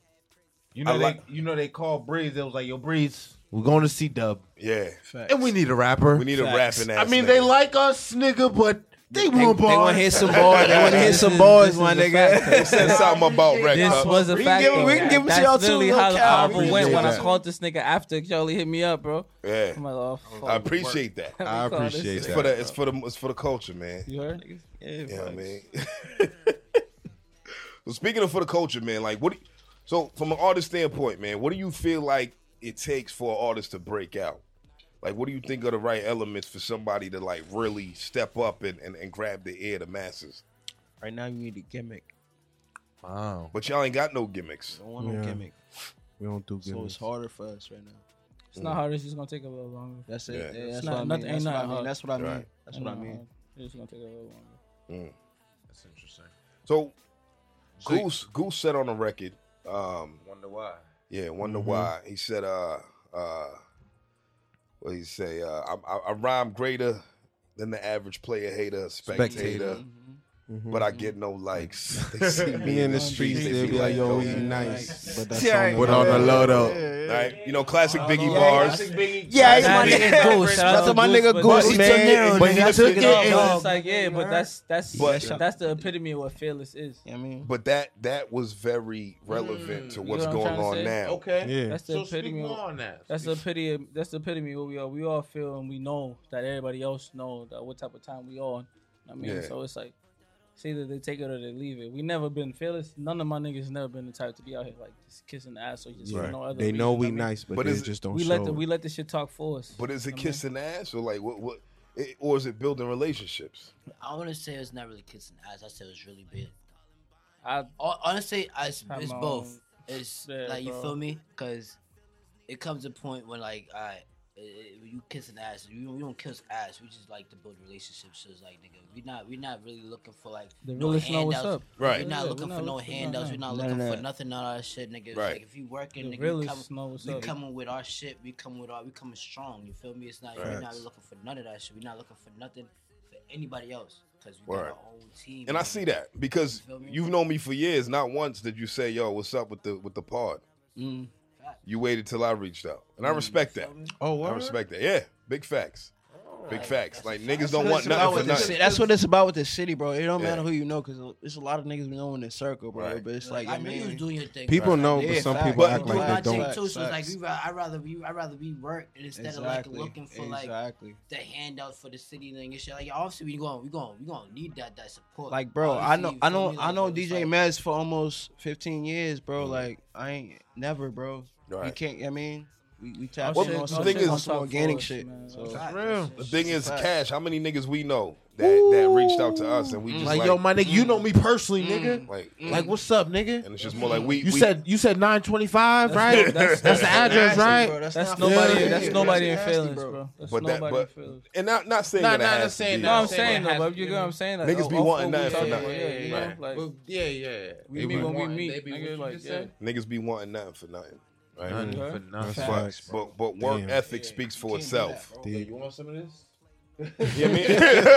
Speaker 2: You
Speaker 1: I
Speaker 2: know,
Speaker 1: like-
Speaker 2: they, you know they called Breeze. They was like, yo, Breeze, we're going to see Dub.
Speaker 1: yeah,
Speaker 2: And we need a rapper.
Speaker 1: we need
Speaker 5: Facts.
Speaker 1: a rapping
Speaker 2: I
Speaker 1: ass.
Speaker 2: mean,
Speaker 1: nigga.
Speaker 2: they like us, nigga, but they,
Speaker 5: They,
Speaker 2: want bars.
Speaker 5: want to hit some bars. They want to hit some bars, my nigga.
Speaker 1: said something about records.
Speaker 7: This was a
Speaker 5: uh, We
Speaker 7: fact.
Speaker 5: give him-
Speaker 7: though.
Speaker 5: we can give him to
Speaker 7: That's
Speaker 5: y'all too,
Speaker 7: literally
Speaker 5: little
Speaker 7: how the
Speaker 5: cow.
Speaker 7: album went when I
Speaker 1: Yeah.
Speaker 7: called this nigga after Charlie hit me up, bro.
Speaker 1: yeah,
Speaker 7: I'm like, oh, fuck.
Speaker 1: I appreciate that.
Speaker 7: I
Speaker 2: appreciate
Speaker 1: It's
Speaker 2: that.
Speaker 1: for the it's for the it's for the culture, man.
Speaker 7: You heard?
Speaker 1: Yeah, I mean. well, speaking of for the culture, man, like what? Do you, so from an artist standpoint, man, what do you feel like it takes for an artist to break out? Like, what do you think are the right elements for somebody to like really step up and, and, and grab the ear of the masses?
Speaker 5: Right now, you need a gimmick.
Speaker 2: Wow.
Speaker 1: But y'all ain't got no gimmicks.
Speaker 5: Don't want no
Speaker 9: Yeah.
Speaker 5: gimmick.
Speaker 9: We don't do
Speaker 5: So it's
Speaker 9: gimmicks.
Speaker 5: harder for us right now.
Speaker 7: It's not hard. It's just going to take a little longer.
Speaker 5: That's it.
Speaker 1: Yeah.
Speaker 5: Yeah,
Speaker 7: It's
Speaker 5: that's
Speaker 7: not-
Speaker 5: what I mean.
Speaker 7: nothing- ain't
Speaker 5: That's what I
Speaker 7: nothing
Speaker 5: mean.
Speaker 7: hard.
Speaker 5: That's what I mean.
Speaker 1: Right.
Speaker 5: That's what I
Speaker 7: Ain't
Speaker 5: mean.
Speaker 7: nothing hard. It's going to take a little longer.
Speaker 2: That's interesting.
Speaker 1: So,
Speaker 2: So-
Speaker 1: Goose Goose said on the record, um,
Speaker 2: Wonder why.
Speaker 1: yeah, wonder
Speaker 9: Mm-hmm.
Speaker 1: why he said, uh, uh, what he say? Uh, I, I, I rhyme greater than the average player hater spectator.
Speaker 2: Spectator.
Speaker 1: but I get no likes. They see
Speaker 9: Mm-hmm. Be in the streets, they be like, yo, we nice. But that's
Speaker 5: Yeah.
Speaker 9: on
Speaker 2: Put on the load up.
Speaker 1: right? You know, classic Biggie bars.
Speaker 5: Yeah,
Speaker 7: Shout out to my nigga Goose. Shout out
Speaker 5: That's
Speaker 7: to
Speaker 5: my
Speaker 7: Goose,
Speaker 5: nigga
Speaker 7: but
Speaker 5: Goose,
Speaker 1: he
Speaker 5: man.
Speaker 1: took it,
Speaker 5: But
Speaker 1: but he
Speaker 5: he
Speaker 1: took
Speaker 5: took
Speaker 1: it
Speaker 7: No,
Speaker 5: it.
Speaker 7: but it's like, yeah, but that's that's
Speaker 1: But-
Speaker 7: that's the epitome of what fearless is.
Speaker 5: I mean,
Speaker 1: But that that was very relevant to what's
Speaker 7: Mm. You know what I'm
Speaker 1: going
Speaker 7: trying to
Speaker 1: on
Speaker 7: say?
Speaker 1: now.
Speaker 2: Okay.
Speaker 9: Yeah.
Speaker 7: That's the epitome. of-
Speaker 2: on that.
Speaker 7: That's the epitome. That's the epitome of what we are. We all feel and we know that everybody else know that what type of time we on. I mean,
Speaker 1: Yeah.
Speaker 7: so it's like, it's either they take it or they leave it. We never been fearless. None of my niggas never been the type to be out here like just kissing the ass or just for
Speaker 9: Right.
Speaker 7: no other.
Speaker 9: They know
Speaker 7: reason.
Speaker 9: we
Speaker 7: I mean,
Speaker 9: nice, but,
Speaker 1: But
Speaker 9: they
Speaker 1: is it-
Speaker 9: just don't
Speaker 7: We
Speaker 9: show
Speaker 7: let the
Speaker 9: it.
Speaker 7: we let the shit talk for us.
Speaker 1: But is
Speaker 7: I
Speaker 1: it
Speaker 7: mean,
Speaker 1: kissing ass or like what what? It, or is it building relationships?
Speaker 6: I want to say it's not really kissing ass. I say it's really big.
Speaker 7: I
Speaker 6: Hon- Honestly, I- it's,
Speaker 7: Come
Speaker 6: it's
Speaker 7: on.
Speaker 6: both. It's
Speaker 7: Yeah,
Speaker 6: like you
Speaker 7: bro.
Speaker 6: feel me, because it comes a point when like I. you kissing ass. You, we don't kiss ass. We just like to build relationships. So it's like, nigga, we not we not really looking for like
Speaker 7: the
Speaker 6: no
Speaker 7: realists know what's
Speaker 6: handouts.
Speaker 7: up.
Speaker 1: Right.
Speaker 6: We're not
Speaker 7: Yeah,
Speaker 6: looking
Speaker 7: we're
Speaker 6: for
Speaker 7: not
Speaker 6: no
Speaker 7: looking-
Speaker 6: handouts. We're
Speaker 5: None
Speaker 6: not looking
Speaker 5: of
Speaker 6: for
Speaker 5: that.
Speaker 6: nothing on our shit, nigga. It's
Speaker 1: Right.
Speaker 6: Like if you working,
Speaker 7: The
Speaker 6: nigga, you come,
Speaker 7: realists know what's
Speaker 6: we
Speaker 7: up.
Speaker 6: coming with our shit. We coming with our. We coming strong. You feel me? It's not. We're not
Speaker 1: Facts.
Speaker 6: looking for none of that shit. We're not looking for nothing for anybody else because we
Speaker 1: Word.
Speaker 6: got our own team.
Speaker 1: And I see that because
Speaker 6: Feel me?
Speaker 2: Mm.
Speaker 1: you've known me for years. Not once did you say, "Yo, what's up with the with the pod?" You waited till I reached out, and I respect that.
Speaker 2: Oh,
Speaker 1: I
Speaker 2: word?
Speaker 1: respect that. Yeah, big facts. Big facts. Like niggas don't want
Speaker 5: That's what it's about
Speaker 1: nothing
Speaker 5: with
Speaker 1: for
Speaker 5: the
Speaker 1: nothing.
Speaker 5: ci- That's what it's about with the city, bro. It don't
Speaker 1: Yeah.
Speaker 5: matter who you know, because it's a lot of niggas we know in the circle, bro.
Speaker 1: Right.
Speaker 5: But it's
Speaker 6: Like,
Speaker 5: like,
Speaker 6: I knew you was
Speaker 5: mean,
Speaker 6: doing your thing.
Speaker 9: People
Speaker 6: Right.
Speaker 9: know,
Speaker 5: Yeah,
Speaker 9: but some
Speaker 5: facts.
Speaker 9: people
Speaker 1: But-
Speaker 9: act
Speaker 6: Doing my
Speaker 9: like they
Speaker 6: thing
Speaker 9: don't.
Speaker 6: too, so it's like
Speaker 5: Facts.
Speaker 6: we, ra- I rather we, I rather we work instead
Speaker 5: exactly,
Speaker 6: of like looking for like
Speaker 5: exactly.
Speaker 6: the handout for the city thing and shit. Like obviously we going, we going, we going to need that that support.
Speaker 5: Like, bro,
Speaker 6: Obviously,
Speaker 5: I know,
Speaker 6: you
Speaker 5: I
Speaker 6: feel
Speaker 5: know,
Speaker 6: me? Like,
Speaker 5: I know
Speaker 6: it's
Speaker 5: DJ
Speaker 6: like-
Speaker 5: Mez for almost 15 years, bro. Like, I ain't never, bro. You
Speaker 1: Mm-hmm. Right.
Speaker 5: can't. I mean, we, we tap
Speaker 1: Well,
Speaker 5: in
Speaker 1: the
Speaker 5: on some,
Speaker 1: thing is-
Speaker 5: on some organic shit.
Speaker 6: It's
Speaker 5: So,
Speaker 6: hot,
Speaker 2: real.
Speaker 1: The
Speaker 6: it's-
Speaker 1: thing is,
Speaker 5: Facts.
Speaker 1: cash. How many niggas we know that that reached out to us and we just
Speaker 2: Like,
Speaker 1: like,
Speaker 2: yo, my nigga, you know me personally,
Speaker 7: Mm-hmm.
Speaker 2: nigga.
Speaker 1: like,
Speaker 2: Like, what's up, nigga?
Speaker 1: and it's just more like we.
Speaker 2: Mm. You
Speaker 1: we-
Speaker 2: said you said nine twenty five, right?
Speaker 7: that's-
Speaker 2: That's, the
Speaker 7: that's-
Speaker 2: address, right?
Speaker 5: Bro,
Speaker 7: That's
Speaker 5: not-
Speaker 7: nobody.
Speaker 2: yeah,
Speaker 7: that's
Speaker 2: yeah,
Speaker 7: nobody
Speaker 5: that's
Speaker 7: in
Speaker 5: nasty,
Speaker 7: feelings,
Speaker 5: bro.
Speaker 7: bro. That's
Speaker 1: But that,
Speaker 7: nobody
Speaker 1: but
Speaker 7: in feelings.
Speaker 1: and not not saying
Speaker 2: Nah,
Speaker 1: that it
Speaker 2: nah,
Speaker 1: has
Speaker 2: not
Speaker 1: to
Speaker 2: saying
Speaker 1: be-
Speaker 7: No, I'm
Speaker 2: saying
Speaker 7: saying
Speaker 2: it
Speaker 7: though,
Speaker 2: has
Speaker 7: but
Speaker 2: to
Speaker 7: you
Speaker 2: be-
Speaker 7: get what I'm saying. Like,
Speaker 1: Niggas
Speaker 7: oh,
Speaker 1: be
Speaker 7: oh,
Speaker 1: wanting
Speaker 7: oh, we
Speaker 1: nothing for
Speaker 7: talking
Speaker 1: nothing.
Speaker 7: about- Yeah, you know,
Speaker 1: Right.
Speaker 7: like
Speaker 2: Well, yeah, yeah.
Speaker 7: we
Speaker 1: They
Speaker 7: meet when
Speaker 1: want-
Speaker 7: we meet.
Speaker 2: be
Speaker 7: nigga, like, yeah.
Speaker 1: niggas be wanting nothing for nothing. Right.
Speaker 7: Yeah.
Speaker 2: For nothing.
Speaker 1: But- but but work
Speaker 9: Damn.
Speaker 1: ethic speaks for itself.
Speaker 9: Dude.
Speaker 2: want some of this?
Speaker 1: You know what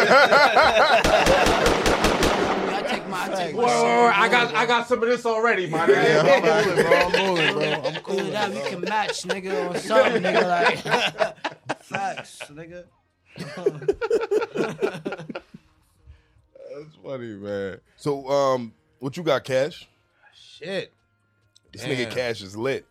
Speaker 6: I take my, I take my.
Speaker 11: Whoa, whoa, whoa, I got, I got some of this already, my
Speaker 9: Yeah,
Speaker 11: nigga.
Speaker 9: I'm cooling, bro. I'm cooling, bro. I'm
Speaker 6: Either
Speaker 9: cooling.
Speaker 6: that we can match, nigga, or something, nigga. Like facts, nigga.
Speaker 12: That's funny, man.
Speaker 1: So um, what you got, Cash?
Speaker 2: Shit.
Speaker 1: This
Speaker 2: Damn.
Speaker 1: nigga Cash is lit.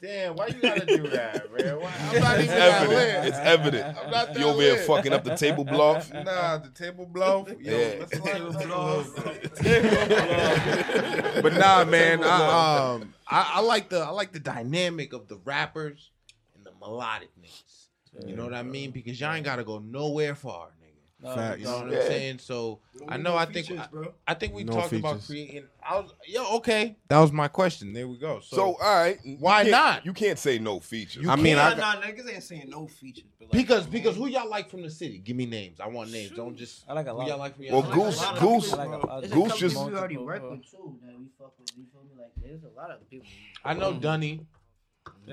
Speaker 12: Damn, why you gotta do that, man? Why? I'm
Speaker 1: It's
Speaker 12: not even that
Speaker 1: evident.
Speaker 12: lit.
Speaker 1: It's evident.
Speaker 12: I'm not that
Speaker 1: You over here
Speaker 12: lit.
Speaker 1: fucking up the table bluff.
Speaker 12: Nah, the table blow. Yo,
Speaker 1: Yeah.
Speaker 12: let's like, let's
Speaker 2: But nah, man. I, um, I, I like the I like the dynamic of the rappers and the melodic niggas. You know what I mean? Because y'all ain't gotta go nowhere far, nigga.
Speaker 7: No,
Speaker 9: Facts.
Speaker 2: You know what
Speaker 1: Yeah.
Speaker 2: I'm saying? So I know. I think I, I think we
Speaker 9: No
Speaker 2: talked about
Speaker 9: features.
Speaker 2: creating. I was yo okay. That was my question. There we go.
Speaker 1: So all right,
Speaker 2: Why
Speaker 1: you can't-
Speaker 2: not?
Speaker 1: You can't say no features.
Speaker 2: I mean, I
Speaker 5: Nah, nah, niggas ain't saying no features. But like,
Speaker 2: because because who y'all like from the city? Give me names. I want names. Don't just
Speaker 7: I like a
Speaker 2: who
Speaker 7: lot.
Speaker 2: y'all like from
Speaker 1: Well,
Speaker 2: your city?
Speaker 1: Goose,
Speaker 6: Like,
Speaker 1: Goose,
Speaker 7: like, uh,
Speaker 6: There's a
Speaker 1: Goose
Speaker 6: couple
Speaker 1: just.
Speaker 6: people we already work
Speaker 7: Multiple,
Speaker 6: with too that we fuck with. You feel me? Like there's a lot of people.
Speaker 2: I know Dunny.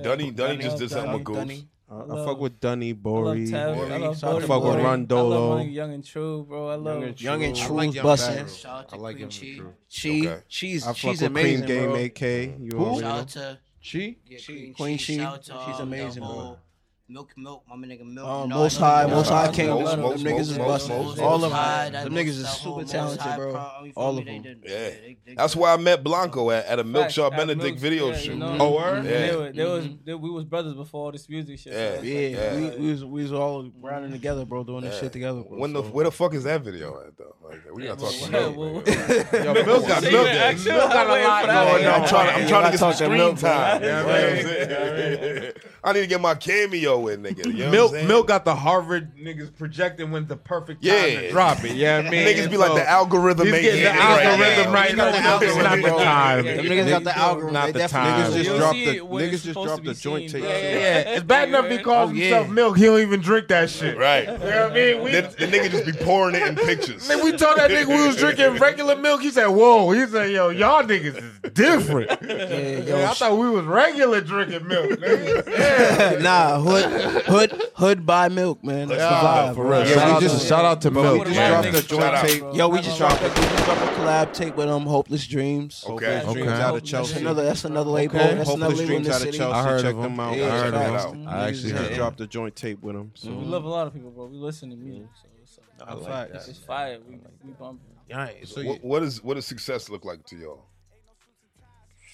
Speaker 1: Dunny, Dunny just did something with Goose.
Speaker 9: I,
Speaker 7: I
Speaker 9: fuck
Speaker 7: fuck
Speaker 9: with Dunny
Speaker 7: I love
Speaker 9: Bori.
Speaker 7: Tav- I love
Speaker 5: Shout out
Speaker 7: Bodie
Speaker 5: to
Speaker 9: fuck with
Speaker 7: Boy. I
Speaker 9: Rondolo.
Speaker 7: love Money Young and True, bro. I love
Speaker 5: Young and
Speaker 2: I
Speaker 5: True's
Speaker 2: like Young
Speaker 5: busting.
Speaker 2: Pharaoh.
Speaker 6: Shout out to
Speaker 2: I like
Speaker 6: Queen
Speaker 2: Young and
Speaker 6: Chi.
Speaker 2: True.
Speaker 5: She,
Speaker 1: Okay.
Speaker 5: she's
Speaker 9: I fuck
Speaker 5: she's
Speaker 9: with Cream
Speaker 5: amazing,
Speaker 9: Game
Speaker 5: bro.
Speaker 9: AK. You
Speaker 6: Shout
Speaker 9: already know.
Speaker 6: out to
Speaker 2: She
Speaker 6: yeah,
Speaker 5: Oh, She-
Speaker 6: Queen,
Speaker 5: Queen
Speaker 6: Chi.
Speaker 5: Chi.
Speaker 6: Shout out to,
Speaker 5: She's
Speaker 6: um, the
Speaker 5: amazing, bro.
Speaker 6: whole Milk, milk, my nigga, milk.
Speaker 5: Oh,
Speaker 6: and all
Speaker 5: Most
Speaker 6: them
Speaker 5: High,
Speaker 6: niggas.
Speaker 5: Most High
Speaker 1: Most,
Speaker 5: Kingdom. Them
Speaker 1: most,
Speaker 5: niggas
Speaker 1: most,
Speaker 5: is
Speaker 1: most,
Speaker 5: busting.
Speaker 1: most.
Speaker 5: All of
Speaker 6: High,
Speaker 5: them.
Speaker 6: that
Speaker 5: Them
Speaker 6: Most
Speaker 5: niggas is
Speaker 6: High,
Speaker 5: super
Speaker 6: Most
Speaker 5: talented,
Speaker 6: High
Speaker 5: bro.
Speaker 6: Pro, you feel
Speaker 5: All
Speaker 6: me?
Speaker 5: of
Speaker 6: They
Speaker 5: them.
Speaker 6: did-
Speaker 1: Yeah.
Speaker 6: they- they-
Speaker 1: That's why I met Blanco at, at a Milk
Speaker 7: Facts,
Speaker 1: Shop
Speaker 7: at
Speaker 1: Benedict
Speaker 7: Milk's,
Speaker 1: video
Speaker 7: yeah, you
Speaker 1: shoot.
Speaker 7: know.
Speaker 1: oh, word?
Speaker 7: They
Speaker 1: Yeah.
Speaker 7: were, they was, they, we was brothers before all this music shit.
Speaker 1: Yeah.
Speaker 7: So it's
Speaker 5: Yeah,
Speaker 7: like,
Speaker 1: Yeah.
Speaker 5: We, we was we was all grinding together, bro, doing this
Speaker 1: Yeah.
Speaker 5: shit together. Bro,
Speaker 1: When the
Speaker 5: so.
Speaker 1: where the fuck is that video at though? Like, we gotta talk
Speaker 7: well,
Speaker 1: about
Speaker 7: well,
Speaker 1: that.
Speaker 7: well,
Speaker 1: later.
Speaker 2: Yo, Milk
Speaker 1: got
Speaker 2: got
Speaker 1: Say
Speaker 2: Milk.
Speaker 1: that,
Speaker 2: Milk
Speaker 7: actually,
Speaker 2: got
Speaker 7: I'm
Speaker 2: a
Speaker 7: waiting
Speaker 2: lot
Speaker 7: for that.
Speaker 2: going
Speaker 7: Yeah,
Speaker 2: on.
Speaker 1: I'm trying. I'm trying to get some
Speaker 9: Talking
Speaker 1: screen
Speaker 9: milk
Speaker 1: time.
Speaker 9: time.
Speaker 1: You know what I'm saying? I need to get my cameo in, nigga. You know
Speaker 2: Milk,
Speaker 1: what I'm saying?
Speaker 2: Milk got the Harvard niggas projecting when the perfect time
Speaker 1: Yeah.
Speaker 2: to drop it. Yeah, I mean,
Speaker 1: Niggas be like
Speaker 2: So,
Speaker 1: the algorithm.
Speaker 2: He's
Speaker 1: ain't
Speaker 2: getting the
Speaker 1: hitting right
Speaker 2: algorithm
Speaker 1: now.
Speaker 2: right
Speaker 1: You
Speaker 2: now.
Speaker 1: know
Speaker 2: The
Speaker 1: what I'm
Speaker 2: algorithm's not
Speaker 1: saying?
Speaker 2: the time.
Speaker 5: Them niggas got the algorithm.
Speaker 9: Not
Speaker 5: they
Speaker 9: the
Speaker 5: definitely-
Speaker 9: time.
Speaker 5: Niggas
Speaker 9: Just
Speaker 5: just
Speaker 7: you'll
Speaker 9: dropped
Speaker 7: see
Speaker 9: the-
Speaker 7: it when
Speaker 9: niggas
Speaker 7: it's
Speaker 9: just
Speaker 7: supposed
Speaker 9: dropped
Speaker 7: to be
Speaker 9: the joint
Speaker 7: seen,
Speaker 9: tape.
Speaker 7: bro.
Speaker 9: Yeah,
Speaker 2: Yeah, yeah. It's bad enough he calls
Speaker 5: Oh, yeah.
Speaker 2: himself Milk. He don't even drink that shit. You
Speaker 1: Right.
Speaker 2: know what I mean? We,
Speaker 1: The, the nigga just be pouring it in pictures.
Speaker 2: Man, we told that nigga we was drinking regular milk. He said, "Whoa!" He said, "Yo, y'all niggas is different."
Speaker 5: Yeah,
Speaker 2: Yo,
Speaker 5: yo,
Speaker 2: I thought we was regular drinking milk. nigga. Yeah.
Speaker 5: nah, hood, hood, hood by milk, man. That's
Speaker 1: Nah,
Speaker 5: the vibe.
Speaker 1: for
Speaker 5: bro.
Speaker 1: real.
Speaker 9: Yeah,
Speaker 1: Shout
Speaker 9: we
Speaker 1: out
Speaker 9: just shout out to
Speaker 7: we
Speaker 9: Milk.
Speaker 7: would've wanted
Speaker 9: Just dropped
Speaker 7: niggas
Speaker 9: the
Speaker 7: to
Speaker 9: joint
Speaker 1: shout out.
Speaker 9: tape.
Speaker 5: Yo, we just dropped a, we just dropped a collab tape with um Hopeless Dreams.
Speaker 1: Okay.
Speaker 9: Hopeless Dremes out of
Speaker 5: That's
Speaker 9: Chelsea.
Speaker 5: another, that's another label.
Speaker 9: Okay.
Speaker 5: That's another
Speaker 9: Hopeless
Speaker 5: label in
Speaker 9: Dreams
Speaker 5: the
Speaker 9: out of
Speaker 5: city.
Speaker 9: Chelsea.
Speaker 2: I heard
Speaker 9: Check
Speaker 2: of 'em.
Speaker 9: them out.
Speaker 5: Yeah,
Speaker 9: I heard
Speaker 5: check
Speaker 9: of
Speaker 5: 'em
Speaker 9: them.
Speaker 1: out.
Speaker 9: I actually
Speaker 5: Yeah.
Speaker 9: just dropped a joint tape with them. So.
Speaker 5: Mm-hmm.
Speaker 7: We love a lot of people, bro. We listen to music, so it's, like,
Speaker 5: like
Speaker 7: it's just fire. We, we bumping.
Speaker 2: So
Speaker 1: What, what is what does success look like to y'all?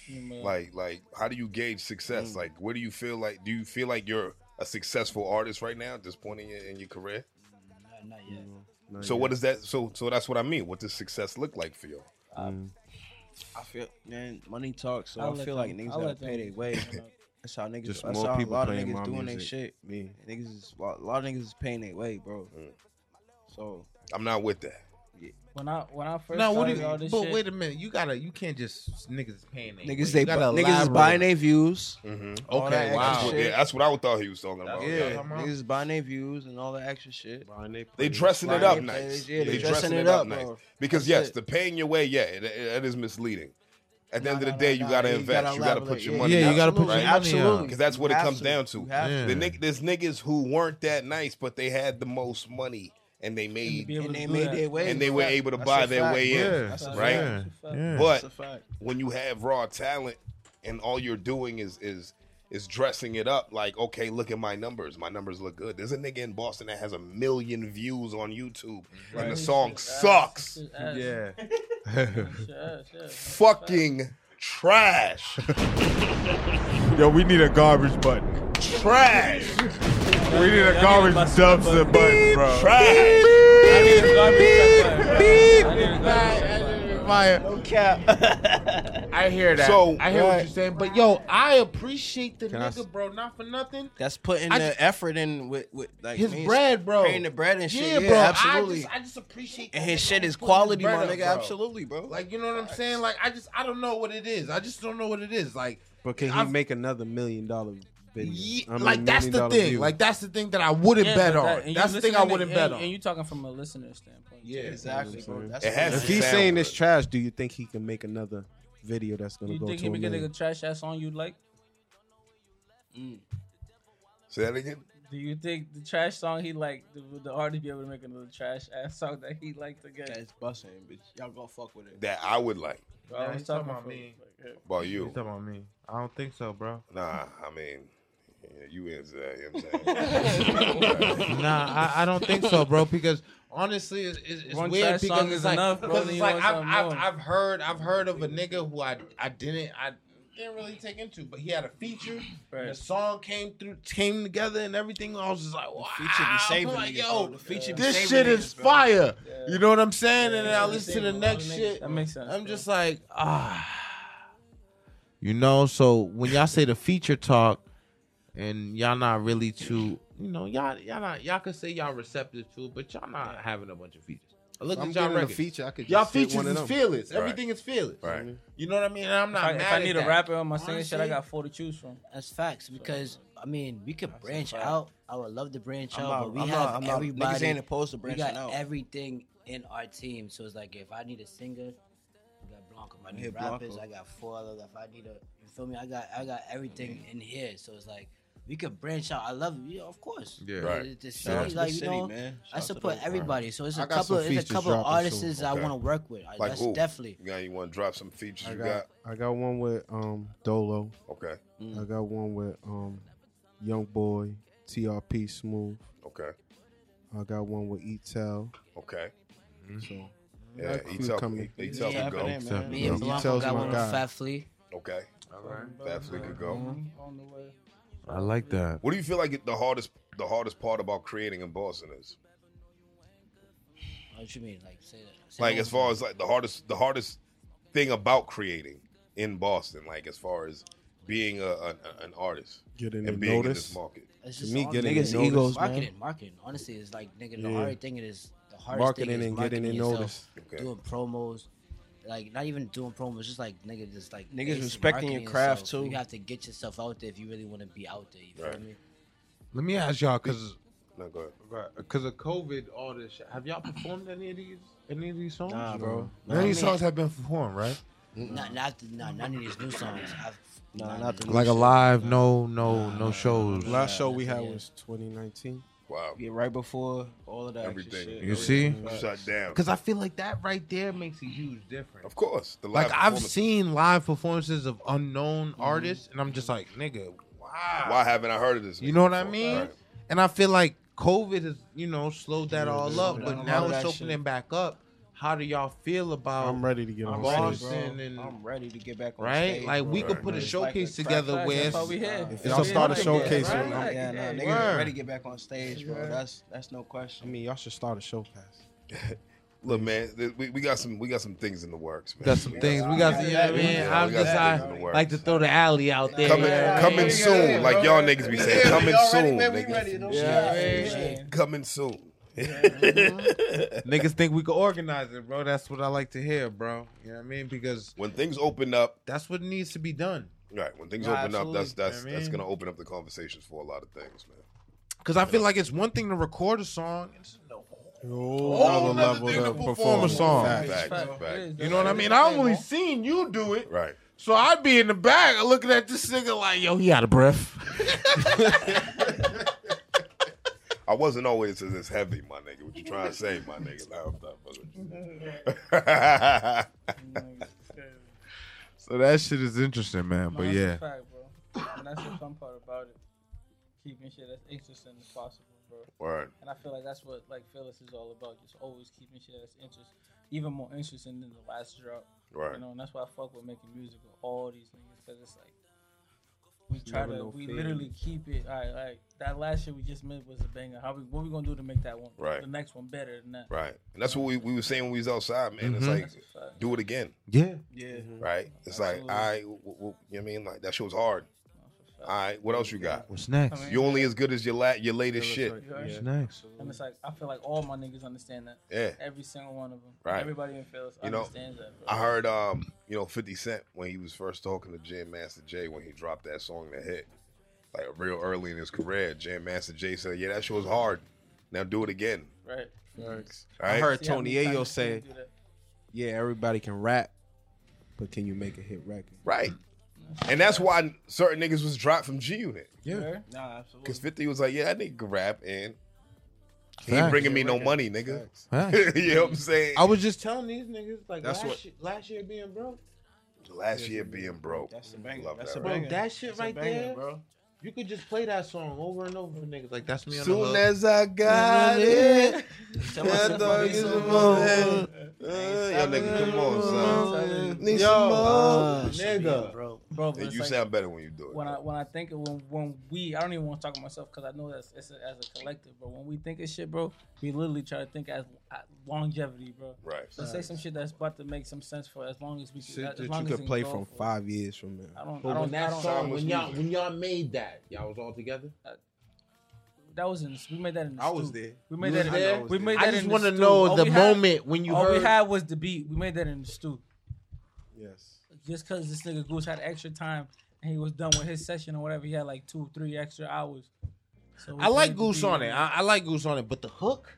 Speaker 7: You know,
Speaker 1: Like like how do you gauge
Speaker 2: Mm.
Speaker 1: success? Like where do you feel like do you feel like you're a successful artist right now at this point in your, in your career?
Speaker 6: Not, not yet.
Speaker 5: Mm-hmm. Oh,
Speaker 1: So what is that? So so that's what I mean. What does success look like for you?
Speaker 5: I feel, man, money talks, so
Speaker 7: I'll
Speaker 5: I,
Speaker 7: let
Speaker 5: feel like
Speaker 7: them-
Speaker 5: niggas
Speaker 7: I'll
Speaker 5: gotta
Speaker 7: let them-
Speaker 5: pay their way. That's how niggas.
Speaker 9: Just
Speaker 5: that's
Speaker 9: more
Speaker 5: how a
Speaker 9: people
Speaker 5: lot of
Speaker 9: playing my
Speaker 5: niggas doing their
Speaker 9: music.
Speaker 5: shit.
Speaker 9: Me.
Speaker 5: Niggas is a lot, a lot of niggas is paying their way, bro.
Speaker 1: Mm.
Speaker 5: So
Speaker 1: I'm not with that.
Speaker 7: When I when I first
Speaker 2: Now, what do
Speaker 7: started
Speaker 2: you,
Speaker 7: all this
Speaker 2: but
Speaker 7: shit,
Speaker 2: wait a minute. You gotta. You can't just niggas paying. their way.
Speaker 5: niggas they
Speaker 2: You
Speaker 5: bu-
Speaker 2: gotta
Speaker 5: niggas is
Speaker 2: elaborate.
Speaker 5: buying their views.
Speaker 1: Mm-hmm.
Speaker 5: all that
Speaker 2: Okay.
Speaker 5: extra
Speaker 2: Wow.
Speaker 5: shit.
Speaker 1: Yeah, that's what I thought he was Oh, talking about.
Speaker 2: Yeah.
Speaker 5: Yeah, niggas is buying their views and all that extra shit.
Speaker 1: They dressing it up
Speaker 5: Right,
Speaker 1: nice.
Speaker 5: yeah,
Speaker 1: they
Speaker 5: they dressing it up,
Speaker 1: nice.
Speaker 5: bro.
Speaker 1: Because
Speaker 5: That's
Speaker 1: yes,
Speaker 5: it.
Speaker 1: the paying your way, yeah, it, it- it is misleading. At the end of the
Speaker 5: Nah, nah,
Speaker 1: day,
Speaker 5: nah,
Speaker 1: you
Speaker 5: nah,
Speaker 1: gotta invest. you gotta
Speaker 5: elaborate.
Speaker 1: put your money.
Speaker 2: Yeah, you
Speaker 1: out,
Speaker 2: gotta put your
Speaker 1: right?
Speaker 2: money
Speaker 5: Absolutely.
Speaker 2: out.
Speaker 1: Because that's what it
Speaker 5: You have
Speaker 1: comes
Speaker 5: to.
Speaker 1: down to.
Speaker 5: You have
Speaker 2: Yeah.
Speaker 1: The nigg- there's niggas who weren't that nice, but they had the most money and they
Speaker 7: to be
Speaker 1: made
Speaker 7: able
Speaker 5: and
Speaker 7: to
Speaker 5: they
Speaker 7: do
Speaker 5: made
Speaker 7: that.
Speaker 5: their way.
Speaker 1: and they were
Speaker 5: That's
Speaker 1: able to
Speaker 5: a
Speaker 1: buy their
Speaker 5: fact,
Speaker 1: way
Speaker 5: bro.
Speaker 1: in.
Speaker 2: Yeah.
Speaker 5: That's a
Speaker 1: Right?
Speaker 7: Yeah.
Speaker 2: Yeah.
Speaker 7: Yeah.
Speaker 1: But
Speaker 5: That's a fact.
Speaker 1: when you have raw talent and all you're doing is is is dressing it up like, okay, look at my numbers. My numbers look good. There's a nigga in Boston that has a million views on YouTube, and the song sucks.
Speaker 7: Yeah.
Speaker 1: Fucking trash.
Speaker 13: Yo, we need a garbage button.
Speaker 1: trash.
Speaker 13: We need a garbage dumpster button, bro.
Speaker 1: Trash.
Speaker 7: I need a garbage truck, bro. I need a garbage truck.
Speaker 13: Fire.
Speaker 2: I hear that.
Speaker 1: So,
Speaker 2: I hear what
Speaker 1: right.
Speaker 2: you're saying, but yo, I appreciate the
Speaker 9: Can I
Speaker 2: nigga,
Speaker 9: s-
Speaker 2: bro. Not for nothing.
Speaker 5: That's putting
Speaker 2: I
Speaker 5: the
Speaker 2: just-
Speaker 5: effort in with, with like
Speaker 2: His
Speaker 5: means-
Speaker 2: bread, bro.
Speaker 5: creating the bread and shit. Yeah,
Speaker 2: bro.
Speaker 5: absolutely.
Speaker 2: I just, I just appreciate.
Speaker 5: and
Speaker 2: that
Speaker 5: his
Speaker 2: nigga
Speaker 5: shit
Speaker 2: who
Speaker 5: is
Speaker 2: putting
Speaker 5: quality,
Speaker 2: his
Speaker 5: my
Speaker 2: bread
Speaker 5: nigga.
Speaker 2: up, bro.
Speaker 5: Absolutely, bro. Like,
Speaker 2: Like you know what I'm saying? Like I just I don't know what it is. I just don't know what it is. Like
Speaker 9: But can he
Speaker 2: I've-
Speaker 9: make another million dollar video?
Speaker 2: ye-
Speaker 9: I mean,
Speaker 2: like that's
Speaker 9: million
Speaker 2: the
Speaker 9: dollar
Speaker 2: thing.
Speaker 9: view.
Speaker 2: Like that's the thing that I wouldn't
Speaker 7: Yeah,
Speaker 2: bet
Speaker 7: but
Speaker 2: on.
Speaker 7: that- and you
Speaker 2: that's the thing I
Speaker 7: listening to-
Speaker 2: wouldn't
Speaker 7: and-
Speaker 2: bet on.
Speaker 7: And you talking from a listener standpoint.
Speaker 2: Yeah.
Speaker 5: exactly, bro. That's
Speaker 1: It has
Speaker 5: what
Speaker 9: if
Speaker 1: to
Speaker 9: he's
Speaker 1: sound
Speaker 9: saying
Speaker 1: good.
Speaker 9: it's trash, do you think he can make another video that's gonna
Speaker 7: You
Speaker 9: go
Speaker 7: think
Speaker 9: to
Speaker 7: he
Speaker 9: a
Speaker 7: would get like a
Speaker 9: million?
Speaker 7: trash ass song you'd like?
Speaker 1: Say that again.
Speaker 7: Do you think the trash song he like would the artist be able to make another trash ass song that he liked again?
Speaker 5: that is busting, bitch. Y'all gonna fuck with it.
Speaker 1: That I would like.
Speaker 7: I
Speaker 2: Nah,
Speaker 7: was
Speaker 2: he's talking
Speaker 7: talking
Speaker 2: about
Speaker 7: from,
Speaker 2: me.
Speaker 7: like,
Speaker 1: About you.
Speaker 2: talking about me? I don't think so, bro.
Speaker 1: Nah, I mean, yeah, you is that. You know what I'm saying?
Speaker 2: nah, I, I don't think so, bro. Because honestly, it's, it's, it's
Speaker 7: One
Speaker 2: weird
Speaker 7: trash song
Speaker 2: because
Speaker 7: is
Speaker 2: it's like
Speaker 7: enough, bro,
Speaker 2: because
Speaker 7: then
Speaker 2: it's
Speaker 7: you
Speaker 2: like
Speaker 7: want
Speaker 2: I've,
Speaker 7: something
Speaker 2: I've,
Speaker 7: more.
Speaker 2: I've heard I've heard of a nigga who I I didn't I didn't really take into, but he had a feature.
Speaker 7: Right.
Speaker 2: And the song came through, came together, and everything. I was just like, wow,
Speaker 5: feature be saving
Speaker 2: I'm like,
Speaker 5: niggas,
Speaker 2: yo,
Speaker 5: bro. The feature be
Speaker 2: this
Speaker 5: saving
Speaker 2: shit is
Speaker 5: niggas, bro.
Speaker 2: fire.
Speaker 7: Yeah.
Speaker 2: You know what I'm saying? and then
Speaker 7: Yeah,
Speaker 2: I
Speaker 7: you
Speaker 2: listen to
Speaker 7: saving
Speaker 2: the
Speaker 7: a lot
Speaker 2: next
Speaker 7: of niggas.
Speaker 2: shit.
Speaker 7: That makes sense,
Speaker 2: I'm
Speaker 7: bro.
Speaker 2: just like, ah. You know, so when y'all say the feature talk, and y'all not really too, you know, y'all y'all not y'all could say y'all receptive to, it, but y'all not having a bunch of features. I look
Speaker 9: I'm
Speaker 2: at y'all
Speaker 9: getting a
Speaker 2: records.
Speaker 9: feature. I could
Speaker 2: Y'all
Speaker 9: just hit
Speaker 2: features
Speaker 9: one of
Speaker 2: is
Speaker 9: them.
Speaker 2: fearless.
Speaker 1: Right.
Speaker 2: Everything is fearless.
Speaker 1: right.
Speaker 2: You know what I mean? And I'm
Speaker 7: If
Speaker 2: not
Speaker 7: I,
Speaker 2: mad
Speaker 7: if I
Speaker 2: at
Speaker 7: need
Speaker 2: that.
Speaker 7: a rapper on my singing shit, I
Speaker 2: Honestly.
Speaker 7: got four to choose from.
Speaker 6: That's facts because I mean we could branch
Speaker 7: fact.
Speaker 6: out. I would love to branch
Speaker 5: I'm
Speaker 6: out,
Speaker 5: not-
Speaker 6: but we
Speaker 5: I'm not-
Speaker 6: have
Speaker 5: I'm not-
Speaker 6: everybody.
Speaker 5: Niggas ain't opposed to
Speaker 6: we
Speaker 5: branching
Speaker 6: got
Speaker 5: out.
Speaker 6: everything in our team, so it's like if I need a singer, I got Blanco. If I need
Speaker 5: hit
Speaker 6: rappers,
Speaker 5: Blanco.
Speaker 6: I got four other. If I need a, you feel me? I got I got everything
Speaker 5: Mm-hmm.
Speaker 6: in here, so it's like we could branch out. I love you, of course. Yeah,
Speaker 1: Right.
Speaker 6: The, the
Speaker 5: Shout out
Speaker 6: city,
Speaker 5: to
Speaker 6: like
Speaker 5: the
Speaker 6: you
Speaker 5: city,
Speaker 6: know,
Speaker 5: man.
Speaker 6: I
Speaker 5: Shout out to
Speaker 6: support
Speaker 5: those-
Speaker 6: everybody. So it's a
Speaker 9: I got
Speaker 6: couple.
Speaker 9: some
Speaker 6: Of, it's
Speaker 9: features
Speaker 6: a couple of
Speaker 9: dropping
Speaker 6: artists
Speaker 9: soon.
Speaker 6: I
Speaker 1: Okay.
Speaker 6: want to work with. I
Speaker 1: Like
Speaker 6: That's
Speaker 1: who?
Speaker 6: definitely.
Speaker 1: You, got, you want to drop some features
Speaker 9: I
Speaker 1: you
Speaker 9: got,
Speaker 1: got?
Speaker 9: I got one with um Dolo.
Speaker 1: Okay.
Speaker 9: I got one with um Young Boy, TRP Smooth.
Speaker 1: Okay.
Speaker 9: I got one with Etel.
Speaker 1: Okay.
Speaker 9: So
Speaker 1: Yeah,
Speaker 9: That
Speaker 1: he
Speaker 9: crew
Speaker 1: tell
Speaker 9: coming.
Speaker 1: he, he tell
Speaker 6: Yeah,
Speaker 1: him
Speaker 6: but
Speaker 1: go.
Speaker 6: Me and
Speaker 9: He
Speaker 6: Blanco
Speaker 9: tells
Speaker 6: got
Speaker 9: my
Speaker 6: one with
Speaker 9: guy.
Speaker 6: Fat Flea.
Speaker 1: Okay. That flick could go.
Speaker 7: On the way.
Speaker 9: I like that.
Speaker 1: What do you feel like it- the hardest the hardest part about creating in Boston is?
Speaker 6: What you mean? Like say that. say
Speaker 1: Like
Speaker 6: that
Speaker 1: as
Speaker 6: one
Speaker 1: far as like the hardest the hardest thing about creating in Boston, like as far as being a, a an artist
Speaker 9: Getting
Speaker 1: and
Speaker 9: and
Speaker 1: being in
Speaker 9: notice.
Speaker 1: this market.
Speaker 6: It's
Speaker 9: To me,
Speaker 6: all
Speaker 9: getting
Speaker 5: Niggas'
Speaker 9: in
Speaker 5: egos,
Speaker 9: notice,
Speaker 5: man.
Speaker 6: marketing, marketing. Honestly, it's like nigga, the
Speaker 9: Yeah.
Speaker 6: hardest thing it is the hardest
Speaker 9: marketing
Speaker 6: thing is
Speaker 9: and
Speaker 6: marketing
Speaker 9: getting in
Speaker 6: yourself.
Speaker 9: notice.
Speaker 1: Okay.
Speaker 6: Doing promos, like not even doing promos, just like nigga, just like
Speaker 5: Niggas
Speaker 6: basic
Speaker 5: respecting your
Speaker 6: marketing
Speaker 5: craft,
Speaker 6: yourself.
Speaker 5: too.
Speaker 6: You have to get yourself out there if you really want to be out there. You feel
Speaker 1: Right.
Speaker 6: me?
Speaker 2: Let me ask y'all, cause
Speaker 1: No, go ahead.
Speaker 2: because of COVID, all this. Shit. Have y'all performed any of these? Any of these songs?
Speaker 5: Nah, bro.
Speaker 2: None of these
Speaker 6: I mean-
Speaker 2: songs have been performed, right?
Speaker 6: Not, not, the, not none of these new songs. I've,
Speaker 5: Nah, not the
Speaker 2: Like
Speaker 5: new
Speaker 2: a
Speaker 5: shit.
Speaker 2: live, no, no, no shows.
Speaker 9: Last show we had
Speaker 6: Yeah.
Speaker 9: was 2019.
Speaker 1: Wow.
Speaker 5: Yeah, right before all of that. extra
Speaker 1: Everything.
Speaker 5: shit.
Speaker 2: You see?
Speaker 1: Shut down.
Speaker 2: Because I feel like that right there makes a huge difference.
Speaker 1: Of course. The live
Speaker 2: Like I've
Speaker 1: performance-
Speaker 2: seen live performances of unknown artists, and I'm just like, nigga, wow.
Speaker 1: Why haven't I heard of this?
Speaker 2: You
Speaker 1: nigga
Speaker 2: know what I
Speaker 1: before?
Speaker 2: mean?
Speaker 1: Right.
Speaker 2: And I feel like COVID has, you know, slowed that all up,
Speaker 5: slowed
Speaker 2: but
Speaker 5: down
Speaker 2: now
Speaker 5: all
Speaker 2: it's
Speaker 5: that
Speaker 2: opening back up. How do y'all feel about
Speaker 9: I'm ready to get
Speaker 2: Oh, I'm
Speaker 9: on
Speaker 2: ready,
Speaker 9: stage.
Speaker 2: bro.
Speaker 5: Boston and I'm ready to get back on
Speaker 2: right?
Speaker 5: stage,
Speaker 2: like
Speaker 5: bro.
Speaker 2: we could
Speaker 1: Right.
Speaker 2: put a
Speaker 5: It's
Speaker 2: showcase
Speaker 5: like a
Speaker 2: together
Speaker 5: crack-
Speaker 2: where
Speaker 7: That's
Speaker 2: it's,
Speaker 7: why we here.
Speaker 9: If
Speaker 2: Y'all
Speaker 9: y'all start a
Speaker 2: like
Speaker 9: showcase,
Speaker 2: that,
Speaker 9: you
Speaker 2: right?
Speaker 9: know,
Speaker 7: Like,
Speaker 5: Yeah, nah,
Speaker 7: hey,
Speaker 5: niggas
Speaker 2: word.
Speaker 5: is ready to get back on stage, bro. That's that's no
Speaker 9: I
Speaker 5: question.
Speaker 9: mean, y'all should start a showcase.
Speaker 1: Look, man, th- we, we got some we got some things in the works, man.
Speaker 2: got some
Speaker 1: We
Speaker 2: things. We got
Speaker 5: Yeah,
Speaker 2: some, you know what I
Speaker 5: yeah,
Speaker 2: mean?
Speaker 5: yeah,
Speaker 2: I'm
Speaker 1: we got
Speaker 2: just
Speaker 1: some things
Speaker 2: I
Speaker 1: in the works.
Speaker 2: like to throw the alley out there.
Speaker 1: coming
Speaker 2: you know what I
Speaker 1: coming
Speaker 2: mean?
Speaker 1: soon, like y'all niggas be saying, coming soon, nigga.
Speaker 2: Yeah,
Speaker 1: Coming soon.
Speaker 2: Niggas think we could organize it, bro. That's what I like to hear, bro. You know what I mean? Because
Speaker 1: when things open up,
Speaker 2: that's what needs to be done.
Speaker 1: right? When things
Speaker 2: Nah,
Speaker 1: open up, that's that's
Speaker 2: absolutely. You know what I
Speaker 1: that's
Speaker 2: mean?
Speaker 1: gonna open up the conversations for a lot of things, man.
Speaker 2: Because I feel like it's one thing to record a song. It's
Speaker 9: Another
Speaker 2: another
Speaker 9: level
Speaker 2: thing
Speaker 9: to
Speaker 2: to perform a
Speaker 9: perform.
Speaker 2: song.
Speaker 9: Facts.
Speaker 1: Facts,
Speaker 7: Fact.
Speaker 1: facts.
Speaker 2: You know what I mean? I only seen you do it,
Speaker 1: Right.
Speaker 2: so I'd be in the back looking at this nigga like, yo, he out of breath.
Speaker 1: I wasn't always as heavy, my nigga. What you trying to say, my nigga? Loud stuff, brother.
Speaker 7: Niggas crazy.
Speaker 13: So that shit is interesting, man. But
Speaker 7: Nah, that's a
Speaker 13: yeah,
Speaker 7: fact, bro. and that's the fun part about it. Keeping shit as interesting as possible, bro.
Speaker 1: Word.
Speaker 7: And I feel like that's what like Phyllis is all about. Just always keeping shit that's interest, even more interesting than the last drop.
Speaker 1: Right.
Speaker 7: You know, and that's why I fuck with making music with all these niggas because it's like we try
Speaker 9: never
Speaker 7: to
Speaker 9: no
Speaker 7: we
Speaker 9: fade.
Speaker 7: literally keep it. All right, like that last shit we just made was a banger. How we what we gonna do to make that one?
Speaker 1: Right.
Speaker 7: The next one better than that.
Speaker 1: Right. And that's what we, we were saying when we was outside, man.
Speaker 2: Mm-hmm.
Speaker 1: It's
Speaker 7: That's
Speaker 1: like,
Speaker 7: a fact.
Speaker 1: do it again,
Speaker 4: Yeah.
Speaker 7: Yeah.
Speaker 1: right? It's like,
Speaker 7: Absolutely.
Speaker 1: all right, w- w- you know what I mean? Like, that shit was hard.
Speaker 7: That's a
Speaker 1: All
Speaker 7: fact.
Speaker 1: right, what else you got?
Speaker 4: What's next?
Speaker 7: I mean,
Speaker 1: You only as good as your la- your latest shit.
Speaker 7: you heard?
Speaker 4: What's next?
Speaker 7: And it's like I feel like all my niggas understand that.
Speaker 1: Yeah.
Speaker 7: Every single one of them.
Speaker 1: Right.
Speaker 7: Everybody in Phillips
Speaker 1: You know,
Speaker 7: understands that. Bro.
Speaker 1: I heard, um, you know, 50 Cent when he was first talking to Jam Master Jay when he dropped that song that hit. Like real early in his career, Jam Master Jay said, Yeah, that shit was hard. Now do it again.
Speaker 7: Right.
Speaker 1: All
Speaker 3: I
Speaker 1: right.
Speaker 3: heard
Speaker 7: See how
Speaker 3: Tony
Speaker 7: many
Speaker 3: Ayo
Speaker 7: times they
Speaker 3: say,
Speaker 7: do that?
Speaker 9: Yeah, everybody can rap, but can you make a hit record?
Speaker 1: Right. And that's why certain niggas was dropped from G Unit.
Speaker 9: Yeah.
Speaker 5: Nah, absolutely.
Speaker 1: Because 50 was like, yeah, that nigga can rap and he ain't
Speaker 4: Facts.
Speaker 1: bringing me no money, nigga.
Speaker 4: Facts.
Speaker 1: you know what I'm saying?
Speaker 4: I was just telling these niggas like
Speaker 1: That's
Speaker 4: last,
Speaker 1: what-
Speaker 4: year, last year being broke.
Speaker 1: Last year being broke.
Speaker 5: That's a banger.
Speaker 1: Love
Speaker 5: That's
Speaker 1: that
Speaker 5: a
Speaker 1: record.
Speaker 5: banger.
Speaker 4: Bro, that shit
Speaker 5: That's a
Speaker 4: right
Speaker 5: banger,
Speaker 4: there.
Speaker 5: bro.
Speaker 4: You could just play that song over and over for niggas. Like that's me on the
Speaker 1: Soon
Speaker 4: hook.
Speaker 1: as I got it,
Speaker 5: Tell
Speaker 1: I
Speaker 5: myself
Speaker 1: thought
Speaker 5: money,
Speaker 1: you
Speaker 5: son.
Speaker 1: was Yo, nigga, come on, son. Need
Speaker 4: Yo,
Speaker 1: some more.
Speaker 4: uh, nigga.
Speaker 5: Bro,
Speaker 7: Bro, but
Speaker 1: Hey,
Speaker 7: it's
Speaker 1: you
Speaker 7: like,
Speaker 1: sound better when you do it.
Speaker 7: when I
Speaker 1: though.
Speaker 7: when I think of when when we I don't even want to talk about myself because I know that's it's a, as a collective, but when we think of shit, bro, we literally try to think as, as longevity, bro.
Speaker 1: right.
Speaker 7: Let's say some shit that's about to make some sense for as long as we
Speaker 9: Shit
Speaker 7: can. As
Speaker 9: that
Speaker 7: long
Speaker 9: you
Speaker 7: as
Speaker 9: could
Speaker 7: it
Speaker 9: play
Speaker 7: go
Speaker 9: from
Speaker 7: for.
Speaker 9: five years from
Speaker 7: I
Speaker 9: now.
Speaker 7: don't. I
Speaker 4: But
Speaker 7: don't.
Speaker 4: when
Speaker 7: I
Speaker 4: that
Speaker 7: don't
Speaker 4: song,
Speaker 1: was
Speaker 4: when y'all,
Speaker 1: music.
Speaker 4: when y'all made that, y'all was all together.
Speaker 7: that was in. We made that in. The
Speaker 9: I was
Speaker 7: stu-
Speaker 9: there.
Speaker 7: We made
Speaker 4: You
Speaker 7: that.
Speaker 4: was
Speaker 7: in,
Speaker 4: there?
Speaker 7: We made that
Speaker 4: I just
Speaker 7: in
Speaker 4: want to
Speaker 7: stu.
Speaker 4: know
Speaker 7: All
Speaker 4: the
Speaker 7: we had-
Speaker 4: moment when you
Speaker 7: all
Speaker 4: heard.
Speaker 7: we had was the beat. We made that in the stew.
Speaker 9: Yes.
Speaker 7: just because this nigga Goose had extra time and he was done with his session or whatever, he had like two, three extra hours. So we
Speaker 4: I like
Speaker 7: played the
Speaker 4: Goose
Speaker 7: beat.
Speaker 4: on it. I, I like Goose on it, but the hook,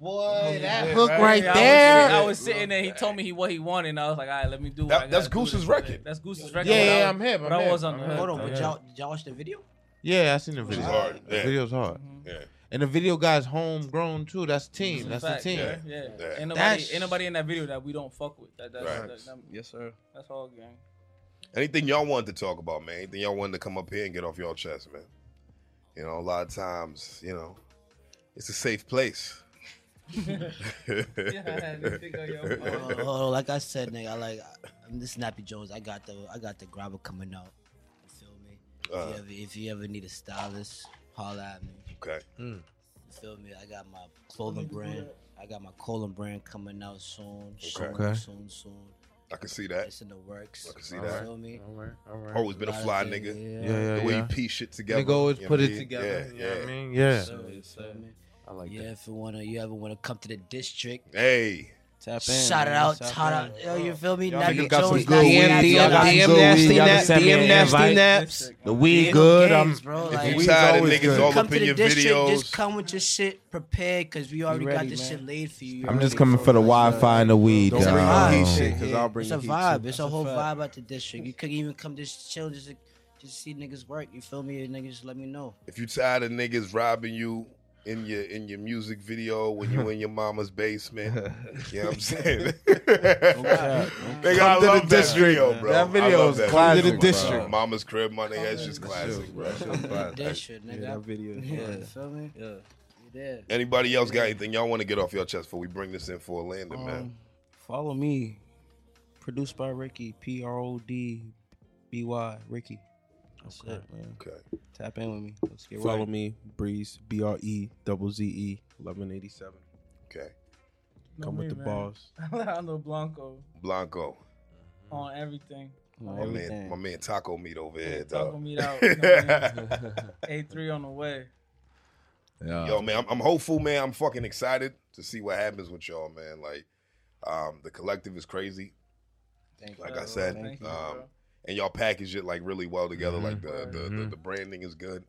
Speaker 4: boy, that
Speaker 7: Yeah,
Speaker 4: hook
Speaker 7: right.
Speaker 4: right
Speaker 7: Yeah, I was
Speaker 4: there.
Speaker 7: sitting- I was, sitting there. He told me he what he wanted, and I was like, all right, let me do. What
Speaker 1: That-
Speaker 7: I gotta
Speaker 1: that's
Speaker 7: do
Speaker 1: Goose's
Speaker 7: to-
Speaker 1: record.
Speaker 7: That's Goose's record.
Speaker 4: yeah,
Speaker 7: but I-
Speaker 4: yeah, I'm hip. I'm
Speaker 7: But I
Speaker 4: hip.
Speaker 7: was on
Speaker 4: I'm
Speaker 7: the
Speaker 4: hip.
Speaker 7: hook.
Speaker 5: hold on,
Speaker 4: I'm
Speaker 5: but
Speaker 4: hip.
Speaker 5: y'all, did y'all watch the video?
Speaker 4: Yeah, I seen the video.
Speaker 1: It's hard.
Speaker 4: The
Speaker 1: Yeah.
Speaker 4: video's hard,
Speaker 7: Mm-hmm.
Speaker 1: Yeah.
Speaker 4: and the video guy's homegrown too. That's team. That's
Speaker 7: Fact,
Speaker 4: the team.
Speaker 7: Yeah, yeah.
Speaker 1: Yeah.
Speaker 7: Ain't, nobody,
Speaker 4: That's-
Speaker 7: ain't nobody in that video that we don't fuck with. That, that's,
Speaker 1: Right.
Speaker 7: that, that-
Speaker 5: Yes, sir.
Speaker 7: that's all gang.
Speaker 1: Anything y'all wanted to talk about, man? Anything y'all wanted to come up here and get off y'all chest, man? You know, a lot of times, you know, it's a safe place. Uh,
Speaker 7: Yeah, I had to think of your-
Speaker 5: Uh,
Speaker 7: Oh,
Speaker 5: uh,
Speaker 6: like I said, nigga, I like I'm the Snappy Jones. I got the I got the grabber coming out. You feel me?
Speaker 1: Uh.
Speaker 6: if, you ever, if you ever need a stylist, holla at me.
Speaker 1: Okay.
Speaker 4: Hmm.
Speaker 6: You feel me? I got my clothing brand. I got my colon brand coming out soon. Soon,
Speaker 1: Okay.
Speaker 6: soon, soon.
Speaker 1: I can see that.
Speaker 6: It's in the works.
Speaker 1: I can see
Speaker 6: you
Speaker 1: that.
Speaker 6: Feel me?
Speaker 4: All right, all right.
Speaker 1: Always been a
Speaker 6: Lot of
Speaker 1: fly
Speaker 6: things,
Speaker 1: nigga.
Speaker 6: Yeah.
Speaker 4: yeah, yeah,
Speaker 1: The way
Speaker 4: yeah.
Speaker 1: you piece shit together.
Speaker 4: Nigga always
Speaker 1: you know
Speaker 4: put
Speaker 1: what I
Speaker 4: it
Speaker 1: mean?
Speaker 4: together.
Speaker 1: Yeah,
Speaker 4: you know
Speaker 1: yeah.
Speaker 4: what I mean? Yeah.
Speaker 6: So, you feel me?
Speaker 4: I like
Speaker 6: yeah, if you wanna, you ever wanna come to the district,
Speaker 1: Hey,
Speaker 5: Tap in.
Speaker 6: shout it
Speaker 5: man.
Speaker 6: out,
Speaker 5: Tap
Speaker 6: shout
Speaker 5: in.
Speaker 6: out. Yo, you feel me?
Speaker 5: Y'all
Speaker 6: Nappy
Speaker 5: niggas got some
Speaker 6: Jones,
Speaker 5: good
Speaker 6: Nappy
Speaker 5: weed.
Speaker 6: Jones,
Speaker 5: Y'all
Speaker 6: Nappy
Speaker 5: got some
Speaker 6: Jones.
Speaker 5: good weed. Y'all can send me an invite.
Speaker 4: naps. The weed
Speaker 6: Video
Speaker 4: good.
Speaker 6: games,
Speaker 4: I'm-
Speaker 6: bro.
Speaker 1: if
Speaker 6: Like,
Speaker 1: you tired of
Speaker 9: always
Speaker 1: niggas
Speaker 9: good.
Speaker 1: all
Speaker 6: come
Speaker 1: up
Speaker 6: to
Speaker 1: in
Speaker 6: the
Speaker 1: your
Speaker 6: district,
Speaker 1: videos,
Speaker 6: just come with your shit prepared because we already got
Speaker 5: ready,
Speaker 6: this
Speaker 5: man.
Speaker 6: shit laid for you.
Speaker 4: I'm just coming for the Wi-Fi and the weed.
Speaker 9: Don't bring
Speaker 4: dog.
Speaker 9: the
Speaker 6: vibe.
Speaker 9: heat shit because I'll bring
Speaker 6: It's a
Speaker 9: the heat
Speaker 6: vibe.
Speaker 9: too.
Speaker 6: It's a whole vibe at the district. You could even come just chill, just just see niggas work. You feel me? And niggas, let me know.
Speaker 1: if you tired of niggas robbing you in your in your music video when you in your mama's basement, you know what I'm saying? They
Speaker 3: I
Speaker 1: got to
Speaker 3: love
Speaker 1: the
Speaker 3: that
Speaker 1: district,
Speaker 3: video.
Speaker 1: bro.
Speaker 3: That
Speaker 1: I
Speaker 3: video
Speaker 1: love
Speaker 3: is
Speaker 1: that
Speaker 3: classic,
Speaker 1: video,
Speaker 3: bro.
Speaker 1: bro. Mama's crib, my nigga, that's just classic, bro.
Speaker 6: That shit, nigga.
Speaker 9: Yeah, that video. is
Speaker 6: Yeah,
Speaker 9: hard.
Speaker 6: you feel me? Yeah. You there.
Speaker 1: Anybody else got anything y'all want to get off your chest before we bring this in for a
Speaker 5: Um,
Speaker 1: landing, man?
Speaker 6: Um,
Speaker 5: Follow me. Produced by Ricky. P R O D B Y. Ricky. That's it, man.
Speaker 1: Okay.
Speaker 5: Tap in with me. Let's get
Speaker 9: Follow
Speaker 5: right.
Speaker 9: me, Breeze, B R E double Z E, eleven eighty seven.
Speaker 1: Okay.
Speaker 7: Know
Speaker 9: Come
Speaker 7: me,
Speaker 9: with the
Speaker 7: man.
Speaker 9: balls.
Speaker 7: Alejandro Blanco
Speaker 1: Blanco.
Speaker 4: Mm-hmm.
Speaker 7: on everything.
Speaker 5: On
Speaker 1: My man,
Speaker 5: everything.
Speaker 1: my man taco meat over here,
Speaker 7: Talk
Speaker 1: dog.
Speaker 7: with me out. you know what I mean? A3 on the way.
Speaker 1: Yo, man, I'm, I'm hopeful, man. I'm fucking excited to see what happens with y'all, man. Like, um, the collective is crazy,
Speaker 5: Thank you.
Speaker 1: like I said,
Speaker 7: Thank you,
Speaker 1: um,
Speaker 7: bro.
Speaker 1: and y'all package it like really well together. Like the the, the
Speaker 4: Mhm.
Speaker 1: the branding is good.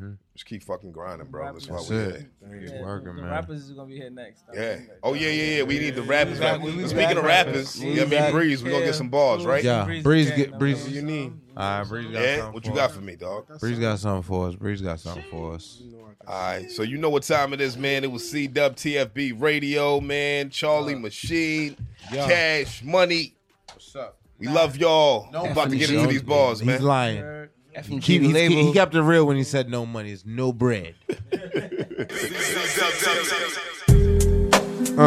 Speaker 4: Mhm.
Speaker 1: Just keep fucking grinding, bro. That's why
Speaker 7: That's
Speaker 1: we're
Speaker 4: it.
Speaker 1: here.
Speaker 7: Yeah, the-
Speaker 4: working,
Speaker 7: the
Speaker 4: man.
Speaker 7: rappers is gonna be here next. I'm
Speaker 1: Yeah.
Speaker 7: saying that.
Speaker 1: Oh yeah, yeah, yeah. We need the rappers
Speaker 9: back.
Speaker 1: back.
Speaker 9: We
Speaker 1: Speaking
Speaker 9: back.
Speaker 1: of rappers,
Speaker 9: We
Speaker 1: you know what I mean?
Speaker 9: back.
Speaker 1: Breeze, we gonna get some bars, right?
Speaker 4: Yeah. Breeze get- Breeze-
Speaker 9: you need.
Speaker 4: All right, Breeze got
Speaker 1: Yeah.
Speaker 4: something
Speaker 1: What
Speaker 4: for
Speaker 1: you got
Speaker 4: us.
Speaker 1: for me, dog?
Speaker 4: Breeze got something for us. Breeze got something for us.
Speaker 1: All right, so you know what time it is, man. It was C Dub TFB Radio, man. Charlie Machine, Cash Money.
Speaker 9: What's up?
Speaker 1: We love y'all. I'm about to
Speaker 5: Anthony
Speaker 1: get into
Speaker 5: Jones,
Speaker 1: these bars,
Speaker 4: He's
Speaker 1: man.
Speaker 4: lying.
Speaker 7: Word.
Speaker 5: FMG
Speaker 4: Keep, he's-
Speaker 5: label.
Speaker 4: he kept it real when he said no money is no bread.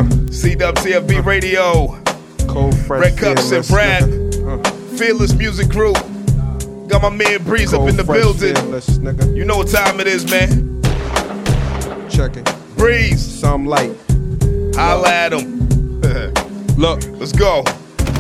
Speaker 1: CWTFB Radio,
Speaker 9: Cold fresh.
Speaker 1: Red Cups and
Speaker 9: fearless,
Speaker 1: Brad,
Speaker 9: nigga.
Speaker 1: Fearless Music Group. Got my man Breeze up
Speaker 9: Cold
Speaker 1: in the
Speaker 9: fresh,
Speaker 1: building.
Speaker 9: fearless, nigga.
Speaker 1: You know what time it is, man.
Speaker 9: Check it.
Speaker 1: Breeze,
Speaker 9: Some light.
Speaker 1: holla at him.
Speaker 9: Look,
Speaker 1: Let's go.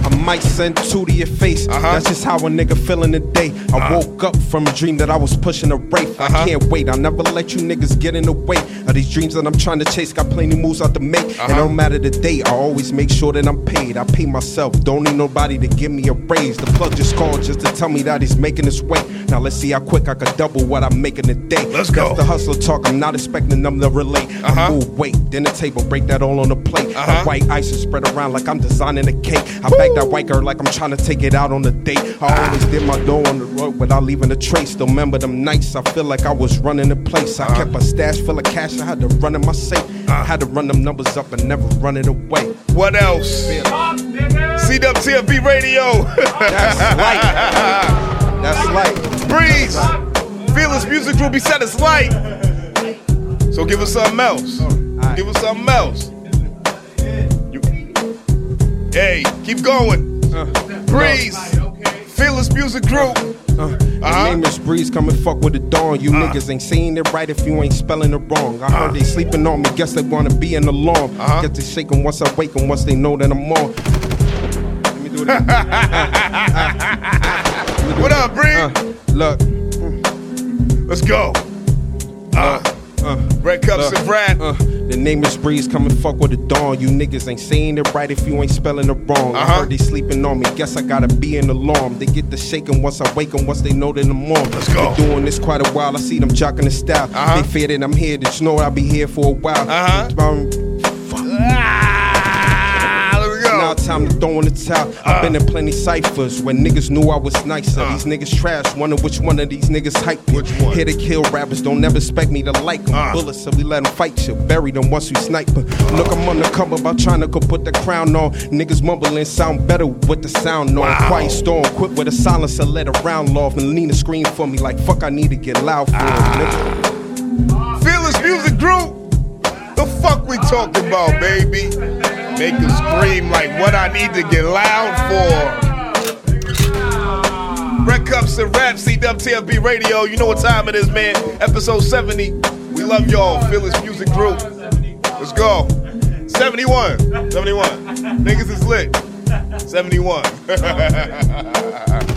Speaker 9: I might send two to your face.
Speaker 1: Uh-huh.
Speaker 9: That's just how a nigga feeling today. I woke up from a dream that I was pushing a rape.
Speaker 1: Uh-huh.
Speaker 9: I can't wait. I'll never let you niggas get in the way of these dreams that I'm trying to chase. Got plenty moves out to make. And
Speaker 1: Uh-huh.
Speaker 9: no matter the day, I always make sure that I'm paid. I pay myself. Don't need nobody to give me a raise. The plug just called just to tell me that he's making his way. Now let's see how quick I could double what I'm making today.
Speaker 1: Let's go.
Speaker 9: That's the hustle talk. I'm not expecting them to relate.
Speaker 1: Uh-huh.
Speaker 9: I move weight, dinner table, break that all on the plate.
Speaker 1: Uh-huh.
Speaker 9: I white ice is spread around like I'm designing a cake. I bag that white girl like I'm trying to take it out on a date.
Speaker 1: Ah.
Speaker 9: I always did my dough on the road without leaving a trace. Still remember them nights I feel like I was running the place.
Speaker 1: Uh-huh.
Speaker 9: I kept a stash full of cash, I had to run in my safe. I had to run them numbers up and never run it away.
Speaker 1: What else? CWTFB Radio,
Speaker 9: That's light. That's light.
Speaker 1: Breeze, Fearless Music Group. He said it's light. So give us something else. Give us something else. You- Hey, keep going. Breeze, Fearless Music Group.
Speaker 9: Uh,
Speaker 1: Uh-huh.
Speaker 9: My name is Breeze, come and fuck with the dawn. You niggas ain't saying it right if you ain't spelling it wrong. I heard they sleeping on me, guess they wanna be in the lawn.
Speaker 1: Uh-huh.
Speaker 9: Get to shaking once I wake 'em, once they know that I'm on. Let me do it. again.
Speaker 1: What up, Breeze?
Speaker 9: Uh, look,
Speaker 1: Let's go. Uh, Red Cups
Speaker 9: look,
Speaker 1: and Brad.
Speaker 9: uh, the name is Breeze, come and fuck with the dawn. You niggas ain't saying it right if you ain't spelling it wrong. I
Speaker 1: Uh-huh.
Speaker 9: heard they sleeping on me, guess I gotta be in the alarm. They get to shaking once I wake 'em, once they know that I'm on.
Speaker 1: Let's go.
Speaker 9: Been doing this quite a while, I see them jocking the style.
Speaker 1: Uh-huh.
Speaker 9: They fear that I'm here, that you know I'll be here for a while.
Speaker 1: Uh-huh.
Speaker 9: Um,
Speaker 1: ah, there we go.
Speaker 9: Now time to throw in the towel. I've
Speaker 1: Uh.
Speaker 9: been in plenty ciphers where niggas knew I was nicer. These niggas trash. Wonder which one of these niggas hype me.
Speaker 1: Which one?
Speaker 9: Here to kill rappers. Don't ever expect me to like them.
Speaker 1: Uh.
Speaker 9: Bullets, so we let them fight you. Bury them once you snipe 'em. Look, I'm on the cover about trying to go put the crown on. Niggas mumbling sound better with the sound on.
Speaker 1: Wow.
Speaker 9: Quiet storm, quit with a silencer, let a round off. And Lena scream for me like, fuck, I need to get loud for
Speaker 1: Ah.
Speaker 9: him, nigga.
Speaker 1: Fearless Music Group. The fuck we talking about, baby? Make them scream like what I need to get loud for. Red Cups and Rap, CWTFB Radio. You know what time it is, man. Episode 70. We love y'all, Fearless Music Group. Let's go. 71. 71. Niggas is lit. 71.